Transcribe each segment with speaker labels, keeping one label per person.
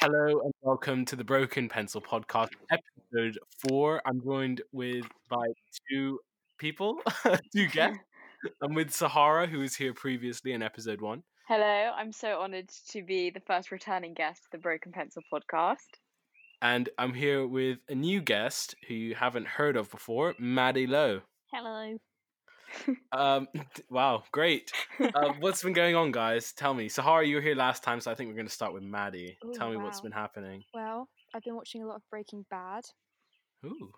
Speaker 1: Hello and welcome to the Broken Pencil Podcast, episode four. I'm joined with by two people, two guests. I'm with Sahara, who was here previously in episode one.
Speaker 2: Hello, I'm so honoured to be the first returning guest to the Broken Pencil podcast.
Speaker 1: And I'm here with a new guest who you haven't heard of before, Maddie Lowe.
Speaker 3: Hello.
Speaker 1: Um, wow, great. Uh, what's been going on, guys? Tell me. Sahara, you were here last time, so I think we're going to start with Maddie.
Speaker 3: Ooh,
Speaker 1: Tell me what's
Speaker 3: Oh, wow.
Speaker 1: been happening.
Speaker 3: Well, I've been watching a lot of Breaking Bad.
Speaker 1: Ooh,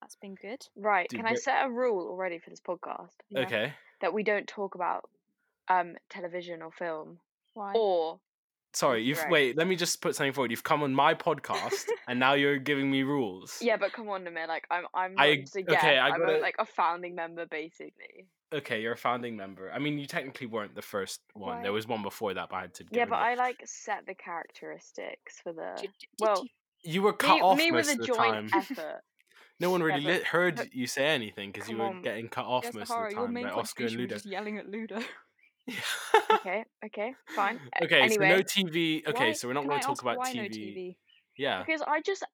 Speaker 3: That's been good.
Speaker 2: Right,
Speaker 1: Dude,
Speaker 2: can I
Speaker 1: we're-
Speaker 2: set a rule already for this podcast
Speaker 3: Yeah.
Speaker 1: okay.
Speaker 2: that we don't talk about um television or film
Speaker 3: Why?
Speaker 2: or
Speaker 1: Sorry, you've
Speaker 2: Right.
Speaker 1: wait. Let me just put something forward. You've come on my podcast, and now you're giving me rules.
Speaker 2: yeah, but come on, Namir, like I'm I'm not
Speaker 1: I-
Speaker 2: just a
Speaker 1: okay,
Speaker 2: guest.
Speaker 1: I
Speaker 2: I'm a-
Speaker 1: gotta-
Speaker 2: like a founding member basically.
Speaker 1: Okay, you're a founding member. I mean, you technically weren't the first one. There
Speaker 3: Why?
Speaker 1: was one before that, but I had to. Get
Speaker 2: Yeah,
Speaker 1: rid
Speaker 2: but
Speaker 1: of
Speaker 2: I
Speaker 1: it.
Speaker 2: like set the characteristics for the
Speaker 3: Did- did
Speaker 2: well,
Speaker 3: you-
Speaker 1: You were cut
Speaker 2: me,
Speaker 1: off
Speaker 2: me
Speaker 1: most
Speaker 2: with a
Speaker 1: of the time.
Speaker 2: joint effort.
Speaker 1: No one really
Speaker 2: but-
Speaker 1: lit heard you say anything because you
Speaker 2: Come
Speaker 1: were
Speaker 2: on.
Speaker 1: getting cut off most
Speaker 3: Sahara,
Speaker 1: of the time by Oscar and
Speaker 3: contribution was
Speaker 1: Ludo.
Speaker 3: just yelling at Ludo.
Speaker 2: okay, okay, fine. A-
Speaker 1: okay,
Speaker 2: anyway,
Speaker 1: so no TV. Okay,
Speaker 3: Why-
Speaker 1: so we're not
Speaker 3: can
Speaker 1: going
Speaker 3: I
Speaker 1: to talk
Speaker 3: ask
Speaker 1: about
Speaker 3: why
Speaker 1: TV.
Speaker 3: No TV.
Speaker 1: Yeah.
Speaker 2: because I just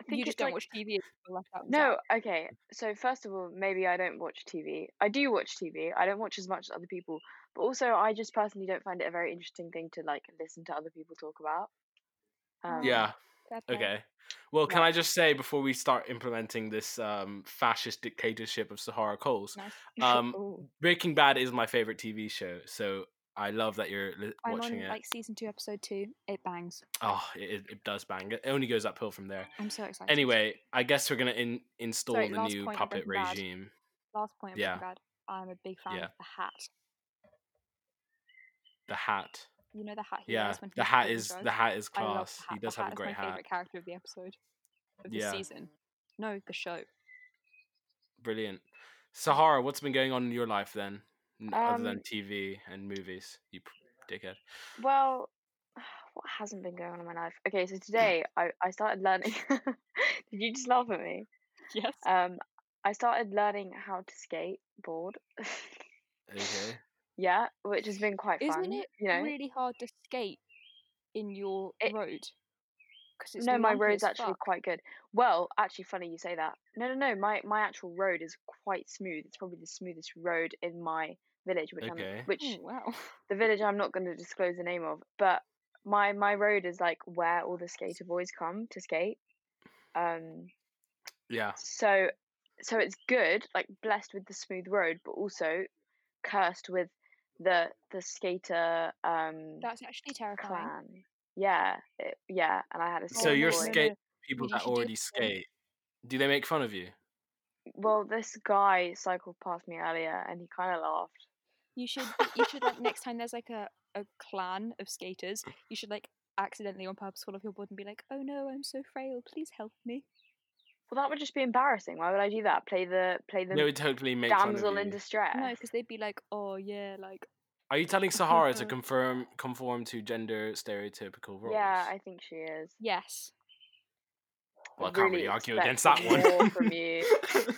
Speaker 2: I think
Speaker 3: You just
Speaker 2: it's
Speaker 3: don't
Speaker 2: like,
Speaker 3: watch TV. and you're left out of the
Speaker 2: No,
Speaker 3: dark.
Speaker 2: okay. So first of all, maybe I don't watch TV. I do watch TV. I don't watch as much as other people, but also I just personally don't find it a very interesting thing to like listen to other people talk about. Um,
Speaker 1: Yeah.
Speaker 3: Fair play.
Speaker 1: Okay. Well, can
Speaker 2: Yeah.
Speaker 1: I just say before we start implementing this um, fascist dictatorship of Sahara Coles,
Speaker 3: Nice.
Speaker 1: um,
Speaker 2: Ooh.
Speaker 1: Breaking Bad is my favorite TV show, so I love that you're li-
Speaker 3: I'm
Speaker 1: watching
Speaker 3: on
Speaker 1: it.
Speaker 3: like season two, episode two. It bangs.
Speaker 1: Oh, it, it does bang. It only goes uphill from there.
Speaker 3: I'm so excited.
Speaker 1: Anyway, I guess we're gonna in- install
Speaker 3: Sorry,
Speaker 1: the
Speaker 3: last
Speaker 1: new
Speaker 3: point on
Speaker 1: puppet
Speaker 3: Breaking Bad.
Speaker 1: regime.
Speaker 3: last point. on
Speaker 1: yeah.
Speaker 3: Breaking Bad. I'm a big fan
Speaker 1: Yeah.
Speaker 3: of the hat.
Speaker 1: The hat.
Speaker 3: You know the hat. He
Speaker 1: Yeah,
Speaker 3: wears when
Speaker 1: the
Speaker 3: he's
Speaker 1: hat
Speaker 3: taking
Speaker 1: is
Speaker 3: drugs?
Speaker 1: the hat is
Speaker 3: I love
Speaker 1: class.
Speaker 3: the hat.
Speaker 1: He does
Speaker 3: the
Speaker 1: have a
Speaker 3: is
Speaker 1: great
Speaker 3: my
Speaker 1: hat.
Speaker 3: favorite character of the episode of the
Speaker 1: Yeah.
Speaker 3: season. No, the show.
Speaker 1: Brilliant. Sahara, what's been going on in your life then, N- other than
Speaker 2: Um,
Speaker 1: TV and movies? You p- dickhead.
Speaker 2: Well, what hasn't been going on in my life? Okay, so today I I started learning. Did you just laugh at me?
Speaker 3: Yes.
Speaker 2: Um, I started learning how to skateboard.
Speaker 1: Okay.
Speaker 2: yeah, which has been quite
Speaker 3: Isn't
Speaker 2: fun.
Speaker 3: it
Speaker 2: you know,
Speaker 3: really hard to skate in your
Speaker 2: It-
Speaker 3: road. Cause it's
Speaker 2: no, my
Speaker 3: lumpy
Speaker 2: road's
Speaker 3: as
Speaker 2: actually
Speaker 3: fuck.
Speaker 2: quite good. Well, actually, funny you say that. No, no, no. My my actual road is quite smooth. It's probably the smoothest road in my village, which
Speaker 1: Okay.
Speaker 2: I'm, which
Speaker 3: Oh, wow.
Speaker 2: the village I'm not going to disclose the name of. But my my road is like where all the skater boys come to skate. Um,
Speaker 1: Yeah.
Speaker 2: so so it's good, like blessed with the smooth road, but also cursed with the the skater um
Speaker 3: That's actually terrifying. Oh
Speaker 2: clan. Yeah, it, yeah. And I had a
Speaker 1: So
Speaker 2: skater
Speaker 1: you're
Speaker 2: boy.
Speaker 1: skate- People
Speaker 3: you
Speaker 1: that
Speaker 3: should do
Speaker 1: already
Speaker 3: for them.
Speaker 1: skate, do they make fun of you?
Speaker 2: Well, this guy cycled past me earlier, and he kind of laughed.
Speaker 3: You should you should like next time there's like a, a clan of skaters, you should like accidentally on purpose fall off your board and be like, Oh no, I'm so frail, please help me.
Speaker 2: Well, that would just be embarrassing. Why would I do that? Play the play the
Speaker 1: They would totally make fun of you.
Speaker 2: damsel in distress.
Speaker 3: No, because they'd be like, Oh yeah, like
Speaker 1: Are you telling Sahara to confirm conform to gender stereotypical roles?
Speaker 2: yeah, I think she is.
Speaker 3: yes.
Speaker 1: Well, I can't really argue against that
Speaker 2: expecting
Speaker 1: one.
Speaker 2: More from you. Do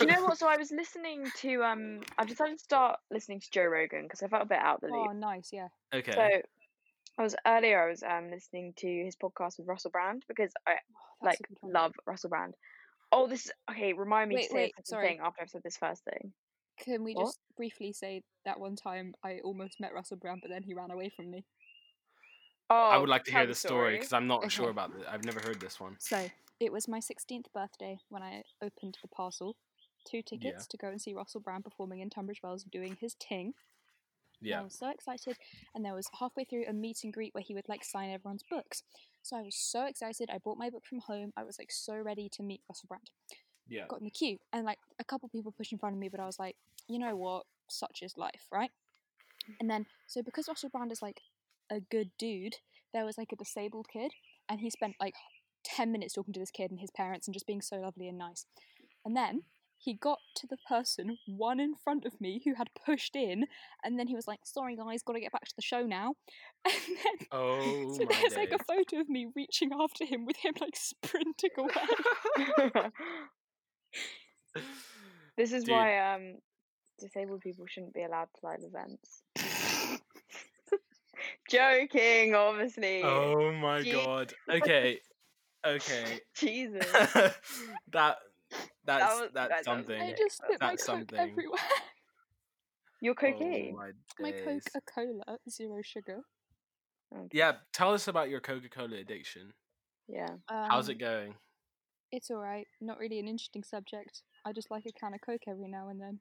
Speaker 2: you know what? So I was listening to um. I've decided to start listening to Joe Rogan because I felt a bit out of the
Speaker 3: Oh
Speaker 2: loop.
Speaker 3: nice, yeah.
Speaker 1: Okay.
Speaker 2: So I was earlier. I was um listening to his podcast with Russell Brand because I
Speaker 3: Oh, that's
Speaker 2: like
Speaker 3: a good one.
Speaker 2: love Russell Brand. Oh, this is okay. Remind me
Speaker 3: Wait,
Speaker 2: to say
Speaker 3: wait,
Speaker 2: the
Speaker 3: sorry.
Speaker 2: thing after I've said this first thing.
Speaker 3: Can we
Speaker 2: What?
Speaker 3: just briefly say that one time I almost met Russell Brown but then he ran away from me.
Speaker 2: Oh,
Speaker 1: I would like to hear
Speaker 2: tell
Speaker 1: the story because I'm not
Speaker 3: Okay.
Speaker 1: sure about this. I've never heard this one.
Speaker 3: So it was my 16th birthday when I opened the parcel. Two tickets to go and see Russell Brand performing in Tunbridge Wells doing his ting. and
Speaker 1: Yeah.
Speaker 2: Oh,
Speaker 3: I was so excited, and there was halfway through a meet and greet where he would like sign everyone's books. So I was so excited. I brought my book from home. I was like so ready to meet Russell Brand.
Speaker 1: Yeah.
Speaker 3: Got in the queue, and like a couple people pushed in front of me, but I was like, you know what? Such is life, right? And then, so because Russell Brand is like a good dude, there was like a disabled kid, and he spent like 10 minutes talking to this kid and his parents and just being so lovely and nice. And then he got to the person one in front of me who had pushed in, and then he was like, Sorry guys, gotta get back to the show now. And then,
Speaker 1: Oh
Speaker 3: so
Speaker 1: my
Speaker 3: there's
Speaker 1: day.
Speaker 3: like a photo of me reaching after him with him like sprinting away.
Speaker 2: story. This is
Speaker 1: Dude.
Speaker 2: why um disabled people shouldn't be allowed to live events. joking, obviously.
Speaker 1: Oh my
Speaker 2: Jeez.
Speaker 1: god. Okay. Okay.
Speaker 2: Jesus.
Speaker 1: that that's
Speaker 2: was- that-
Speaker 1: that's
Speaker 2: that was
Speaker 1: something.
Speaker 3: I
Speaker 2: Yeah,
Speaker 3: just spit my
Speaker 1: that's
Speaker 3: coke
Speaker 1: something.
Speaker 3: everywhere.
Speaker 2: You're
Speaker 1: Oh
Speaker 2: cocaine.
Speaker 1: my
Speaker 3: my
Speaker 1: days.
Speaker 3: Coca Cola, zero sugar.
Speaker 1: Yeah, tell us about your Coca-Cola addiction.
Speaker 2: Yeah.
Speaker 3: Um,
Speaker 1: How's it going?
Speaker 3: It's alright. Not really an interesting subject. I just like a can of coke every now and then.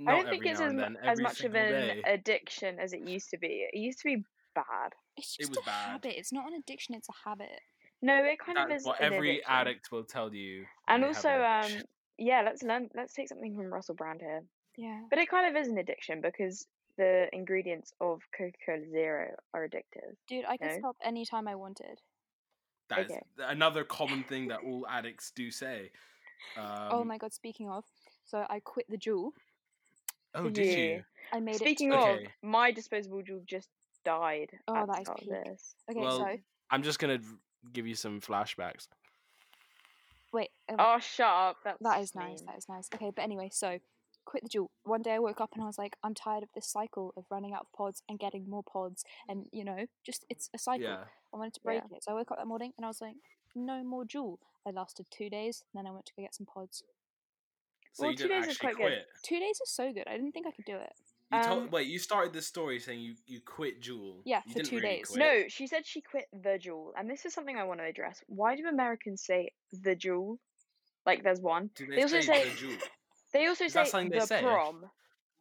Speaker 2: I
Speaker 1: Not
Speaker 2: don't think
Speaker 1: every
Speaker 2: it's
Speaker 1: now
Speaker 2: as,
Speaker 1: and
Speaker 2: mu-
Speaker 1: then,
Speaker 2: as
Speaker 1: every
Speaker 2: much of
Speaker 1: single
Speaker 2: an
Speaker 1: day.
Speaker 2: addiction as it used to be. It used to be bad.
Speaker 3: It's
Speaker 1: It
Speaker 3: just
Speaker 1: was
Speaker 3: a
Speaker 1: bad.
Speaker 3: habit. It's not an addiction. It's a habit.
Speaker 2: No, it kind of
Speaker 1: That's
Speaker 2: is.
Speaker 1: what
Speaker 2: an
Speaker 1: every
Speaker 2: addiction.
Speaker 1: addict will tell you. when
Speaker 2: And
Speaker 1: they have
Speaker 2: also,
Speaker 1: an
Speaker 2: um,
Speaker 1: addiction.
Speaker 2: yeah, let's learn. Let's take something from Russell Brand here.
Speaker 3: Yeah.
Speaker 2: But it kind of is an addiction because the ingredients of Coca Cola Zero are addictive.
Speaker 3: Dude, I could
Speaker 2: No.
Speaker 3: stop any time I wanted.
Speaker 1: That is
Speaker 2: okay.
Speaker 1: another common thing that all addicts do say. Um,
Speaker 3: oh my god, speaking of, so I quit the jewel.
Speaker 1: Oh, did
Speaker 2: Yeah.
Speaker 1: you?
Speaker 3: I made
Speaker 2: Speaking
Speaker 3: it.
Speaker 2: of,
Speaker 1: Okay.
Speaker 2: my disposable jewel just died.
Speaker 3: Oh,
Speaker 2: at the
Speaker 3: that is
Speaker 2: start of
Speaker 3: peak.
Speaker 2: this.
Speaker 3: Okay,
Speaker 1: well,
Speaker 3: so
Speaker 1: I'm just gonna v- give you some flashbacks.
Speaker 3: wait. um,
Speaker 2: Oh, shut up. That's
Speaker 3: That is nice.
Speaker 2: mean.
Speaker 3: That is nice. Okay, but anyway, so quit the jewel. One day I woke up and I was like, I'm tired of this cycle of running out of pods and getting more pods, and you know, just it's a cycle.
Speaker 1: Yeah.
Speaker 3: I wanted to break
Speaker 2: Yeah.
Speaker 3: it, so I woke up that morning and I was like, no more jewel. I lasted two days, and then I went to go get some pods.
Speaker 1: So
Speaker 2: Well,
Speaker 1: you
Speaker 2: two
Speaker 1: didn't
Speaker 2: days is
Speaker 1: actually
Speaker 2: quite good.
Speaker 1: quit.
Speaker 3: Two days is so good. I didn't think I could do it.
Speaker 1: You told
Speaker 2: Um,
Speaker 1: wait, you started this story saying you, you quit Jewel.
Speaker 3: Yeah,
Speaker 1: you
Speaker 3: for two days. quit.
Speaker 2: No, she said she quit the jewel, and this is something I want to address. Why do Americans say the jewel? Like, there's one.
Speaker 1: Do
Speaker 2: They also say-
Speaker 1: the Jewel,
Speaker 2: They also
Speaker 1: Is
Speaker 2: say
Speaker 1: that something they
Speaker 2: the
Speaker 1: say?
Speaker 2: prom.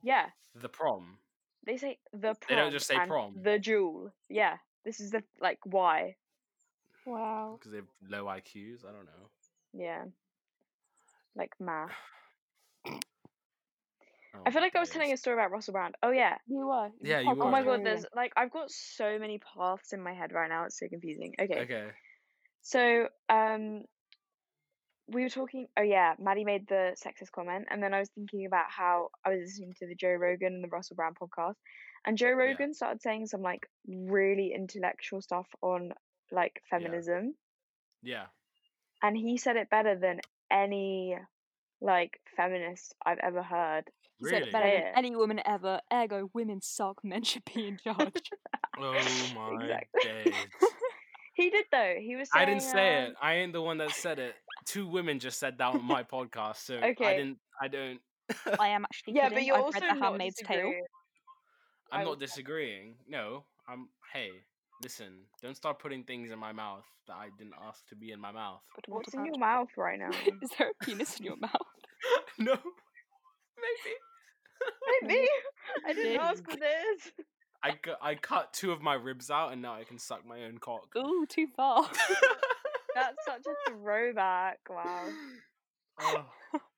Speaker 2: Yeah,
Speaker 1: the prom?
Speaker 2: they say the prom.
Speaker 1: They don't just say
Speaker 2: and
Speaker 1: prom.
Speaker 2: The jewel. Yeah, this is the like why. Oh.
Speaker 3: Wow.
Speaker 1: Because they have low IQs. I don't know.
Speaker 2: Yeah, like math.
Speaker 1: Oh
Speaker 2: I feel
Speaker 1: my
Speaker 2: like I was telling a
Speaker 1: days.
Speaker 2: story about Russell Brand. Oh yeah.
Speaker 3: You were.
Speaker 1: Yeah, you
Speaker 3: popped
Speaker 1: were.
Speaker 2: Oh my
Speaker 3: through.
Speaker 2: god, there's like I've got so many paths in my head right now. It's so confusing. Okay.
Speaker 1: Okay.
Speaker 2: So, um, we were talking. Oh yeah, Maddie made the sexist comment, and then I was thinking about how I was listening to the Joe Rogan and the Russell Brand podcast, and Joe Rogan started saying some like really intellectual stuff on like feminism,
Speaker 1: Yeah.
Speaker 2: and he said it better than any like feminist I've ever heard.
Speaker 3: He said
Speaker 1: Really?
Speaker 3: it better
Speaker 2: Yeah.
Speaker 3: than any woman ever. Ergo, women suck. Men should be in charge.
Speaker 1: Oh my
Speaker 2: Exactly.
Speaker 1: days.
Speaker 2: He did though. He was. Saying,
Speaker 1: I didn't say
Speaker 2: um,
Speaker 1: it. I ain't the one that said it. Two women just said that on my podcast, so I
Speaker 2: Okay.
Speaker 1: didn't. I don't.
Speaker 3: I am actually
Speaker 2: Yeah,
Speaker 3: kidding.
Speaker 2: but you're
Speaker 3: I've
Speaker 2: also
Speaker 3: read The
Speaker 2: not
Speaker 3: Handmaid's Tale.
Speaker 2: disagreeing.
Speaker 1: I'm
Speaker 2: I
Speaker 1: not
Speaker 2: was-
Speaker 1: disagreeing. No, I'm. Hey, listen. Don't start putting things in my mouth that I didn't ask to be in my mouth.
Speaker 3: But what
Speaker 2: What's in
Speaker 3: about-
Speaker 2: your mouth right now?
Speaker 3: Is there a penis in your mouth?
Speaker 1: no. Maybe.
Speaker 2: Maybe I didn't ask for
Speaker 3: Dig.
Speaker 2: this.
Speaker 1: I, cu- I cut two of my ribs out and now I can suck my own cock.
Speaker 3: Ooh, too far.
Speaker 2: That's such a throwback. Wow.
Speaker 1: Ugh.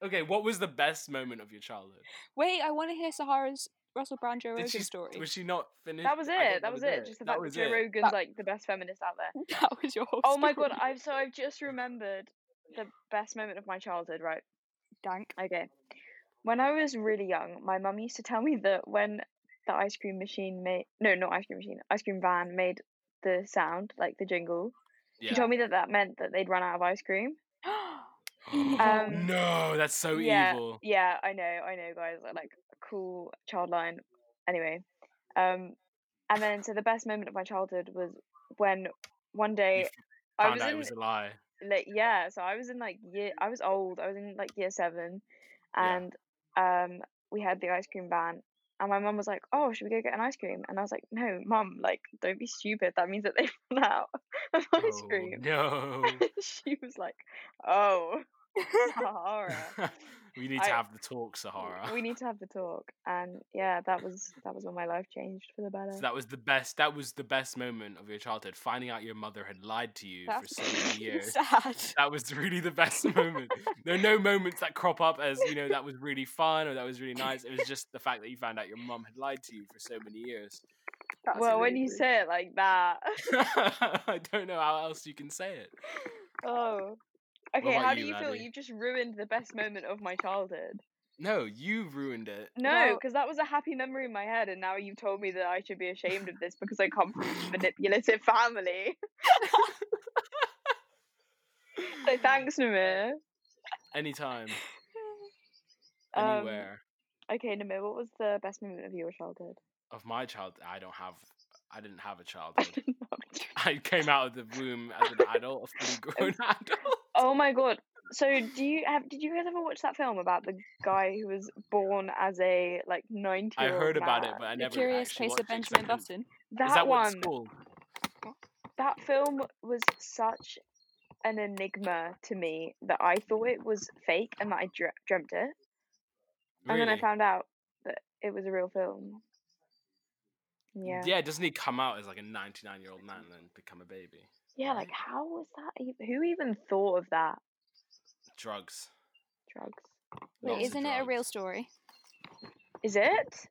Speaker 1: okay, what was the best moment of your childhood?
Speaker 3: Wait, I want to hear Sahara's Russell Brown Joe Rogan
Speaker 1: Did she,
Speaker 3: story.
Speaker 1: Was she not finished?
Speaker 2: That was
Speaker 1: I thought
Speaker 2: it. That was it. Just the
Speaker 1: That
Speaker 2: fact that
Speaker 1: was
Speaker 2: Joe
Speaker 1: it.
Speaker 2: Rogan's
Speaker 3: That-
Speaker 2: like the best feminist out there.
Speaker 3: That was your whole
Speaker 2: Oh my
Speaker 3: story.
Speaker 2: god! I've so I've just remembered the best moment of my childhood. Right.
Speaker 3: dank.
Speaker 2: Okay. When I was really young, my mum used to tell me that when the ice cream machine made no, not ice cream machine, ice cream van made the sound like the jingle. She
Speaker 1: Yeah.
Speaker 2: told me that that meant that they'd run out of ice cream. Um,
Speaker 1: no, that's so
Speaker 2: yeah,
Speaker 1: evil.
Speaker 2: yeah, I know, I know, guys. I Like cool child line. Anyway, um, and then so the best moment of my childhood was when one day I
Speaker 1: Found
Speaker 2: was
Speaker 1: out
Speaker 2: in
Speaker 1: it was a lie.
Speaker 2: like yeah, so I was in like year, I was old. I was in like year seven,
Speaker 1: Yeah.
Speaker 2: and um, we had the ice cream van. And my mum was like, "Oh, should we go get an ice cream?" And I was like, "No, mum, like, don't be stupid. That means that they've run out of ice
Speaker 1: Oh,
Speaker 2: cream."
Speaker 1: No.
Speaker 2: she was like, "Oh, Sahara."
Speaker 1: we need
Speaker 2: I-
Speaker 1: to have the talk,
Speaker 2: w-
Speaker 1: Sahara.
Speaker 2: We need to have the talk. And yeah, that was that was when my life changed for the better.
Speaker 1: So that was the best. That was the best moment of your childhood. Finding out your mother had lied to you
Speaker 3: That's
Speaker 1: for so many years.
Speaker 3: sad.
Speaker 1: That was really the best moment. there are no moments that crop up as you know that was really fun or that was really nice. It was just the fact that you found out your mum had lied to you for so many years.
Speaker 3: That's
Speaker 2: well, when you
Speaker 3: amazing.
Speaker 2: say it like that,
Speaker 1: I don't know how else you can say it.
Speaker 2: oh. Okay,
Speaker 1: about
Speaker 2: how do
Speaker 1: you,
Speaker 2: you feel?
Speaker 1: Addy?
Speaker 2: You've just ruined the best moment of my childhood.
Speaker 1: No, you ruined it.
Speaker 2: No,
Speaker 3: Well-
Speaker 2: because that was a happy memory in my head, and now you've told me that I should be ashamed of this because I come from a manipulative family. so thanks, Namir.
Speaker 1: Anytime,
Speaker 2: Um,
Speaker 1: anywhere
Speaker 2: Okay, Namir, what was the best moment of your childhood?
Speaker 1: of my child, I don't have I didn't have a
Speaker 2: I
Speaker 1: childhood.
Speaker 2: did not.
Speaker 1: I came out of the womb as an adult, a fully grown adult.
Speaker 2: Oh my god. So do you have did you guys ever watch that film about the guy who was born as a like 90
Speaker 1: I heard about it, but I
Speaker 3: The
Speaker 1: never.
Speaker 3: Curious
Speaker 1: actually
Speaker 3: Case
Speaker 1: watched
Speaker 3: of
Speaker 1: it 'cause I
Speaker 3: Benjamin
Speaker 1: didn't-
Speaker 3: Button.
Speaker 2: That
Speaker 1: Is that what
Speaker 2: one
Speaker 1: it's called?
Speaker 2: that film was such an enigma to me that I thought it was fake and that I dre- dreamt it. And then I
Speaker 1: Really?
Speaker 2: found out that it was a real film. Yeah. Yeah,
Speaker 1: doesn't he come out as like a 99 year old man and then become a baby?
Speaker 2: like how was that ev- who even thought of that?
Speaker 1: Drugs.
Speaker 2: Drugs.
Speaker 3: Wait,
Speaker 1: Lots of
Speaker 3: isn't it a real
Speaker 1: drugs.
Speaker 3: story?
Speaker 2: Is it?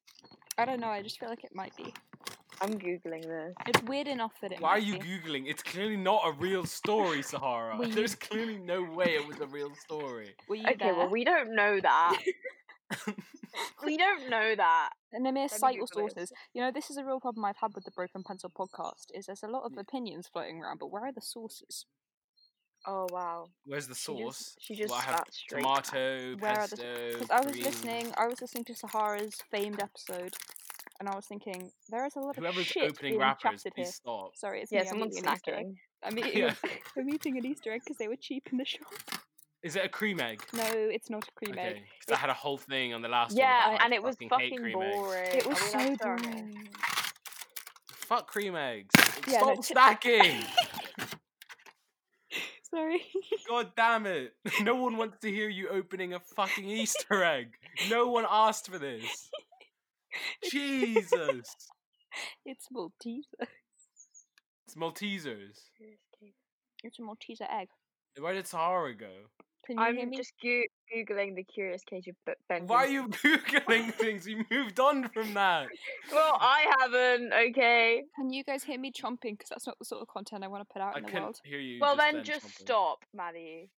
Speaker 3: I don't know. I just feel like it might be.
Speaker 2: I'm googling this.
Speaker 3: It's weird enough that it.
Speaker 1: Why are
Speaker 3: might
Speaker 1: you
Speaker 3: be.
Speaker 1: googling? It's clearly not a real story, Sahara.
Speaker 3: Were you-
Speaker 1: There's clearly no way it was a real story.
Speaker 3: Were you
Speaker 2: Okay,
Speaker 3: there?
Speaker 2: well we don't know that. we don't know that.
Speaker 3: and they're mere
Speaker 2: Let me
Speaker 3: sight or
Speaker 2: Google it.
Speaker 3: sources. You know, this is a real problem I've had with the Broken Pencil podcast. Is there's a lot of opinions floating around, but where are the sources?
Speaker 2: Oh wow.
Speaker 1: Where's the
Speaker 2: She just-
Speaker 1: sauce?
Speaker 2: she just
Speaker 1: well, I have
Speaker 2: spat straight.
Speaker 1: tomato,
Speaker 3: Where are the
Speaker 1: pesto.
Speaker 3: Because I was
Speaker 1: green-
Speaker 3: listening, I was listening to Sahara's famed episode, and I was thinking there is a lot of
Speaker 1: Whoever's
Speaker 3: shit
Speaker 1: opening
Speaker 3: being
Speaker 1: rappers,
Speaker 3: chatted
Speaker 1: please
Speaker 3: here.
Speaker 1: stop.
Speaker 3: Sorry, it's
Speaker 2: Yeah,
Speaker 3: me. I'm
Speaker 2: someone's
Speaker 3: eating an Easter egg.
Speaker 2: snacking.
Speaker 3: I'm eating,
Speaker 1: Yeah.
Speaker 3: I'm eating an Easter egg because they were cheap in the shop.
Speaker 1: Is it a cream egg?
Speaker 3: No, it's not a cream egg.
Speaker 1: Okay, 'cause I had a whole thing on the last
Speaker 2: yeah,
Speaker 1: one. about how I
Speaker 2: and it was
Speaker 1: fucking hate
Speaker 2: fucking
Speaker 1: cream eggs.
Speaker 2: boring.
Speaker 3: It was
Speaker 2: I mean,
Speaker 3: so
Speaker 2: that's all right.
Speaker 3: boring.
Speaker 1: Fuck cream eggs.
Speaker 3: Yeah,
Speaker 1: Stop
Speaker 3: no,
Speaker 1: snacking.
Speaker 3: Sorry.
Speaker 1: God damn it. No one wants to hear you opening a fucking Easter egg. No one asked for this. Jesus.
Speaker 3: It's uh, Malteser.
Speaker 1: It's Maltesers.
Speaker 3: It's a Malteser egg.
Speaker 1: Where did Sahara go?
Speaker 3: Can you hear
Speaker 2: I'm
Speaker 3: me?
Speaker 2: just goo- googling the curious case of Be- Benjamin.
Speaker 1: Why are you Googling things? You moved on from that.
Speaker 2: Well, I haven't. Okay.
Speaker 3: Can you guys hear me chomping? Because that's not the sort of content I want to put out
Speaker 1: I
Speaker 3: in the
Speaker 1: couldn't
Speaker 3: world.
Speaker 1: hear you.
Speaker 2: well then, just
Speaker 1: Trumpet.
Speaker 2: stop, Maddie.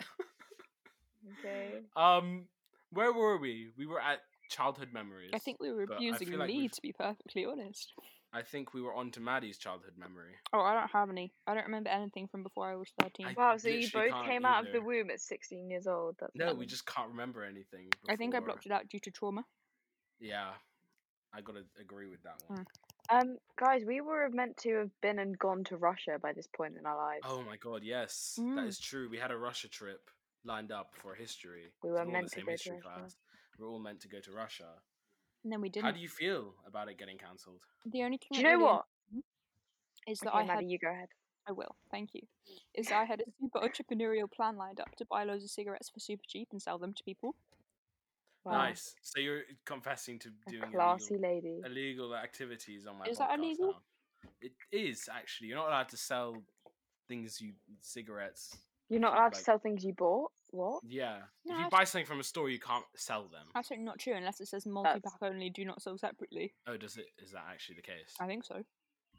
Speaker 2: okay.
Speaker 1: Um, where were we? We were at childhood memories.
Speaker 3: I think we were
Speaker 1: but I
Speaker 3: abusing
Speaker 1: feel like
Speaker 3: me,
Speaker 1: we've-
Speaker 3: to be perfectly honest.
Speaker 1: I think we were on to Maddie's childhood memory.
Speaker 3: Oh, I don't have any. I don't remember anything from before I was 13. I,
Speaker 1: I-
Speaker 2: Wow. So you
Speaker 1: literally
Speaker 2: both
Speaker 1: can't
Speaker 2: came out of the
Speaker 1: either.
Speaker 2: womb at 16 years old. That's
Speaker 1: No, we
Speaker 2: nuts.
Speaker 1: just can't remember anything.
Speaker 3: think I
Speaker 1: before-
Speaker 3: blocked it out due to trauma.
Speaker 1: Yeah, I gotta agree with that one.
Speaker 3: Mm.
Speaker 2: Um, guys, we were meant to have been and gone to Russia by this point in our lives.
Speaker 1: Oh my god, yes,
Speaker 2: Mm.
Speaker 1: that is true. We had a Russia trip lined up for history.
Speaker 2: We
Speaker 1: It's
Speaker 2: were
Speaker 1: all in
Speaker 2: meant
Speaker 1: the
Speaker 2: to
Speaker 1: same
Speaker 2: go to
Speaker 1: history
Speaker 2: Russia.
Speaker 1: class. We were all meant to go to Russia.
Speaker 3: And then we
Speaker 1: How
Speaker 3: didn't.
Speaker 1: do you feel about it getting cancelled?
Speaker 3: The only thing
Speaker 2: Do you
Speaker 3: that
Speaker 2: know
Speaker 3: really
Speaker 2: what?
Speaker 3: is that
Speaker 2: Okay,
Speaker 3: I had
Speaker 2: Maddie, you go ahead.
Speaker 3: I will, thank you. Is that I had a super entrepreneurial plan lined up to buy loads of cigarettes for super cheap and sell them to people.
Speaker 2: Wow.
Speaker 1: Nice. So you're confessing to
Speaker 2: A
Speaker 1: doing
Speaker 2: classy
Speaker 1: illegal,
Speaker 2: lady.
Speaker 1: illegal activities on my
Speaker 3: Is that
Speaker 1: podcast
Speaker 3: illegal?
Speaker 1: now. It is actually. You're not allowed to sell things you cigarettes.
Speaker 2: You're
Speaker 1: sort
Speaker 2: not
Speaker 1: of
Speaker 2: allowed to
Speaker 1: like-
Speaker 2: sell things you bought. What?
Speaker 1: Yeah.
Speaker 3: No,
Speaker 1: if you
Speaker 3: I-
Speaker 1: buy something from a store, you can't sell them.
Speaker 3: Absolutely not true unless it says multi
Speaker 2: That's-
Speaker 3: pack only, do not sell separately.
Speaker 1: Oh, does it? Is that actually the case?
Speaker 3: I think so.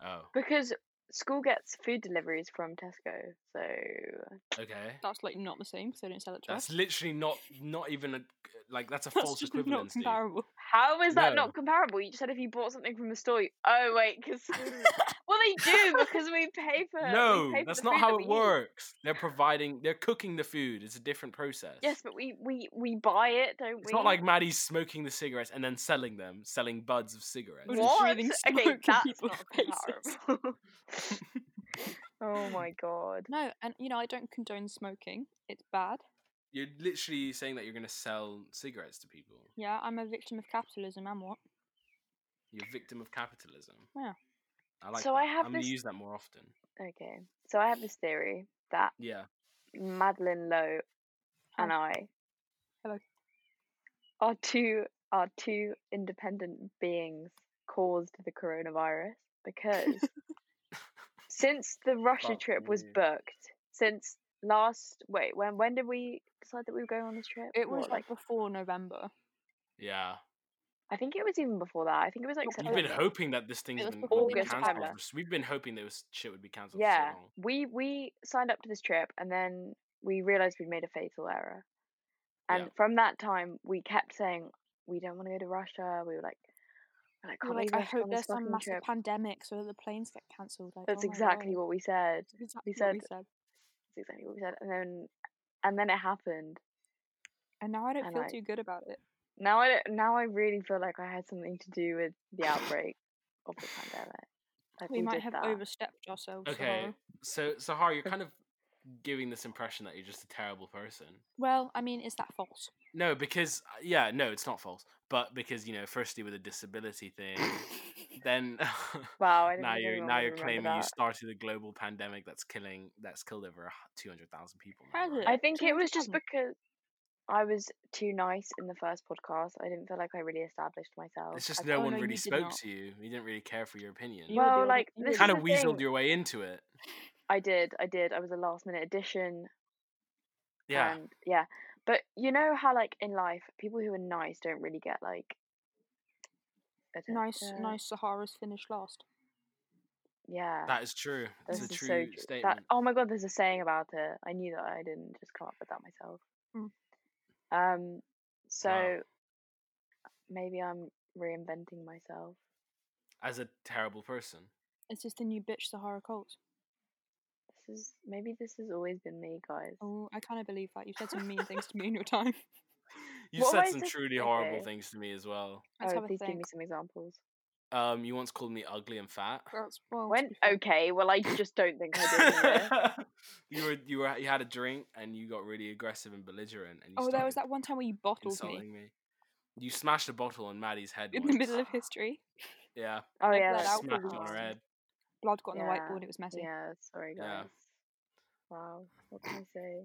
Speaker 1: Oh,
Speaker 2: Because school gets food deliveries from Tesco, so
Speaker 1: okay.
Speaker 3: That's like not the same, so don't sell it to
Speaker 1: That's
Speaker 3: us.
Speaker 1: literally not not even a like that's a
Speaker 3: That's
Speaker 1: false
Speaker 3: just not
Speaker 1: equivalency.
Speaker 3: comparable.
Speaker 2: how is that
Speaker 1: No.
Speaker 2: not comparable? You just said if you bought something from the store, you... oh wait, because well they do because we pay for we
Speaker 1: No,
Speaker 2: pay for
Speaker 1: that's
Speaker 2: the
Speaker 1: not
Speaker 2: food
Speaker 1: how
Speaker 2: that we
Speaker 1: it
Speaker 2: eat.
Speaker 1: works. They're providing, they're cooking the food. It's a different process.
Speaker 2: Yes, but we we we buy it, don't we?
Speaker 1: it's not like Maddie's smoking the cigarettes and then selling them, selling buds of cigarettes.
Speaker 3: We're just
Speaker 2: what?
Speaker 3: breathing smoke
Speaker 2: Okay,
Speaker 3: in
Speaker 2: that's
Speaker 3: people's
Speaker 2: not
Speaker 3: faces.
Speaker 2: comparable. oh my god.
Speaker 3: No, and you know, I don't condone smoking. It's bad.
Speaker 1: You're literally saying that you're going to sell cigarettes to people.
Speaker 3: Yeah, I'm a victim of capitalism and what?
Speaker 1: You're a victim of capitalism.
Speaker 3: Yeah.
Speaker 1: I like.
Speaker 2: So
Speaker 1: that.
Speaker 2: I have
Speaker 1: I'm going
Speaker 2: this-
Speaker 1: to use that more often.
Speaker 2: Okay, so I have this theory that
Speaker 1: Yeah.
Speaker 2: Madeline Lowe and I
Speaker 3: Hello.
Speaker 2: are two are two independent beings caused the coronavirus because since the Russia
Speaker 1: Fuck
Speaker 2: trip was
Speaker 1: me.
Speaker 2: booked, since last wait, when when did we decide that we were going on this trip?
Speaker 3: It was
Speaker 2: What,
Speaker 3: like before November.
Speaker 1: Yeah.
Speaker 2: I think it was even before that. I think it was like
Speaker 3: You've
Speaker 1: You've been
Speaker 2: September.
Speaker 1: hoping that this thing's
Speaker 3: was
Speaker 1: been,
Speaker 3: before
Speaker 1: would be
Speaker 2: August,
Speaker 1: cancelled.
Speaker 2: September.
Speaker 1: for- We've been hoping that this shit would be cancelled
Speaker 2: Yeah.
Speaker 1: for so long.
Speaker 2: We we signed up to this trip and then we realized we'd made a fatal error. And
Speaker 1: Yeah.
Speaker 2: from that time we kept saying we don't want to go to Russia. We were like we're like,
Speaker 3: You
Speaker 2: "Can't
Speaker 3: were
Speaker 2: believe
Speaker 3: like, I
Speaker 2: we're stuck on
Speaker 3: hope
Speaker 2: this
Speaker 3: there's some
Speaker 2: fucking
Speaker 3: massive
Speaker 2: trip."
Speaker 3: pandemic so that the planes get cancelled. Like,
Speaker 2: That's
Speaker 3: oh my
Speaker 2: exactly
Speaker 3: God.
Speaker 2: what we said.
Speaker 3: That's exactly
Speaker 2: said-
Speaker 3: what we
Speaker 2: That's
Speaker 3: said.
Speaker 2: exactly what we said. And then and then it happened.
Speaker 3: And now I don't
Speaker 2: And,
Speaker 3: feel
Speaker 2: like-
Speaker 3: too good about it.
Speaker 2: Now I don't- now I really feel like I had something to do with the outbreak of the pandemic. Like
Speaker 3: we, might
Speaker 2: did
Speaker 3: have
Speaker 2: that.
Speaker 3: overstepped ourselves.
Speaker 1: Okay,
Speaker 3: Sahara.
Speaker 1: so Sahara, you're kind of giving this impression that you're just a terrible person.
Speaker 3: Well, I mean, is that false?
Speaker 1: No, because uh, yeah, no, it's not false. But because you know, firstly with a disability thing, then
Speaker 2: Wow, I didn't
Speaker 1: now
Speaker 2: think
Speaker 1: you're
Speaker 2: anyone
Speaker 1: now
Speaker 2: would
Speaker 1: you're
Speaker 2: remember
Speaker 1: claiming you
Speaker 2: that.
Speaker 1: started a global pandemic that's killing that's killed over two hundred thousand people. now,
Speaker 3: Has
Speaker 1: right?
Speaker 3: it?
Speaker 2: I think it was just
Speaker 3: 200,000.
Speaker 2: because I was too nice in the first podcast. I didn't feel like I really established myself.
Speaker 1: It's just
Speaker 2: I-
Speaker 1: no
Speaker 3: oh,
Speaker 1: one
Speaker 3: no,
Speaker 1: really
Speaker 3: you did
Speaker 1: spoke
Speaker 3: not.
Speaker 1: to you. You didn't really care for your opinion.
Speaker 3: You were the
Speaker 2: well,
Speaker 3: only-
Speaker 2: like
Speaker 3: you
Speaker 2: this
Speaker 3: were
Speaker 2: is
Speaker 1: kind
Speaker 2: the
Speaker 1: of weaseled
Speaker 2: thing.
Speaker 1: your way into it.
Speaker 2: I did, I did. I was a last minute addition.
Speaker 1: Yeah,
Speaker 2: And yeah. But you know how like in life, people who are nice don't really get like I don't-
Speaker 3: Nice,
Speaker 2: uh,
Speaker 3: nice Sahara's finished last.
Speaker 2: Yeah.
Speaker 1: that is true. It's
Speaker 2: This
Speaker 1: a
Speaker 2: is
Speaker 1: true
Speaker 2: so tr-
Speaker 1: statement.
Speaker 2: that oh my god, there's a saying about it. I knew that I didn't just come up with that myself.
Speaker 1: Hmm.
Speaker 3: Mm.
Speaker 2: Um so maybe I'm reinventing myself.
Speaker 1: As a terrible person.
Speaker 3: It's just the new bitch Sahara Colt.
Speaker 2: This is maybe this has always been me, guys.
Speaker 3: Oh, I kind of believe that. You've said some mean things to me in your time.
Speaker 1: You
Speaker 2: What am
Speaker 1: said
Speaker 2: I
Speaker 1: some
Speaker 2: just-
Speaker 1: truly horrible
Speaker 2: okay.
Speaker 1: things to me as well.
Speaker 3: Let's
Speaker 2: oh,
Speaker 3: have a
Speaker 2: please give
Speaker 3: think.
Speaker 2: me some examples.
Speaker 1: Um, you once called me ugly and fat.
Speaker 3: Well, Oh, it's- well, to
Speaker 2: When
Speaker 3: be fair-
Speaker 2: okay, well I just don't think I did. anyway.
Speaker 1: you were you were you had a drink and you got really aggressive and belligerent and you
Speaker 3: Oh, there was
Speaker 1: started
Speaker 3: that one time where you bottled me
Speaker 1: insulting me. You smashed a bottle on Maddie's head
Speaker 3: in the
Speaker 1: once.
Speaker 3: middle of history.
Speaker 1: Yeah,
Speaker 2: Oh
Speaker 3: I
Speaker 2: yeah,
Speaker 3: bled
Speaker 2: that's
Speaker 3: out for
Speaker 1: smacked it on
Speaker 3: weeks.
Speaker 1: her head.
Speaker 3: Blood got on the
Speaker 2: Yeah,
Speaker 3: whiteboard. It was messy.
Speaker 2: Yeah, sorry guys.
Speaker 1: Yeah.
Speaker 2: Wow, what can I say?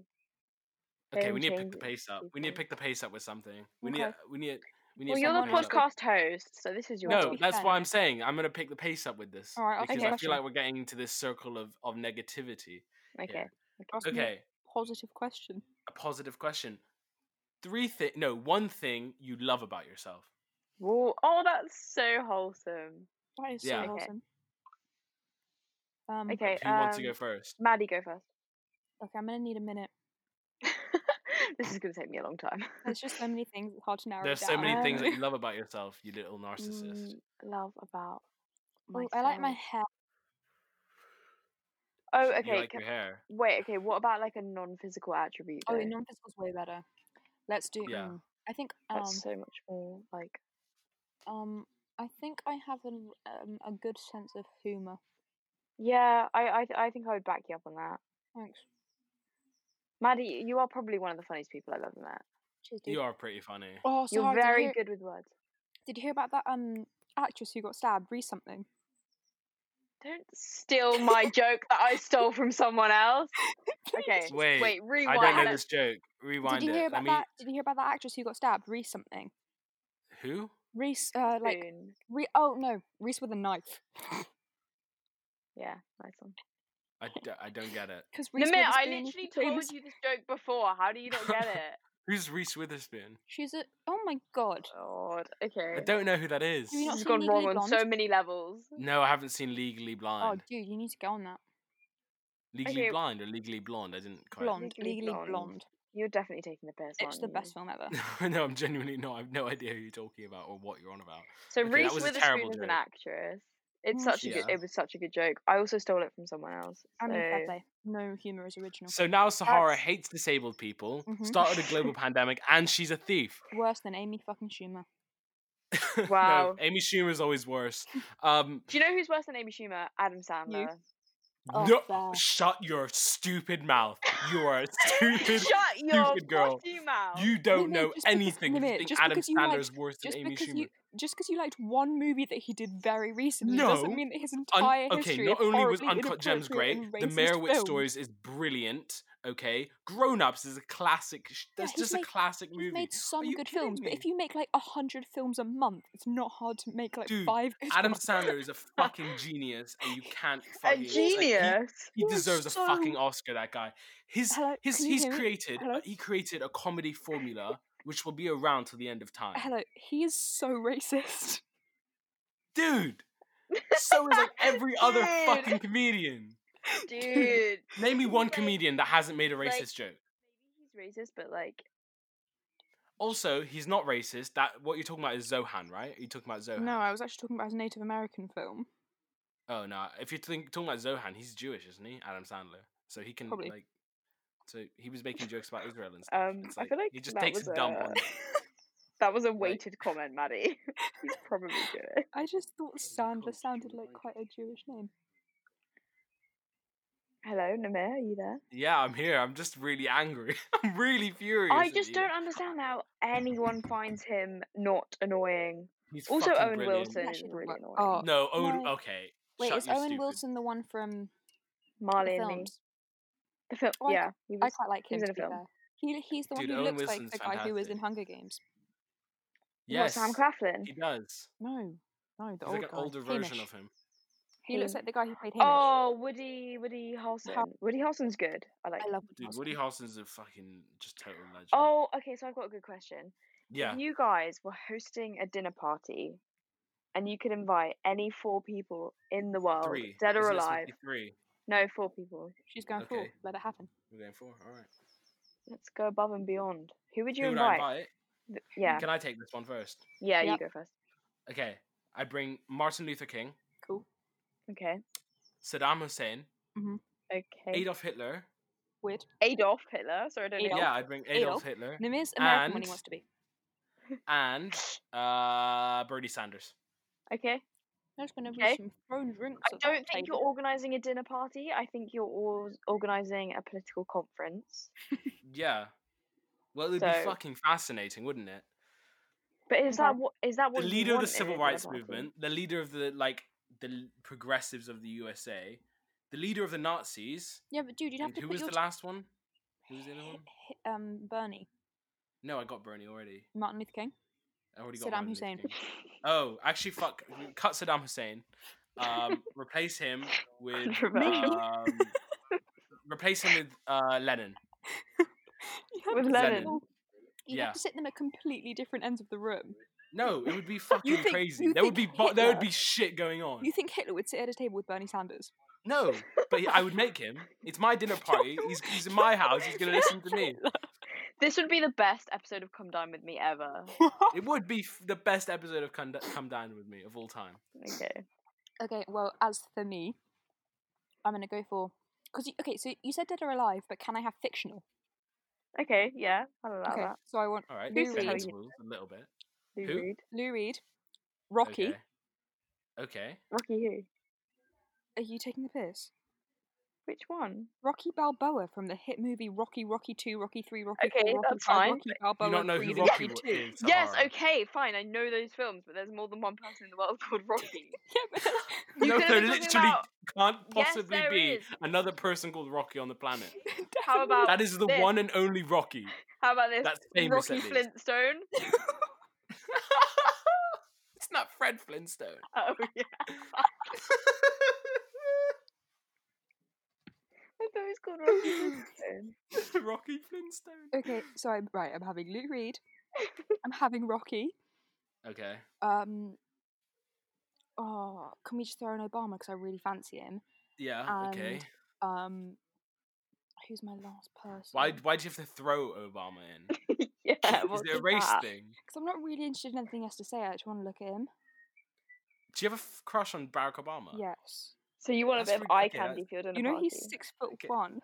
Speaker 1: Okay,
Speaker 2: Don't
Speaker 1: we need to pick
Speaker 2: change
Speaker 1: the
Speaker 2: it,
Speaker 1: pace up. We need to
Speaker 2: people.
Speaker 1: pick the pace up with something. We need
Speaker 3: Okay.
Speaker 1: we need we need.
Speaker 2: Well,
Speaker 1: to
Speaker 2: you're
Speaker 1: pick
Speaker 2: the
Speaker 3: someone
Speaker 1: pace up.
Speaker 2: podcast host, so this is your
Speaker 3: to
Speaker 1: No,
Speaker 3: be
Speaker 2: job.
Speaker 1: that's
Speaker 3: fair.
Speaker 1: why I'm saying I'm gonna pick the pace up with this
Speaker 3: All right, I'll
Speaker 1: because
Speaker 2: take
Speaker 1: I feel
Speaker 3: question.
Speaker 1: like we're getting into this circle of of negativity.
Speaker 2: Okay. okay.
Speaker 3: Ask me
Speaker 1: Okay,
Speaker 3: a positive question.
Speaker 1: a positive question. Three thing, no, one thing you love about yourself.
Speaker 2: Whoa. Oh, that's so wholesome.
Speaker 3: That is
Speaker 1: Yeah.
Speaker 3: so
Speaker 1: Okay.
Speaker 3: awesome. Um, okay.
Speaker 2: Okay.
Speaker 1: Like, who wants to go
Speaker 2: um,
Speaker 1: first?
Speaker 2: Maddie, go first.
Speaker 3: I'm gonna need a minute.
Speaker 2: this is going to take me a long time.
Speaker 3: There's just so many things. It's hard to narrow.
Speaker 1: There's
Speaker 3: it
Speaker 1: so
Speaker 3: down.
Speaker 1: many things that
Speaker 2: Um,
Speaker 1: you love about yourself, you little narcissist.
Speaker 2: Mm, love about
Speaker 3: Oh,
Speaker 2: myself.
Speaker 3: I like my hair.
Speaker 2: Oh,
Speaker 1: You
Speaker 2: okay.
Speaker 1: like
Speaker 2: ca-
Speaker 1: your hair.
Speaker 2: Wait, okay. What about like a non-physical attribute?
Speaker 3: Oh,
Speaker 2: though?
Speaker 3: non-physical's way better. Let's do.
Speaker 1: Yeah.
Speaker 3: mm, I think. Um.
Speaker 2: that's so much more like.
Speaker 3: Um. I think I have an, um, a good sense of humor.
Speaker 2: Yeah, I, I, th- I think I would back you up on that.
Speaker 3: Thanks.
Speaker 2: Maddie, you are probably one of the funniest people I've ever met.
Speaker 3: Cheers, dude.
Speaker 1: You are pretty funny.
Speaker 3: Oh,
Speaker 2: You're
Speaker 3: Sahara,
Speaker 2: very
Speaker 3: did you hear,
Speaker 2: good with words.
Speaker 3: Did you hear about that um actress who got stabbed? Re something.
Speaker 2: Don't steal my joke that I stole from someone else. Okay.
Speaker 1: Wait,
Speaker 2: Wait,
Speaker 1: I
Speaker 2: rewind.
Speaker 1: don't know this
Speaker 2: let's-
Speaker 1: joke. Rewind
Speaker 3: Did you
Speaker 1: it.
Speaker 3: hear
Speaker 1: Let
Speaker 3: about
Speaker 1: me.
Speaker 3: that? Did you hear about that actress who got stabbed? Reese something.
Speaker 1: Who?
Speaker 3: Reese, uh, like
Speaker 2: Spoon.
Speaker 3: re- Oh no, Reese with a knife.
Speaker 2: Yeah, nice one.
Speaker 1: I, d- I don't get it.
Speaker 3: Because
Speaker 2: No,
Speaker 3: Reese.
Speaker 2: mate, I
Speaker 3: Witherspoon is
Speaker 2: literally
Speaker 3: the
Speaker 2: told
Speaker 3: famous-
Speaker 2: you this joke before. How do you not get it?
Speaker 1: Who's Reese Witherspoon?
Speaker 3: She's a. Oh my god.
Speaker 2: God. Okay.
Speaker 1: I don't know who that is.
Speaker 3: you
Speaker 2: This
Speaker 3: not
Speaker 2: has
Speaker 3: seen
Speaker 2: gone wrong
Speaker 3: Legally
Speaker 2: on so
Speaker 3: Blonde?
Speaker 2: many levels.
Speaker 1: No, I haven't seen Legally
Speaker 3: Oh,
Speaker 1: Blind.
Speaker 3: dude, you need to go on that.
Speaker 1: Legally
Speaker 2: okay.
Speaker 1: Blind or Legally Blonde? I didn't quite.
Speaker 3: Blonde,
Speaker 2: Legally
Speaker 3: legally
Speaker 2: Blonde.
Speaker 3: blonde.
Speaker 2: You're definitely taking the piss.
Speaker 3: It's
Speaker 2: aren't
Speaker 3: the
Speaker 2: you?
Speaker 3: best film ever.
Speaker 1: no, I'm genuinely not. I have no idea who you're talking about or what you're on about.
Speaker 2: So
Speaker 1: Okay, that
Speaker 2: Reese
Speaker 1: was a
Speaker 2: Witherspoon
Speaker 1: terrible
Speaker 2: is an
Speaker 1: joke.
Speaker 2: actress. It's
Speaker 3: Mm,
Speaker 2: such a
Speaker 1: she
Speaker 2: good.
Speaker 1: is.
Speaker 2: It was such a good joke. I also stole it from someone else.
Speaker 3: I mean, fair
Speaker 2: so-
Speaker 3: play. No humor is original.
Speaker 1: So now Sahara
Speaker 2: That's-
Speaker 1: hates disabled people,
Speaker 3: Mhm.
Speaker 1: started a global pandemic, and she's a thief.
Speaker 3: Worse than Amy fucking Schumer.
Speaker 2: Wow.
Speaker 1: no, Amy Schumer's always worse. Um,
Speaker 2: Do you know who's worse than Amy Schumer? Adam Sandler.
Speaker 3: Oh,
Speaker 1: no,
Speaker 3: fair.
Speaker 1: shut your stupid mouth. You are a stupid.
Speaker 2: Shut your
Speaker 1: stupid girl.
Speaker 2: potty mouth.
Speaker 1: you don't
Speaker 3: no,
Speaker 1: know
Speaker 3: just because-
Speaker 1: anything.
Speaker 3: no,
Speaker 1: if
Speaker 3: no,
Speaker 1: you think
Speaker 3: just
Speaker 1: Adam
Speaker 3: because you
Speaker 1: Sandler
Speaker 3: like-
Speaker 1: is worse than
Speaker 3: Just
Speaker 1: Amy
Speaker 3: because
Speaker 1: Schumer.
Speaker 3: you just because you liked one movie that he did very recently
Speaker 1: No.
Speaker 3: doesn't mean that his
Speaker 1: Un-
Speaker 3: entire
Speaker 1: okay,
Speaker 3: history
Speaker 1: not
Speaker 3: of
Speaker 1: only was
Speaker 3: horribly
Speaker 1: Uncut Gems great,
Speaker 3: inappropriate and
Speaker 1: The
Speaker 3: racist
Speaker 1: Merowitz
Speaker 3: films-
Speaker 1: Stories is brilliant. Okay, Grown Ups is a classic. Sh-
Speaker 3: Yeah,
Speaker 1: that's
Speaker 3: he's
Speaker 1: just a
Speaker 3: made-
Speaker 1: classic
Speaker 3: He's
Speaker 1: movie.
Speaker 3: made some
Speaker 1: you
Speaker 3: good
Speaker 1: kidding
Speaker 3: films, but
Speaker 1: me?
Speaker 3: if you make like a hundred films a month, it's not hard to make like
Speaker 1: Dude,
Speaker 3: five. good
Speaker 1: Adam
Speaker 3: ones.
Speaker 1: Sandler is a fucking genius, and you can't
Speaker 2: A
Speaker 1: fucking like, he-
Speaker 2: genius.
Speaker 1: he
Speaker 3: He was
Speaker 1: deserves a
Speaker 3: so-
Speaker 1: fucking Oscar. That guy. His
Speaker 3: Hello,
Speaker 1: his
Speaker 3: can you
Speaker 1: he's
Speaker 3: hear me?
Speaker 1: created
Speaker 3: Hello?
Speaker 1: he created a comedy formula which will be around till the end of time.
Speaker 3: Hello, he is so racist.
Speaker 1: Dude, so is like every other
Speaker 2: Dude.
Speaker 1: fucking comedian.
Speaker 2: Dude.
Speaker 1: Name me one
Speaker 2: Like-
Speaker 1: comedian that hasn't made a
Speaker 2: like-
Speaker 1: racist joke.
Speaker 2: Maybe he's racist, but like
Speaker 1: Also, he's not racist. That what you're talking about is Zohan, right? Are you talking about Zohan?
Speaker 3: No, I was actually talking about his Native American film.
Speaker 1: Oh no! If you're think, talking about Zohan, he's Jewish, isn't he? Adam Sandler, so he can
Speaker 3: Probably.
Speaker 1: like. So he was making jokes about Israel and stuff.
Speaker 2: Um,
Speaker 1: It's
Speaker 2: I feel like
Speaker 1: he just
Speaker 2: that
Speaker 1: takes
Speaker 2: was
Speaker 1: a dump on.
Speaker 2: a- That was a weighted comment, Maddie. He's probably good at it.
Speaker 3: I just thought Sandler sounded
Speaker 1: cultural
Speaker 3: like quite a Jewish name.
Speaker 2: Hello, Namir, are you there?
Speaker 1: Yeah, I'm here. I'm just really angry. I'm really furious.
Speaker 2: I
Speaker 1: at
Speaker 2: just
Speaker 1: you.
Speaker 2: don't understand how anyone finds him not annoying.
Speaker 1: He's
Speaker 2: Also,
Speaker 1: fucking
Speaker 2: Owen
Speaker 1: brilliant.
Speaker 2: Wilson is
Speaker 3: Actually,
Speaker 2: really
Speaker 3: what-
Speaker 2: annoying.
Speaker 3: oh.
Speaker 1: No, Owen.
Speaker 3: No.
Speaker 1: Okay.
Speaker 3: Wait,
Speaker 1: shut
Speaker 3: is
Speaker 1: your
Speaker 3: Owen
Speaker 1: stupid-
Speaker 3: Wilson the one from
Speaker 2: Marley
Speaker 3: the
Speaker 2: and me.
Speaker 3: films?
Speaker 2: The film,
Speaker 3: Oh, I
Speaker 2: yeah. He
Speaker 3: I
Speaker 2: was,
Speaker 3: quite like
Speaker 2: he
Speaker 3: him.
Speaker 2: was
Speaker 3: To
Speaker 2: in
Speaker 3: be
Speaker 2: a film.
Speaker 3: fair. He, he's the one
Speaker 1: Dude,
Speaker 3: who
Speaker 1: Owen
Speaker 3: looks like the
Speaker 1: Wilson's
Speaker 3: guy who was in
Speaker 1: fantastic.
Speaker 3: Hunger Games.
Speaker 2: What,
Speaker 1: Yes.
Speaker 2: Sam Claflin?
Speaker 1: He does.
Speaker 3: No, no, the
Speaker 1: He's
Speaker 3: old
Speaker 1: like an
Speaker 3: guy.
Speaker 1: older version
Speaker 3: Hamish.
Speaker 1: of him.
Speaker 3: He looks
Speaker 2: Hamish.
Speaker 3: like the guy who played Hamish.
Speaker 2: Oh, Woody Woody Harrelson. Woody Harrelson's good. I like.
Speaker 3: I love Woody
Speaker 1: Dude,
Speaker 3: Harrelson.
Speaker 1: Woody Harrelson's a fucking just total legend.
Speaker 2: Oh, okay. So I've got a good question.
Speaker 1: yeah.
Speaker 2: If you guys were hosting a dinner party, and you could invite any four people in the world,
Speaker 1: Three.
Speaker 2: dead or
Speaker 1: Isn't it
Speaker 2: alive.
Speaker 1: supposed to be Three.
Speaker 2: No, four people.
Speaker 3: She's going for
Speaker 1: Okay.
Speaker 3: Let it happen.
Speaker 1: We're going four. All right.
Speaker 2: Let's go above and beyond. Who would you
Speaker 1: Who would I
Speaker 2: invite?
Speaker 1: invite?
Speaker 2: Th- Yeah,
Speaker 1: Can I take this one first?
Speaker 2: yeah.
Speaker 3: Yep.
Speaker 2: You go first.
Speaker 1: Okay. I bring Martin Luther King,
Speaker 3: Cool.
Speaker 2: Okay.
Speaker 1: Saddam Hussein,
Speaker 2: Okay.
Speaker 1: Adolf Hitler.
Speaker 3: Weird.
Speaker 2: Adolf Hitler. Sorry, I don't know.
Speaker 3: Adolf.
Speaker 1: Yeah, I bring Adolf
Speaker 3: Adolf.
Speaker 1: Hitler
Speaker 3: Nimir's American when
Speaker 1: And-
Speaker 3: he wants to be.
Speaker 1: and uh Bernie Sanders.
Speaker 2: Okay.
Speaker 3: There's going to be
Speaker 2: Okay.
Speaker 3: some thrown drinks.
Speaker 2: I
Speaker 3: at that
Speaker 2: don't think you're
Speaker 3: table.
Speaker 2: organising a dinner party. I think you're all organising a political conference.
Speaker 1: Yeah. Well, it would
Speaker 2: So-
Speaker 1: be fucking fascinating, wouldn't it?
Speaker 2: But is that
Speaker 3: Okay.
Speaker 2: what is that
Speaker 1: The
Speaker 2: what you
Speaker 1: leader of the
Speaker 2: want in a
Speaker 1: civil
Speaker 2: dinner
Speaker 1: rights
Speaker 2: party?
Speaker 1: movement, the leader of the like the l- progressives of the USA, the leader of the Nazis.
Speaker 3: Yeah, but dude, you'd have
Speaker 1: and
Speaker 3: to
Speaker 1: who
Speaker 3: put
Speaker 1: was
Speaker 3: your
Speaker 1: the last one? Who was the other
Speaker 3: hi-
Speaker 1: one?
Speaker 3: hi- um Bernie,
Speaker 1: No, I got Bernie already.
Speaker 3: Martin Luther King.
Speaker 1: I already got
Speaker 3: Saddam
Speaker 1: Martin Luther
Speaker 3: Hussein.
Speaker 1: King. Oh, actually, fuck. Cut Saddam Hussein. Um, replace him with.
Speaker 2: Controversial.
Speaker 1: Um, replace him with uh, Lennon.
Speaker 3: You have
Speaker 2: With
Speaker 3: to sit
Speaker 2: Lennon.
Speaker 3: them all- You'd
Speaker 1: Yeah.
Speaker 3: have to sit them at completely different ends of the room.
Speaker 1: No, it would be fucking
Speaker 3: think-
Speaker 1: crazy.
Speaker 3: you
Speaker 1: There would be
Speaker 3: think
Speaker 1: bo- there would
Speaker 3: Hitler-
Speaker 1: be shit going on.
Speaker 3: You think Hitler would sit at a table with Bernie Sanders?
Speaker 1: No, but he- I would make him. It's my dinner party. He's, he's in my house. He's gonna listen to me.
Speaker 2: This would be the best episode of Come Down with Me ever.
Speaker 1: It would be f- the best episode of Come, D- Come Down with Me of all time.
Speaker 2: Okay.
Speaker 3: okay, well, as for me, I'm gonna go for because okay, so you said dead or alive, but can I have fictional?
Speaker 2: Okay. Yeah. I'll allow
Speaker 3: okay,
Speaker 2: that.
Speaker 3: so I want
Speaker 1: All right,
Speaker 3: Who's
Speaker 1: bend
Speaker 3: Reed?
Speaker 1: the rules a little bit.
Speaker 2: Lou
Speaker 1: Who?
Speaker 2: Reed.
Speaker 3: Lou Reed, Rocky.
Speaker 1: Okay. Okay.
Speaker 2: Rocky who?
Speaker 3: Are you taking the piss?
Speaker 2: Which one?
Speaker 3: Rocky Balboa from the hit movie Rocky, Rocky Two, Rocky Three, Rocky
Speaker 2: Okay,
Speaker 3: Four, Rocky
Speaker 2: that's
Speaker 3: Five,
Speaker 2: fine.
Speaker 3: Rocky
Speaker 1: You
Speaker 3: Balboa,
Speaker 1: don't know
Speaker 3: Creed,
Speaker 1: who
Speaker 3: and
Speaker 1: Rocky
Speaker 3: Creed
Speaker 1: wa-
Speaker 3: Two.
Speaker 1: is.
Speaker 2: Yes.
Speaker 1: Sahara.
Speaker 2: Okay. Fine. I know those films, but there's more than one person in the world called Rocky.
Speaker 3: Yeah, but that's-
Speaker 2: You
Speaker 1: no,
Speaker 2: could've
Speaker 1: there
Speaker 2: been
Speaker 1: literally
Speaker 2: talking about-
Speaker 1: can't
Speaker 2: Yes,
Speaker 1: possibly
Speaker 2: there
Speaker 1: be
Speaker 2: is.
Speaker 1: another person called Rocky on the planet.
Speaker 2: How about
Speaker 1: That is the
Speaker 2: this?
Speaker 1: one and only Rocky.
Speaker 2: How about this?
Speaker 1: That's famous.
Speaker 2: Rocky
Speaker 1: at least.
Speaker 2: Flintstone.
Speaker 1: it's not Fred Flintstone.
Speaker 2: Oh yeah. I thought it was called Rocky Flintstone.
Speaker 1: Rocky Flintstone.
Speaker 3: okay, so I'm right. I'm having Lou Reed. I'm having Rocky.
Speaker 1: Okay.
Speaker 3: Um, oh, can we just throw in Obama because I really fancy him?
Speaker 1: Yeah. okay.
Speaker 3: And- Um, who's my last person?
Speaker 1: Why? Why do you have to throw Obama in?
Speaker 2: yeah.
Speaker 1: is
Speaker 2: What
Speaker 1: it a
Speaker 2: was
Speaker 1: race
Speaker 2: that?
Speaker 1: thing?
Speaker 3: Because I'm not really interested in anything he has to say. I just want to look at him.
Speaker 1: Do you have a f- crush on Barack Obama?
Speaker 3: Yes,
Speaker 2: So you want a
Speaker 1: That's
Speaker 2: bit of
Speaker 1: pretty-
Speaker 2: eye
Speaker 1: okay, that's-
Speaker 2: candy for your dinner
Speaker 3: you know
Speaker 2: party?
Speaker 3: he's six foot
Speaker 1: Okay.
Speaker 3: one.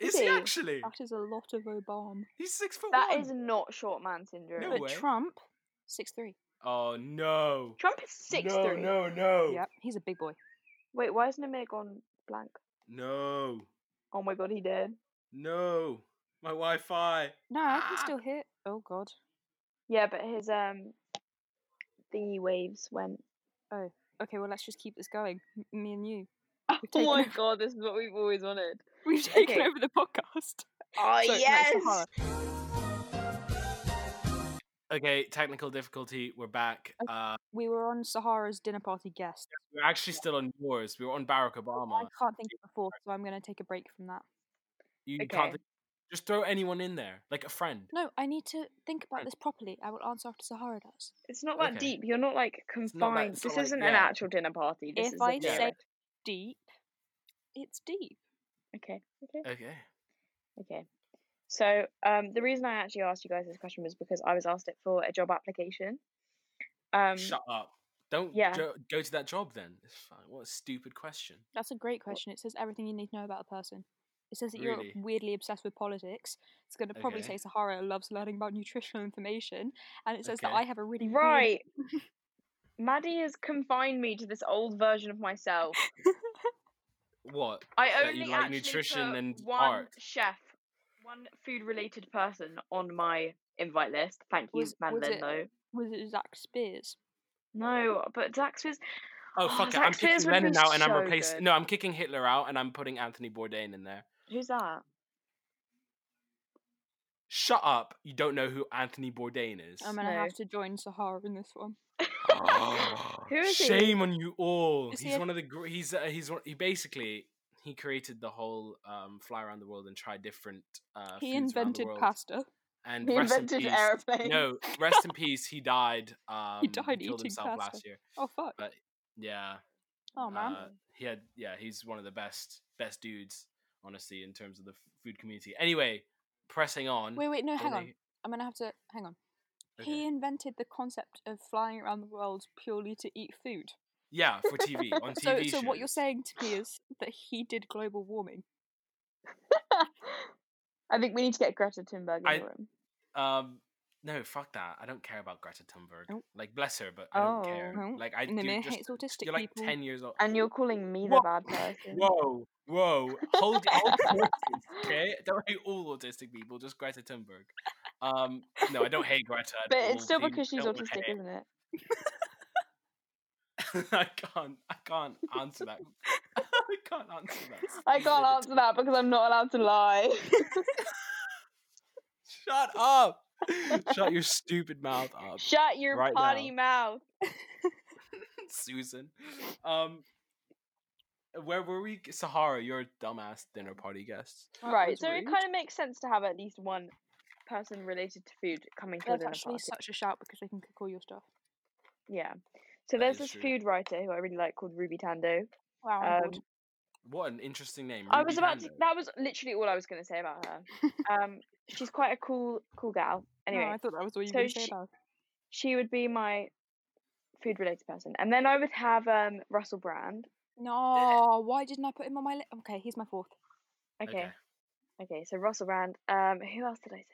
Speaker 1: Is he
Speaker 2: Really?
Speaker 1: actually?
Speaker 3: That is a lot of Obama.
Speaker 1: He's six foot
Speaker 2: That
Speaker 1: one.
Speaker 2: is not short man syndrome.
Speaker 1: No
Speaker 3: but
Speaker 1: way.
Speaker 3: Trump, six three.
Speaker 1: Oh no.
Speaker 2: Trump is six
Speaker 1: no,
Speaker 2: three.
Speaker 1: No. No.
Speaker 3: Yep, he's a big boy.
Speaker 2: Wait, why is Namir gone blank?
Speaker 1: No.
Speaker 2: Oh my god, he did.
Speaker 1: No. My Wi-Fi.
Speaker 3: No, I can
Speaker 1: Ah.
Speaker 3: still hit. Oh god.
Speaker 2: Yeah, but his um thingy waves went.
Speaker 3: Okay, well let's just keep this going. M- me and you.
Speaker 2: Oh
Speaker 3: taken
Speaker 2: my
Speaker 3: over.
Speaker 2: god, this is what we've always wanted.
Speaker 3: We've taken
Speaker 2: Okay.
Speaker 3: over the podcast.
Speaker 2: Oh
Speaker 3: So, no,
Speaker 2: yes.
Speaker 3: Sahara.
Speaker 1: Okay. Technical difficulty. We're back.
Speaker 3: Okay.
Speaker 1: Uh,
Speaker 3: we were on Sahara's dinner party guest.
Speaker 1: we're actually still on yours. We were on Barack
Speaker 2: Oh
Speaker 1: Obama.
Speaker 3: I can't think of a fourth, so I'm gonna take a break from that.
Speaker 1: You
Speaker 2: Okay.
Speaker 1: can't. Think- just throw anyone in there, like a friend.
Speaker 3: No, I need to think about
Speaker 1: Right.
Speaker 3: this properly. I will answer after Sahara does.
Speaker 2: It's not that
Speaker 1: Okay.
Speaker 2: deep. You're not like
Speaker 1: not that-
Speaker 2: confined.
Speaker 1: it's not
Speaker 2: this
Speaker 1: like-
Speaker 2: isn't an
Speaker 1: yeah.
Speaker 2: actual dinner party. This
Speaker 3: If
Speaker 2: is a
Speaker 3: I
Speaker 1: Yeah.
Speaker 3: say
Speaker 2: dinner.
Speaker 3: deep, it's deep.
Speaker 2: Okay. Okay.
Speaker 1: Okay.
Speaker 2: Okay. So um, the reason I actually asked you guys this question was because I was asked it for a job application. Um,
Speaker 1: Shut up. Don't
Speaker 2: yeah.
Speaker 1: jo- go to that job then. It's fine. What a stupid question.
Speaker 3: That's a great question. It says everything you need to know about a person. It says that
Speaker 1: Really?
Speaker 3: you're weirdly obsessed with politics. It's going to probably
Speaker 1: Okay.
Speaker 3: say Sahara loves learning about nutritional information, and it says that
Speaker 1: Okay.
Speaker 3: I have a really weird-
Speaker 4: Right. Maddie has confined me to this old version of myself.
Speaker 1: What?
Speaker 4: I
Speaker 1: That
Speaker 4: only
Speaker 1: you like
Speaker 4: actually
Speaker 1: nutrition
Speaker 4: put
Speaker 1: and
Speaker 4: one
Speaker 1: art.
Speaker 4: chef, one food-related person on my invite list. Thank you,
Speaker 3: Was- was
Speaker 4: Madeline.
Speaker 3: it-
Speaker 4: Though
Speaker 3: Was it Zach Spears?
Speaker 4: no, but Zach's was
Speaker 1: Oh
Speaker 4: Oh,
Speaker 1: fuck it!
Speaker 4: Zack
Speaker 1: I'm
Speaker 4: Spears
Speaker 1: kicking
Speaker 4: would
Speaker 1: Lenin
Speaker 4: be
Speaker 1: out and I'm
Speaker 4: so
Speaker 1: replacing.
Speaker 4: good.
Speaker 1: No, I'm kicking Hitler out and I'm putting Anthony Bourdain in there.
Speaker 4: who's that?
Speaker 1: Shut up! You don't know who Anthony Bourdain is.
Speaker 3: I'm gonna
Speaker 4: No.
Speaker 3: have to join Sahara in this one.
Speaker 4: Who is he?
Speaker 1: Shame on you all.
Speaker 3: Is he
Speaker 1: he's
Speaker 3: a-
Speaker 1: one of the. gr- He's uh, he's one, he basically he created the whole um, fly around the world and try different. Uh,
Speaker 3: He
Speaker 1: foods around the
Speaker 3: invented
Speaker 1: world.
Speaker 3: pasta.
Speaker 1: And
Speaker 2: He
Speaker 1: rest in
Speaker 2: invented
Speaker 1: peace-
Speaker 2: airplanes.
Speaker 1: No, rest in peace. He died. Um,
Speaker 3: died
Speaker 1: killed
Speaker 3: eating
Speaker 1: himself
Speaker 3: pasta.
Speaker 1: last year.
Speaker 3: Oh fuck!
Speaker 1: But yeah.
Speaker 3: Oh man.
Speaker 1: Uh, he had yeah, he's one of the best best dudes, honestly, in terms of the f- food community. Anyway, pressing on.
Speaker 3: wait, wait, no, hang
Speaker 1: Only-
Speaker 3: on. I'm gonna have to hang on.
Speaker 1: okay.
Speaker 3: He invented the concept of flying around the world purely to eat food.
Speaker 1: Yeah, for TV on
Speaker 3: So,
Speaker 1: TV.
Speaker 3: so what you're
Speaker 1: shows.
Speaker 3: saying to me is that he did global warming.
Speaker 2: I think we need to get Greta Thunberg in
Speaker 1: I-
Speaker 2: the room.
Speaker 1: Um, no, fuck that. I don't care about Greta Thunberg.
Speaker 3: Nope.
Speaker 1: Like, bless her, but I don't care.
Speaker 3: Oh. Nope.
Speaker 1: Like, I
Speaker 3: And the
Speaker 1: do
Speaker 3: mayor
Speaker 1: just.
Speaker 3: hates autistic
Speaker 1: You're like
Speaker 3: people.
Speaker 1: ten years old.
Speaker 2: And you're calling me the
Speaker 1: Wha-
Speaker 2: bad person.
Speaker 1: Whoa, whoa, hold, hold horses, okay? Don't hate all autistic people, just Greta Thunberg. Um, no, I don't hate Greta. at
Speaker 2: But
Speaker 1: all.
Speaker 2: it's still
Speaker 1: People
Speaker 2: because she's
Speaker 1: don't wanna
Speaker 2: autistic,
Speaker 1: hate.
Speaker 2: isn't it?
Speaker 1: I can't. I can't answer that. I can't answer that.
Speaker 2: I can't answer that because I'm not allowed to lie.
Speaker 1: Shut up! Shut your stupid mouth up,
Speaker 2: Shut your
Speaker 1: Right
Speaker 2: potty mouth.
Speaker 1: Susan. Um, where were we? Sahara, you're a dumbass dinner party guest.
Speaker 2: Right,
Speaker 3: was
Speaker 2: so it
Speaker 3: rude.
Speaker 2: kind of makes sense to have at least one person related to food coming to a
Speaker 3: That's
Speaker 2: dinner
Speaker 3: actually
Speaker 2: party.
Speaker 3: such a shout because they can cook all your stuff.
Speaker 2: Yeah. So
Speaker 1: That
Speaker 2: there's
Speaker 1: is
Speaker 2: this
Speaker 1: true.
Speaker 2: food writer who I really like called Ruby Tando.
Speaker 3: Wow. I'm bored.
Speaker 2: Um,
Speaker 1: What an interesting name.
Speaker 2: I was
Speaker 1: Ruby
Speaker 2: about to,
Speaker 1: Tando.
Speaker 2: that was literally all I was going to say about her. um, she's quite a cool, cool gal.
Speaker 3: No,
Speaker 2: Anyway,
Speaker 3: I thought that was all you
Speaker 2: so
Speaker 3: were going to say
Speaker 2: she-
Speaker 3: about.
Speaker 2: she would be my food related person, and then I would have um Russell Brand.
Speaker 3: No, why didn't I put him on my list? Okay, he's my fourth.
Speaker 2: Okay, okay, so Russell Brand. Um, who else did I say?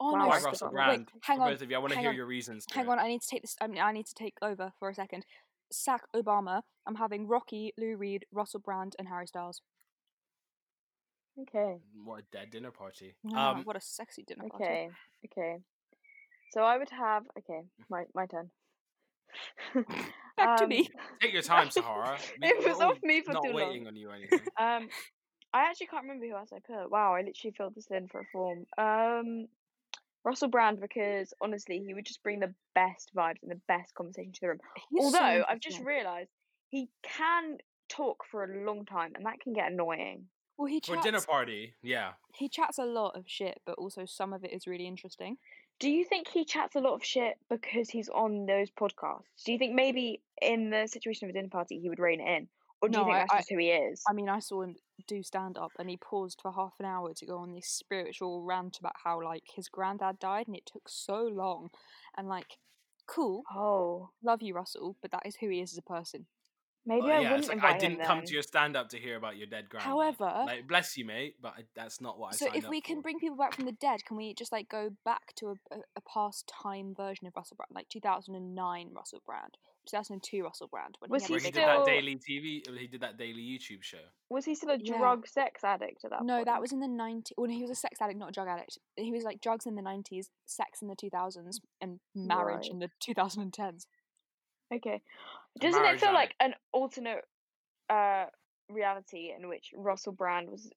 Speaker 3: Oh
Speaker 2: Wow,
Speaker 3: no,
Speaker 1: Why
Speaker 2: I've
Speaker 3: s-
Speaker 1: Russell
Speaker 2: forgotten.
Speaker 1: Brand?
Speaker 3: Wait, hang
Speaker 1: For
Speaker 3: on,
Speaker 1: both of you, I want to
Speaker 3: hang
Speaker 1: hear
Speaker 3: on,
Speaker 1: your reasons. to
Speaker 3: hang
Speaker 1: it.
Speaker 3: on. I need to take this. I mean, I need to take over for a second. Sack Obama. I'm having Rocky, Lou Reed, Russell Brand, and Harry Styles.
Speaker 2: Okay,
Speaker 1: What a dead dinner party.
Speaker 3: No,
Speaker 1: um,
Speaker 3: what a sexy dinner party.
Speaker 2: okay, okay. So I would have. Okay, my my turn.
Speaker 3: Back to
Speaker 2: Um,
Speaker 3: me.
Speaker 1: take your time, Sahara. We-
Speaker 2: It
Speaker 1: we're
Speaker 2: was
Speaker 1: all
Speaker 2: off me for
Speaker 1: Not
Speaker 2: too
Speaker 1: waiting
Speaker 2: long.
Speaker 1: on you or anything.
Speaker 2: Um, I actually can't remember who else I put. Wow, I literally filled this in for a form. Um, Russell Brand because honestly, he would just bring the best vibes and the best conversation to the room.
Speaker 3: He's so
Speaker 2: Although I've just
Speaker 3: interesting.
Speaker 2: realised he can talk for a long time, and that can get annoying.
Speaker 3: well, he
Speaker 1: For
Speaker 3: chats.
Speaker 1: a dinner party, yeah.
Speaker 3: He chats a lot of shit, but also some of it is really interesting.
Speaker 2: Do you think he chats a lot of shit because he's on those podcasts? Do you think maybe in the situation of a dinner party he would rein it in, or do
Speaker 3: No,
Speaker 2: you think
Speaker 3: I-
Speaker 2: that's
Speaker 3: I-
Speaker 2: just who he is?
Speaker 3: I mean, I saw him do stand up, and he paused for half an hour to go on this spiritual rant about how like his granddad died, and it took so long, and like, cool,
Speaker 2: oh,
Speaker 3: love you, Russell, but that is who he is as a person.
Speaker 2: maybe
Speaker 1: Oh,
Speaker 2: I
Speaker 1: yeah, it's
Speaker 2: wouldn't
Speaker 1: like,
Speaker 2: invite
Speaker 1: I didn't
Speaker 2: him
Speaker 1: come
Speaker 2: then.
Speaker 1: to your stand up to hear about your dead grandma.
Speaker 3: However-
Speaker 1: like, bless you, mate, but I, that's not what I
Speaker 3: so
Speaker 1: signed
Speaker 3: if
Speaker 1: up
Speaker 3: we can
Speaker 1: for.
Speaker 3: bring people back from the dead can we just like go back to a, a, a past time version of russell brand like 2009 russell brand 2002 russell brand when
Speaker 2: Was
Speaker 3: had
Speaker 2: he
Speaker 1: Where
Speaker 3: a
Speaker 1: he
Speaker 3: big
Speaker 1: did that
Speaker 2: still-
Speaker 1: daily TV, uh, he did that daily YouTube show.
Speaker 2: Was he still a
Speaker 3: Yeah.
Speaker 2: drug sex addict at that
Speaker 3: no
Speaker 2: point?
Speaker 3: that was in the 90s well no, he was a sex addict not a drug addict he was like drugs in the 90s sex in the 2000s and marriage
Speaker 2: Right.
Speaker 3: in the 2010s
Speaker 2: Okay.
Speaker 1: A
Speaker 2: Doesn't it
Speaker 1: marriage
Speaker 2: feel
Speaker 1: addict.
Speaker 2: like an alternate uh, reality in which Russell Brand was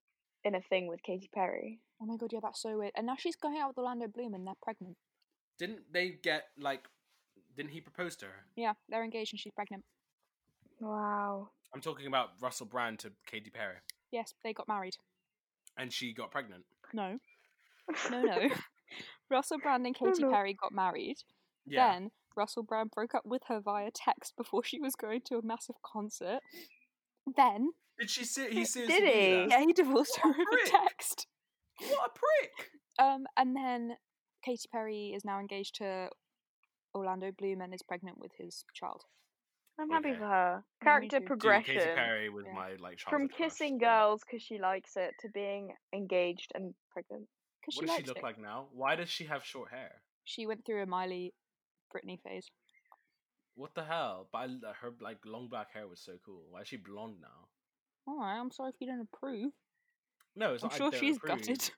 Speaker 2: in a thing with Katy Perry?
Speaker 3: oh my god yeah that's so weird and now she's going out with orlando bloom and they're pregnant
Speaker 1: Didn't they get like? Didn't he propose to her?
Speaker 3: yeah they're engaged and she's pregnant
Speaker 2: Wow.
Speaker 1: I'm talking about Russell Brand to Katy Perry,
Speaker 3: yes they got married
Speaker 1: and she got pregnant.
Speaker 3: no no no russell brand and
Speaker 2: Oh, No,
Speaker 3: katy
Speaker 2: no.
Speaker 3: perry got married
Speaker 1: Yeah,
Speaker 3: Then Russell Brand broke up with her via text before she was going to a massive concert. Then
Speaker 1: did she? Se- he
Speaker 2: Did
Speaker 1: seriously did
Speaker 2: he?
Speaker 1: that?
Speaker 3: yeah, he divorced her over
Speaker 1: prick.
Speaker 3: text.
Speaker 1: What a prick!
Speaker 3: Um, and then Katy Perry is now engaged to Orlando Bloom and is pregnant with his child.
Speaker 2: I'm happy
Speaker 1: Okay.
Speaker 2: for her.
Speaker 3: me
Speaker 2: Character
Speaker 3: too. Dude, Katy
Speaker 1: Dude,
Speaker 2: progression.
Speaker 1: Katy Perry was
Speaker 3: Yeah.
Speaker 1: my like childhood
Speaker 2: From
Speaker 1: crush,
Speaker 2: kissing
Speaker 1: yeah.
Speaker 2: girls because she likes it to being engaged and pregnant.
Speaker 3: Because she
Speaker 1: What does she
Speaker 3: likes
Speaker 1: look
Speaker 3: it.
Speaker 1: like now? Why does she have short hair?
Speaker 3: She went through a Miley Britney phase.
Speaker 1: What the hell? But I, l- her like long black hair was so cool. Why is she blonde now?
Speaker 3: Alright, I'm sorry if you don't approve.
Speaker 1: No, it's
Speaker 3: I'm
Speaker 1: not. I
Speaker 3: sure
Speaker 1: don't
Speaker 3: she's
Speaker 1: approve.
Speaker 3: gutted.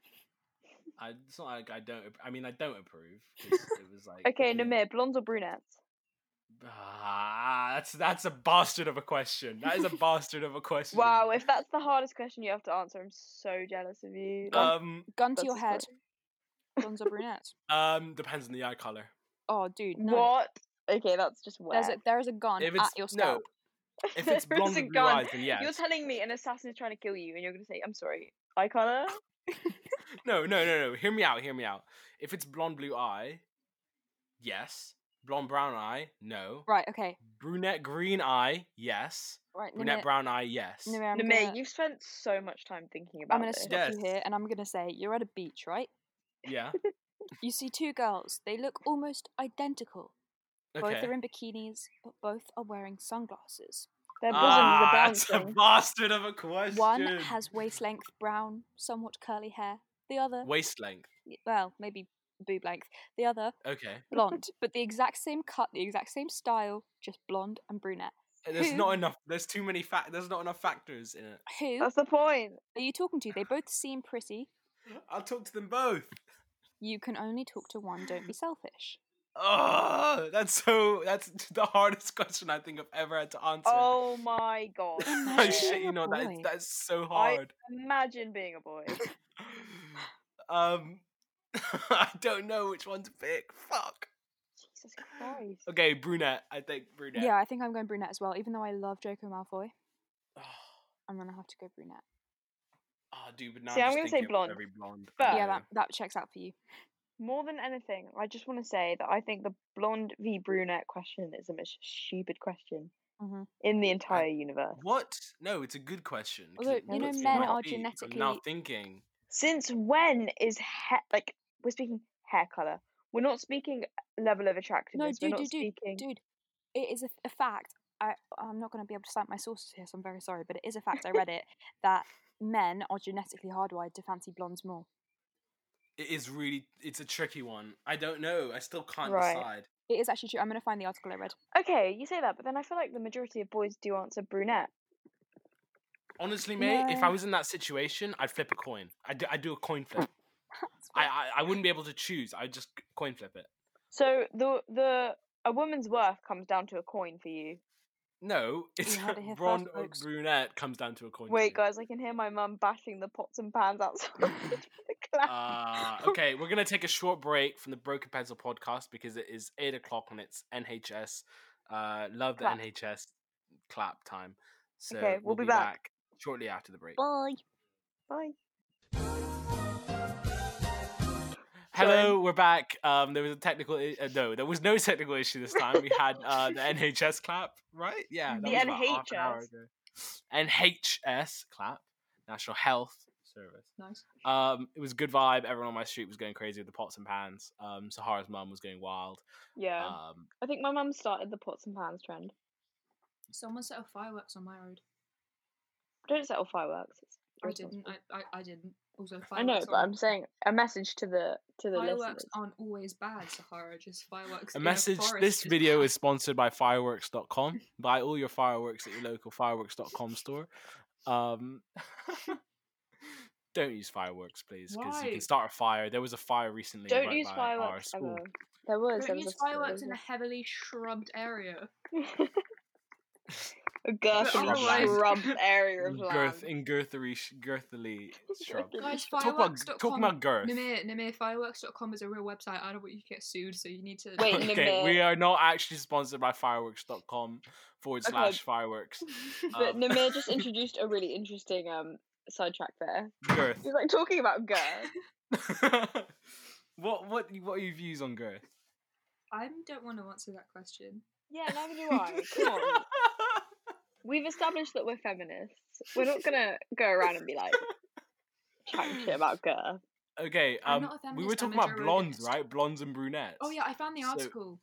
Speaker 1: I, it's not like I don't. ap- I mean, I don't approve. 'cause It was like
Speaker 2: Okay,
Speaker 1: yeah.
Speaker 2: Namir, blondes or brunettes?
Speaker 1: Ah, that's that's a bastard of a question. That is a bastard of a question.
Speaker 2: Wow, if that's the hardest question you have to answer, I'm so jealous of you. Like,
Speaker 1: Um.
Speaker 3: Gun to
Speaker 2: that's
Speaker 3: your
Speaker 2: the
Speaker 3: head.
Speaker 2: story.
Speaker 3: Blondes or brunettes?
Speaker 1: Um. Depends on the eye color.
Speaker 3: Oh, dude, no.
Speaker 2: What? Okay, that's just
Speaker 3: There's
Speaker 2: whack.
Speaker 3: a, there is a gun
Speaker 1: If
Speaker 3: at
Speaker 1: it's
Speaker 3: your
Speaker 1: no.
Speaker 3: scalp.
Speaker 1: If it's
Speaker 2: There is
Speaker 1: blonde
Speaker 2: a
Speaker 1: with blue
Speaker 2: gun.
Speaker 1: eyes, then yes.
Speaker 2: You're telling me an assassin is trying to kill you, and you're going to say, "I'm sorry, eye color."
Speaker 1: no, no, no, no. Hear me out. Hear me out. If it's blonde blue eye, yes. Blonde brown eye, no.
Speaker 3: Right, okay.
Speaker 1: Brunette green eye, yes.
Speaker 3: Right,
Speaker 1: Brunette
Speaker 3: Nimir,
Speaker 1: brown eye, yes.
Speaker 3: Nimir, I'm
Speaker 2: Namir,
Speaker 3: gonna,
Speaker 2: you've spent so much time thinking about
Speaker 3: I'm gonna
Speaker 2: this.
Speaker 3: stop you here and I'm gonna say, you're at a beach, right?
Speaker 1: Yeah.
Speaker 3: You see two girls. They look almost identical. Both are
Speaker 1: Okay.
Speaker 3: in bikinis, but both are wearing sunglasses.
Speaker 2: Their bosoms
Speaker 1: Ah,
Speaker 2: are
Speaker 1: that's a
Speaker 2: bouncing.
Speaker 1: bastard of a question.
Speaker 3: One has waist length brown, somewhat curly hair. The other,
Speaker 1: waist length.
Speaker 3: y- well, maybe boob length. The other,
Speaker 1: Okay.
Speaker 3: blonde, but the exact same cut, the exact same style, just blonde and brunette.
Speaker 1: And There's
Speaker 3: Who-
Speaker 1: not enough. There's too many fact. There's not enough factors in it.
Speaker 3: Who
Speaker 2: That's the point.
Speaker 3: are you talking to? They both seem pretty.
Speaker 1: I'll talk to them both.
Speaker 3: You can only talk to one. Don't be selfish.
Speaker 1: Oh, that's so. That's the hardest question I think I've ever had to answer.
Speaker 2: Oh my god!
Speaker 1: I
Speaker 3: Imagine
Speaker 1: shit
Speaker 3: being
Speaker 1: you
Speaker 3: a
Speaker 1: not. That is,
Speaker 3: boy.
Speaker 1: that is so
Speaker 2: I-
Speaker 1: hard.
Speaker 2: Imagine being a boy.
Speaker 1: um, I don't know which one to pick. Fuck.
Speaker 2: Jesus Christ.
Speaker 1: Okay, brunette. I think brunette.
Speaker 3: Yeah. I think I'm going brunette as well. Even though I love Draco Malfoy,
Speaker 1: Oh,
Speaker 3: I'm gonna have to go brunette.
Speaker 1: Ah, dude, but now
Speaker 2: See,
Speaker 1: I'm,
Speaker 2: I'm
Speaker 1: just
Speaker 2: gonna say
Speaker 1: thinking of
Speaker 2: blonde,
Speaker 1: Every blonde.
Speaker 2: but-
Speaker 3: Yeah,
Speaker 1: Yeah.
Speaker 3: that, that checks out for you.
Speaker 2: More than anything, I just want to say that I think the blonde v brunette question is the most stupid question
Speaker 3: Mhm.
Speaker 2: in the entire universe.
Speaker 1: What? No, it's a good question. 'cause
Speaker 3: Although,
Speaker 1: it
Speaker 3: you know,
Speaker 1: puts
Speaker 3: men
Speaker 1: on
Speaker 3: are
Speaker 1: my feet. I'm now
Speaker 3: genetically-
Speaker 1: thinking.
Speaker 2: Since when is hair like we're speaking hair color? We're not speaking level of attractiveness.
Speaker 3: dude,
Speaker 2: we're not
Speaker 3: dude, dude,
Speaker 2: speaking.
Speaker 3: Dude, it is a, a fact. I, I'm not going to be able to cite my sources here, so I'm very sorry, but it is a fact. I read it that men are genetically hardwired to fancy blondes more.
Speaker 1: It is really. It's a tricky one. I don't know. I still can't
Speaker 2: Right.
Speaker 1: decide.
Speaker 3: It is actually true. I'm going to find the article I read.
Speaker 2: Okay, you say that, but then I feel like the majority of boys do answer brunette.
Speaker 1: Honestly, mate, if I
Speaker 3: No.
Speaker 1: was in that situation, I'd flip a coin. I do, I do a coin flip.
Speaker 3: That's
Speaker 1: I,
Speaker 3: right.
Speaker 1: I I wouldn't be able to choose. I'd just c- coin flip it.
Speaker 2: So the the a woman's worth comes down to a coin for you.
Speaker 1: No, it's
Speaker 3: heard it here
Speaker 1: blonde
Speaker 3: first,
Speaker 1: or
Speaker 3: folks.
Speaker 1: brunette comes down to a coin.
Speaker 2: Wait,
Speaker 1: flip.
Speaker 2: guys, I can hear my mum bashing the pots and pans outside the class.
Speaker 1: Uh, okay, we're gonna take a short break from the Broken Pencil podcast because it is eight o'clock and it's NHS. Uh, love the
Speaker 3: Clap.
Speaker 1: NHS clap time. So
Speaker 2: Okay, we'll be back.
Speaker 1: shortly after the break.
Speaker 3: Bye. Uh,
Speaker 2: Bye.
Speaker 1: Hello, we're back. Um, there was a technical I- uh, no, there was no technical issue this time. We had uh, the NHS clap, right? Yeah,
Speaker 2: The
Speaker 1: was about half an hour
Speaker 2: NHS.
Speaker 1: ago. NHS clap, National Health Service.
Speaker 3: Nice.
Speaker 1: Um, it was a good vibe. Everyone on my street was going crazy with the pots and pans. Um, Sahara's mum was going wild.
Speaker 2: Yeah,
Speaker 3: uh.
Speaker 1: Um,
Speaker 2: I think my mum started the pots and pans trend.
Speaker 3: Someone set off fireworks on my road.
Speaker 2: Don't settle fireworks. It's irresponsible.
Speaker 3: I, I, I didn't. Also, fireworks
Speaker 2: I know, but I'm saying a message to the to the listeners.
Speaker 3: aren't always bad, Sahara. Just fireworks.
Speaker 1: a message. This video is sponsored by fireworks.com. Buy all your fireworks at your local fireworks.com store. Um, don't use fireworks, please, because you
Speaker 3: Why?
Speaker 1: can start a fire. There was a fire recently.
Speaker 2: Don't
Speaker 1: right
Speaker 2: use
Speaker 1: by our
Speaker 2: fireworks
Speaker 1: school.
Speaker 2: ever. There was. there
Speaker 5: Don't
Speaker 2: was
Speaker 5: use
Speaker 2: a-
Speaker 5: fireworks
Speaker 2: there
Speaker 5: in a
Speaker 2: was
Speaker 5: heavily shrubbed area.
Speaker 2: a, a girth
Speaker 1: But
Speaker 2: and
Speaker 1: otherwise-
Speaker 2: scrubbed area of
Speaker 1: In
Speaker 2: land.
Speaker 1: girth in girthery sh- girthily shrub.
Speaker 5: Guys,
Speaker 1: Talk about
Speaker 5: fireworks.com.
Speaker 1: talk about girth.
Speaker 5: Namir, Namir, fireworks.com is a real website. I don't want you to get sued, so you need to.
Speaker 2: Wait,
Speaker 1: okay,
Speaker 2: Nimir.
Speaker 1: we are not actually sponsored by fireworks.com forward
Speaker 2: Okay.
Speaker 1: slash fireworks.
Speaker 2: But
Speaker 1: Um,
Speaker 2: Namir just introduced a really interesting um sidetrack there.
Speaker 1: girth.
Speaker 2: He's like talking about girth.
Speaker 1: what what what are your views on girth?
Speaker 5: I don't want to answer that question.
Speaker 2: yeah, neither do I. Come on. We've established that we're feminists. We're not gonna go around and be like chatting shit about girth.
Speaker 1: okay,
Speaker 5: I'm
Speaker 1: um,
Speaker 5: not a
Speaker 1: we
Speaker 5: feminist,
Speaker 1: were
Speaker 5: I'm
Speaker 1: talking
Speaker 5: a
Speaker 1: about blondes,
Speaker 2: Oh,
Speaker 5: Joe Roganist.
Speaker 1: right? Blondes and brunettes.
Speaker 5: Oh yeah, I found the
Speaker 1: So-
Speaker 5: article.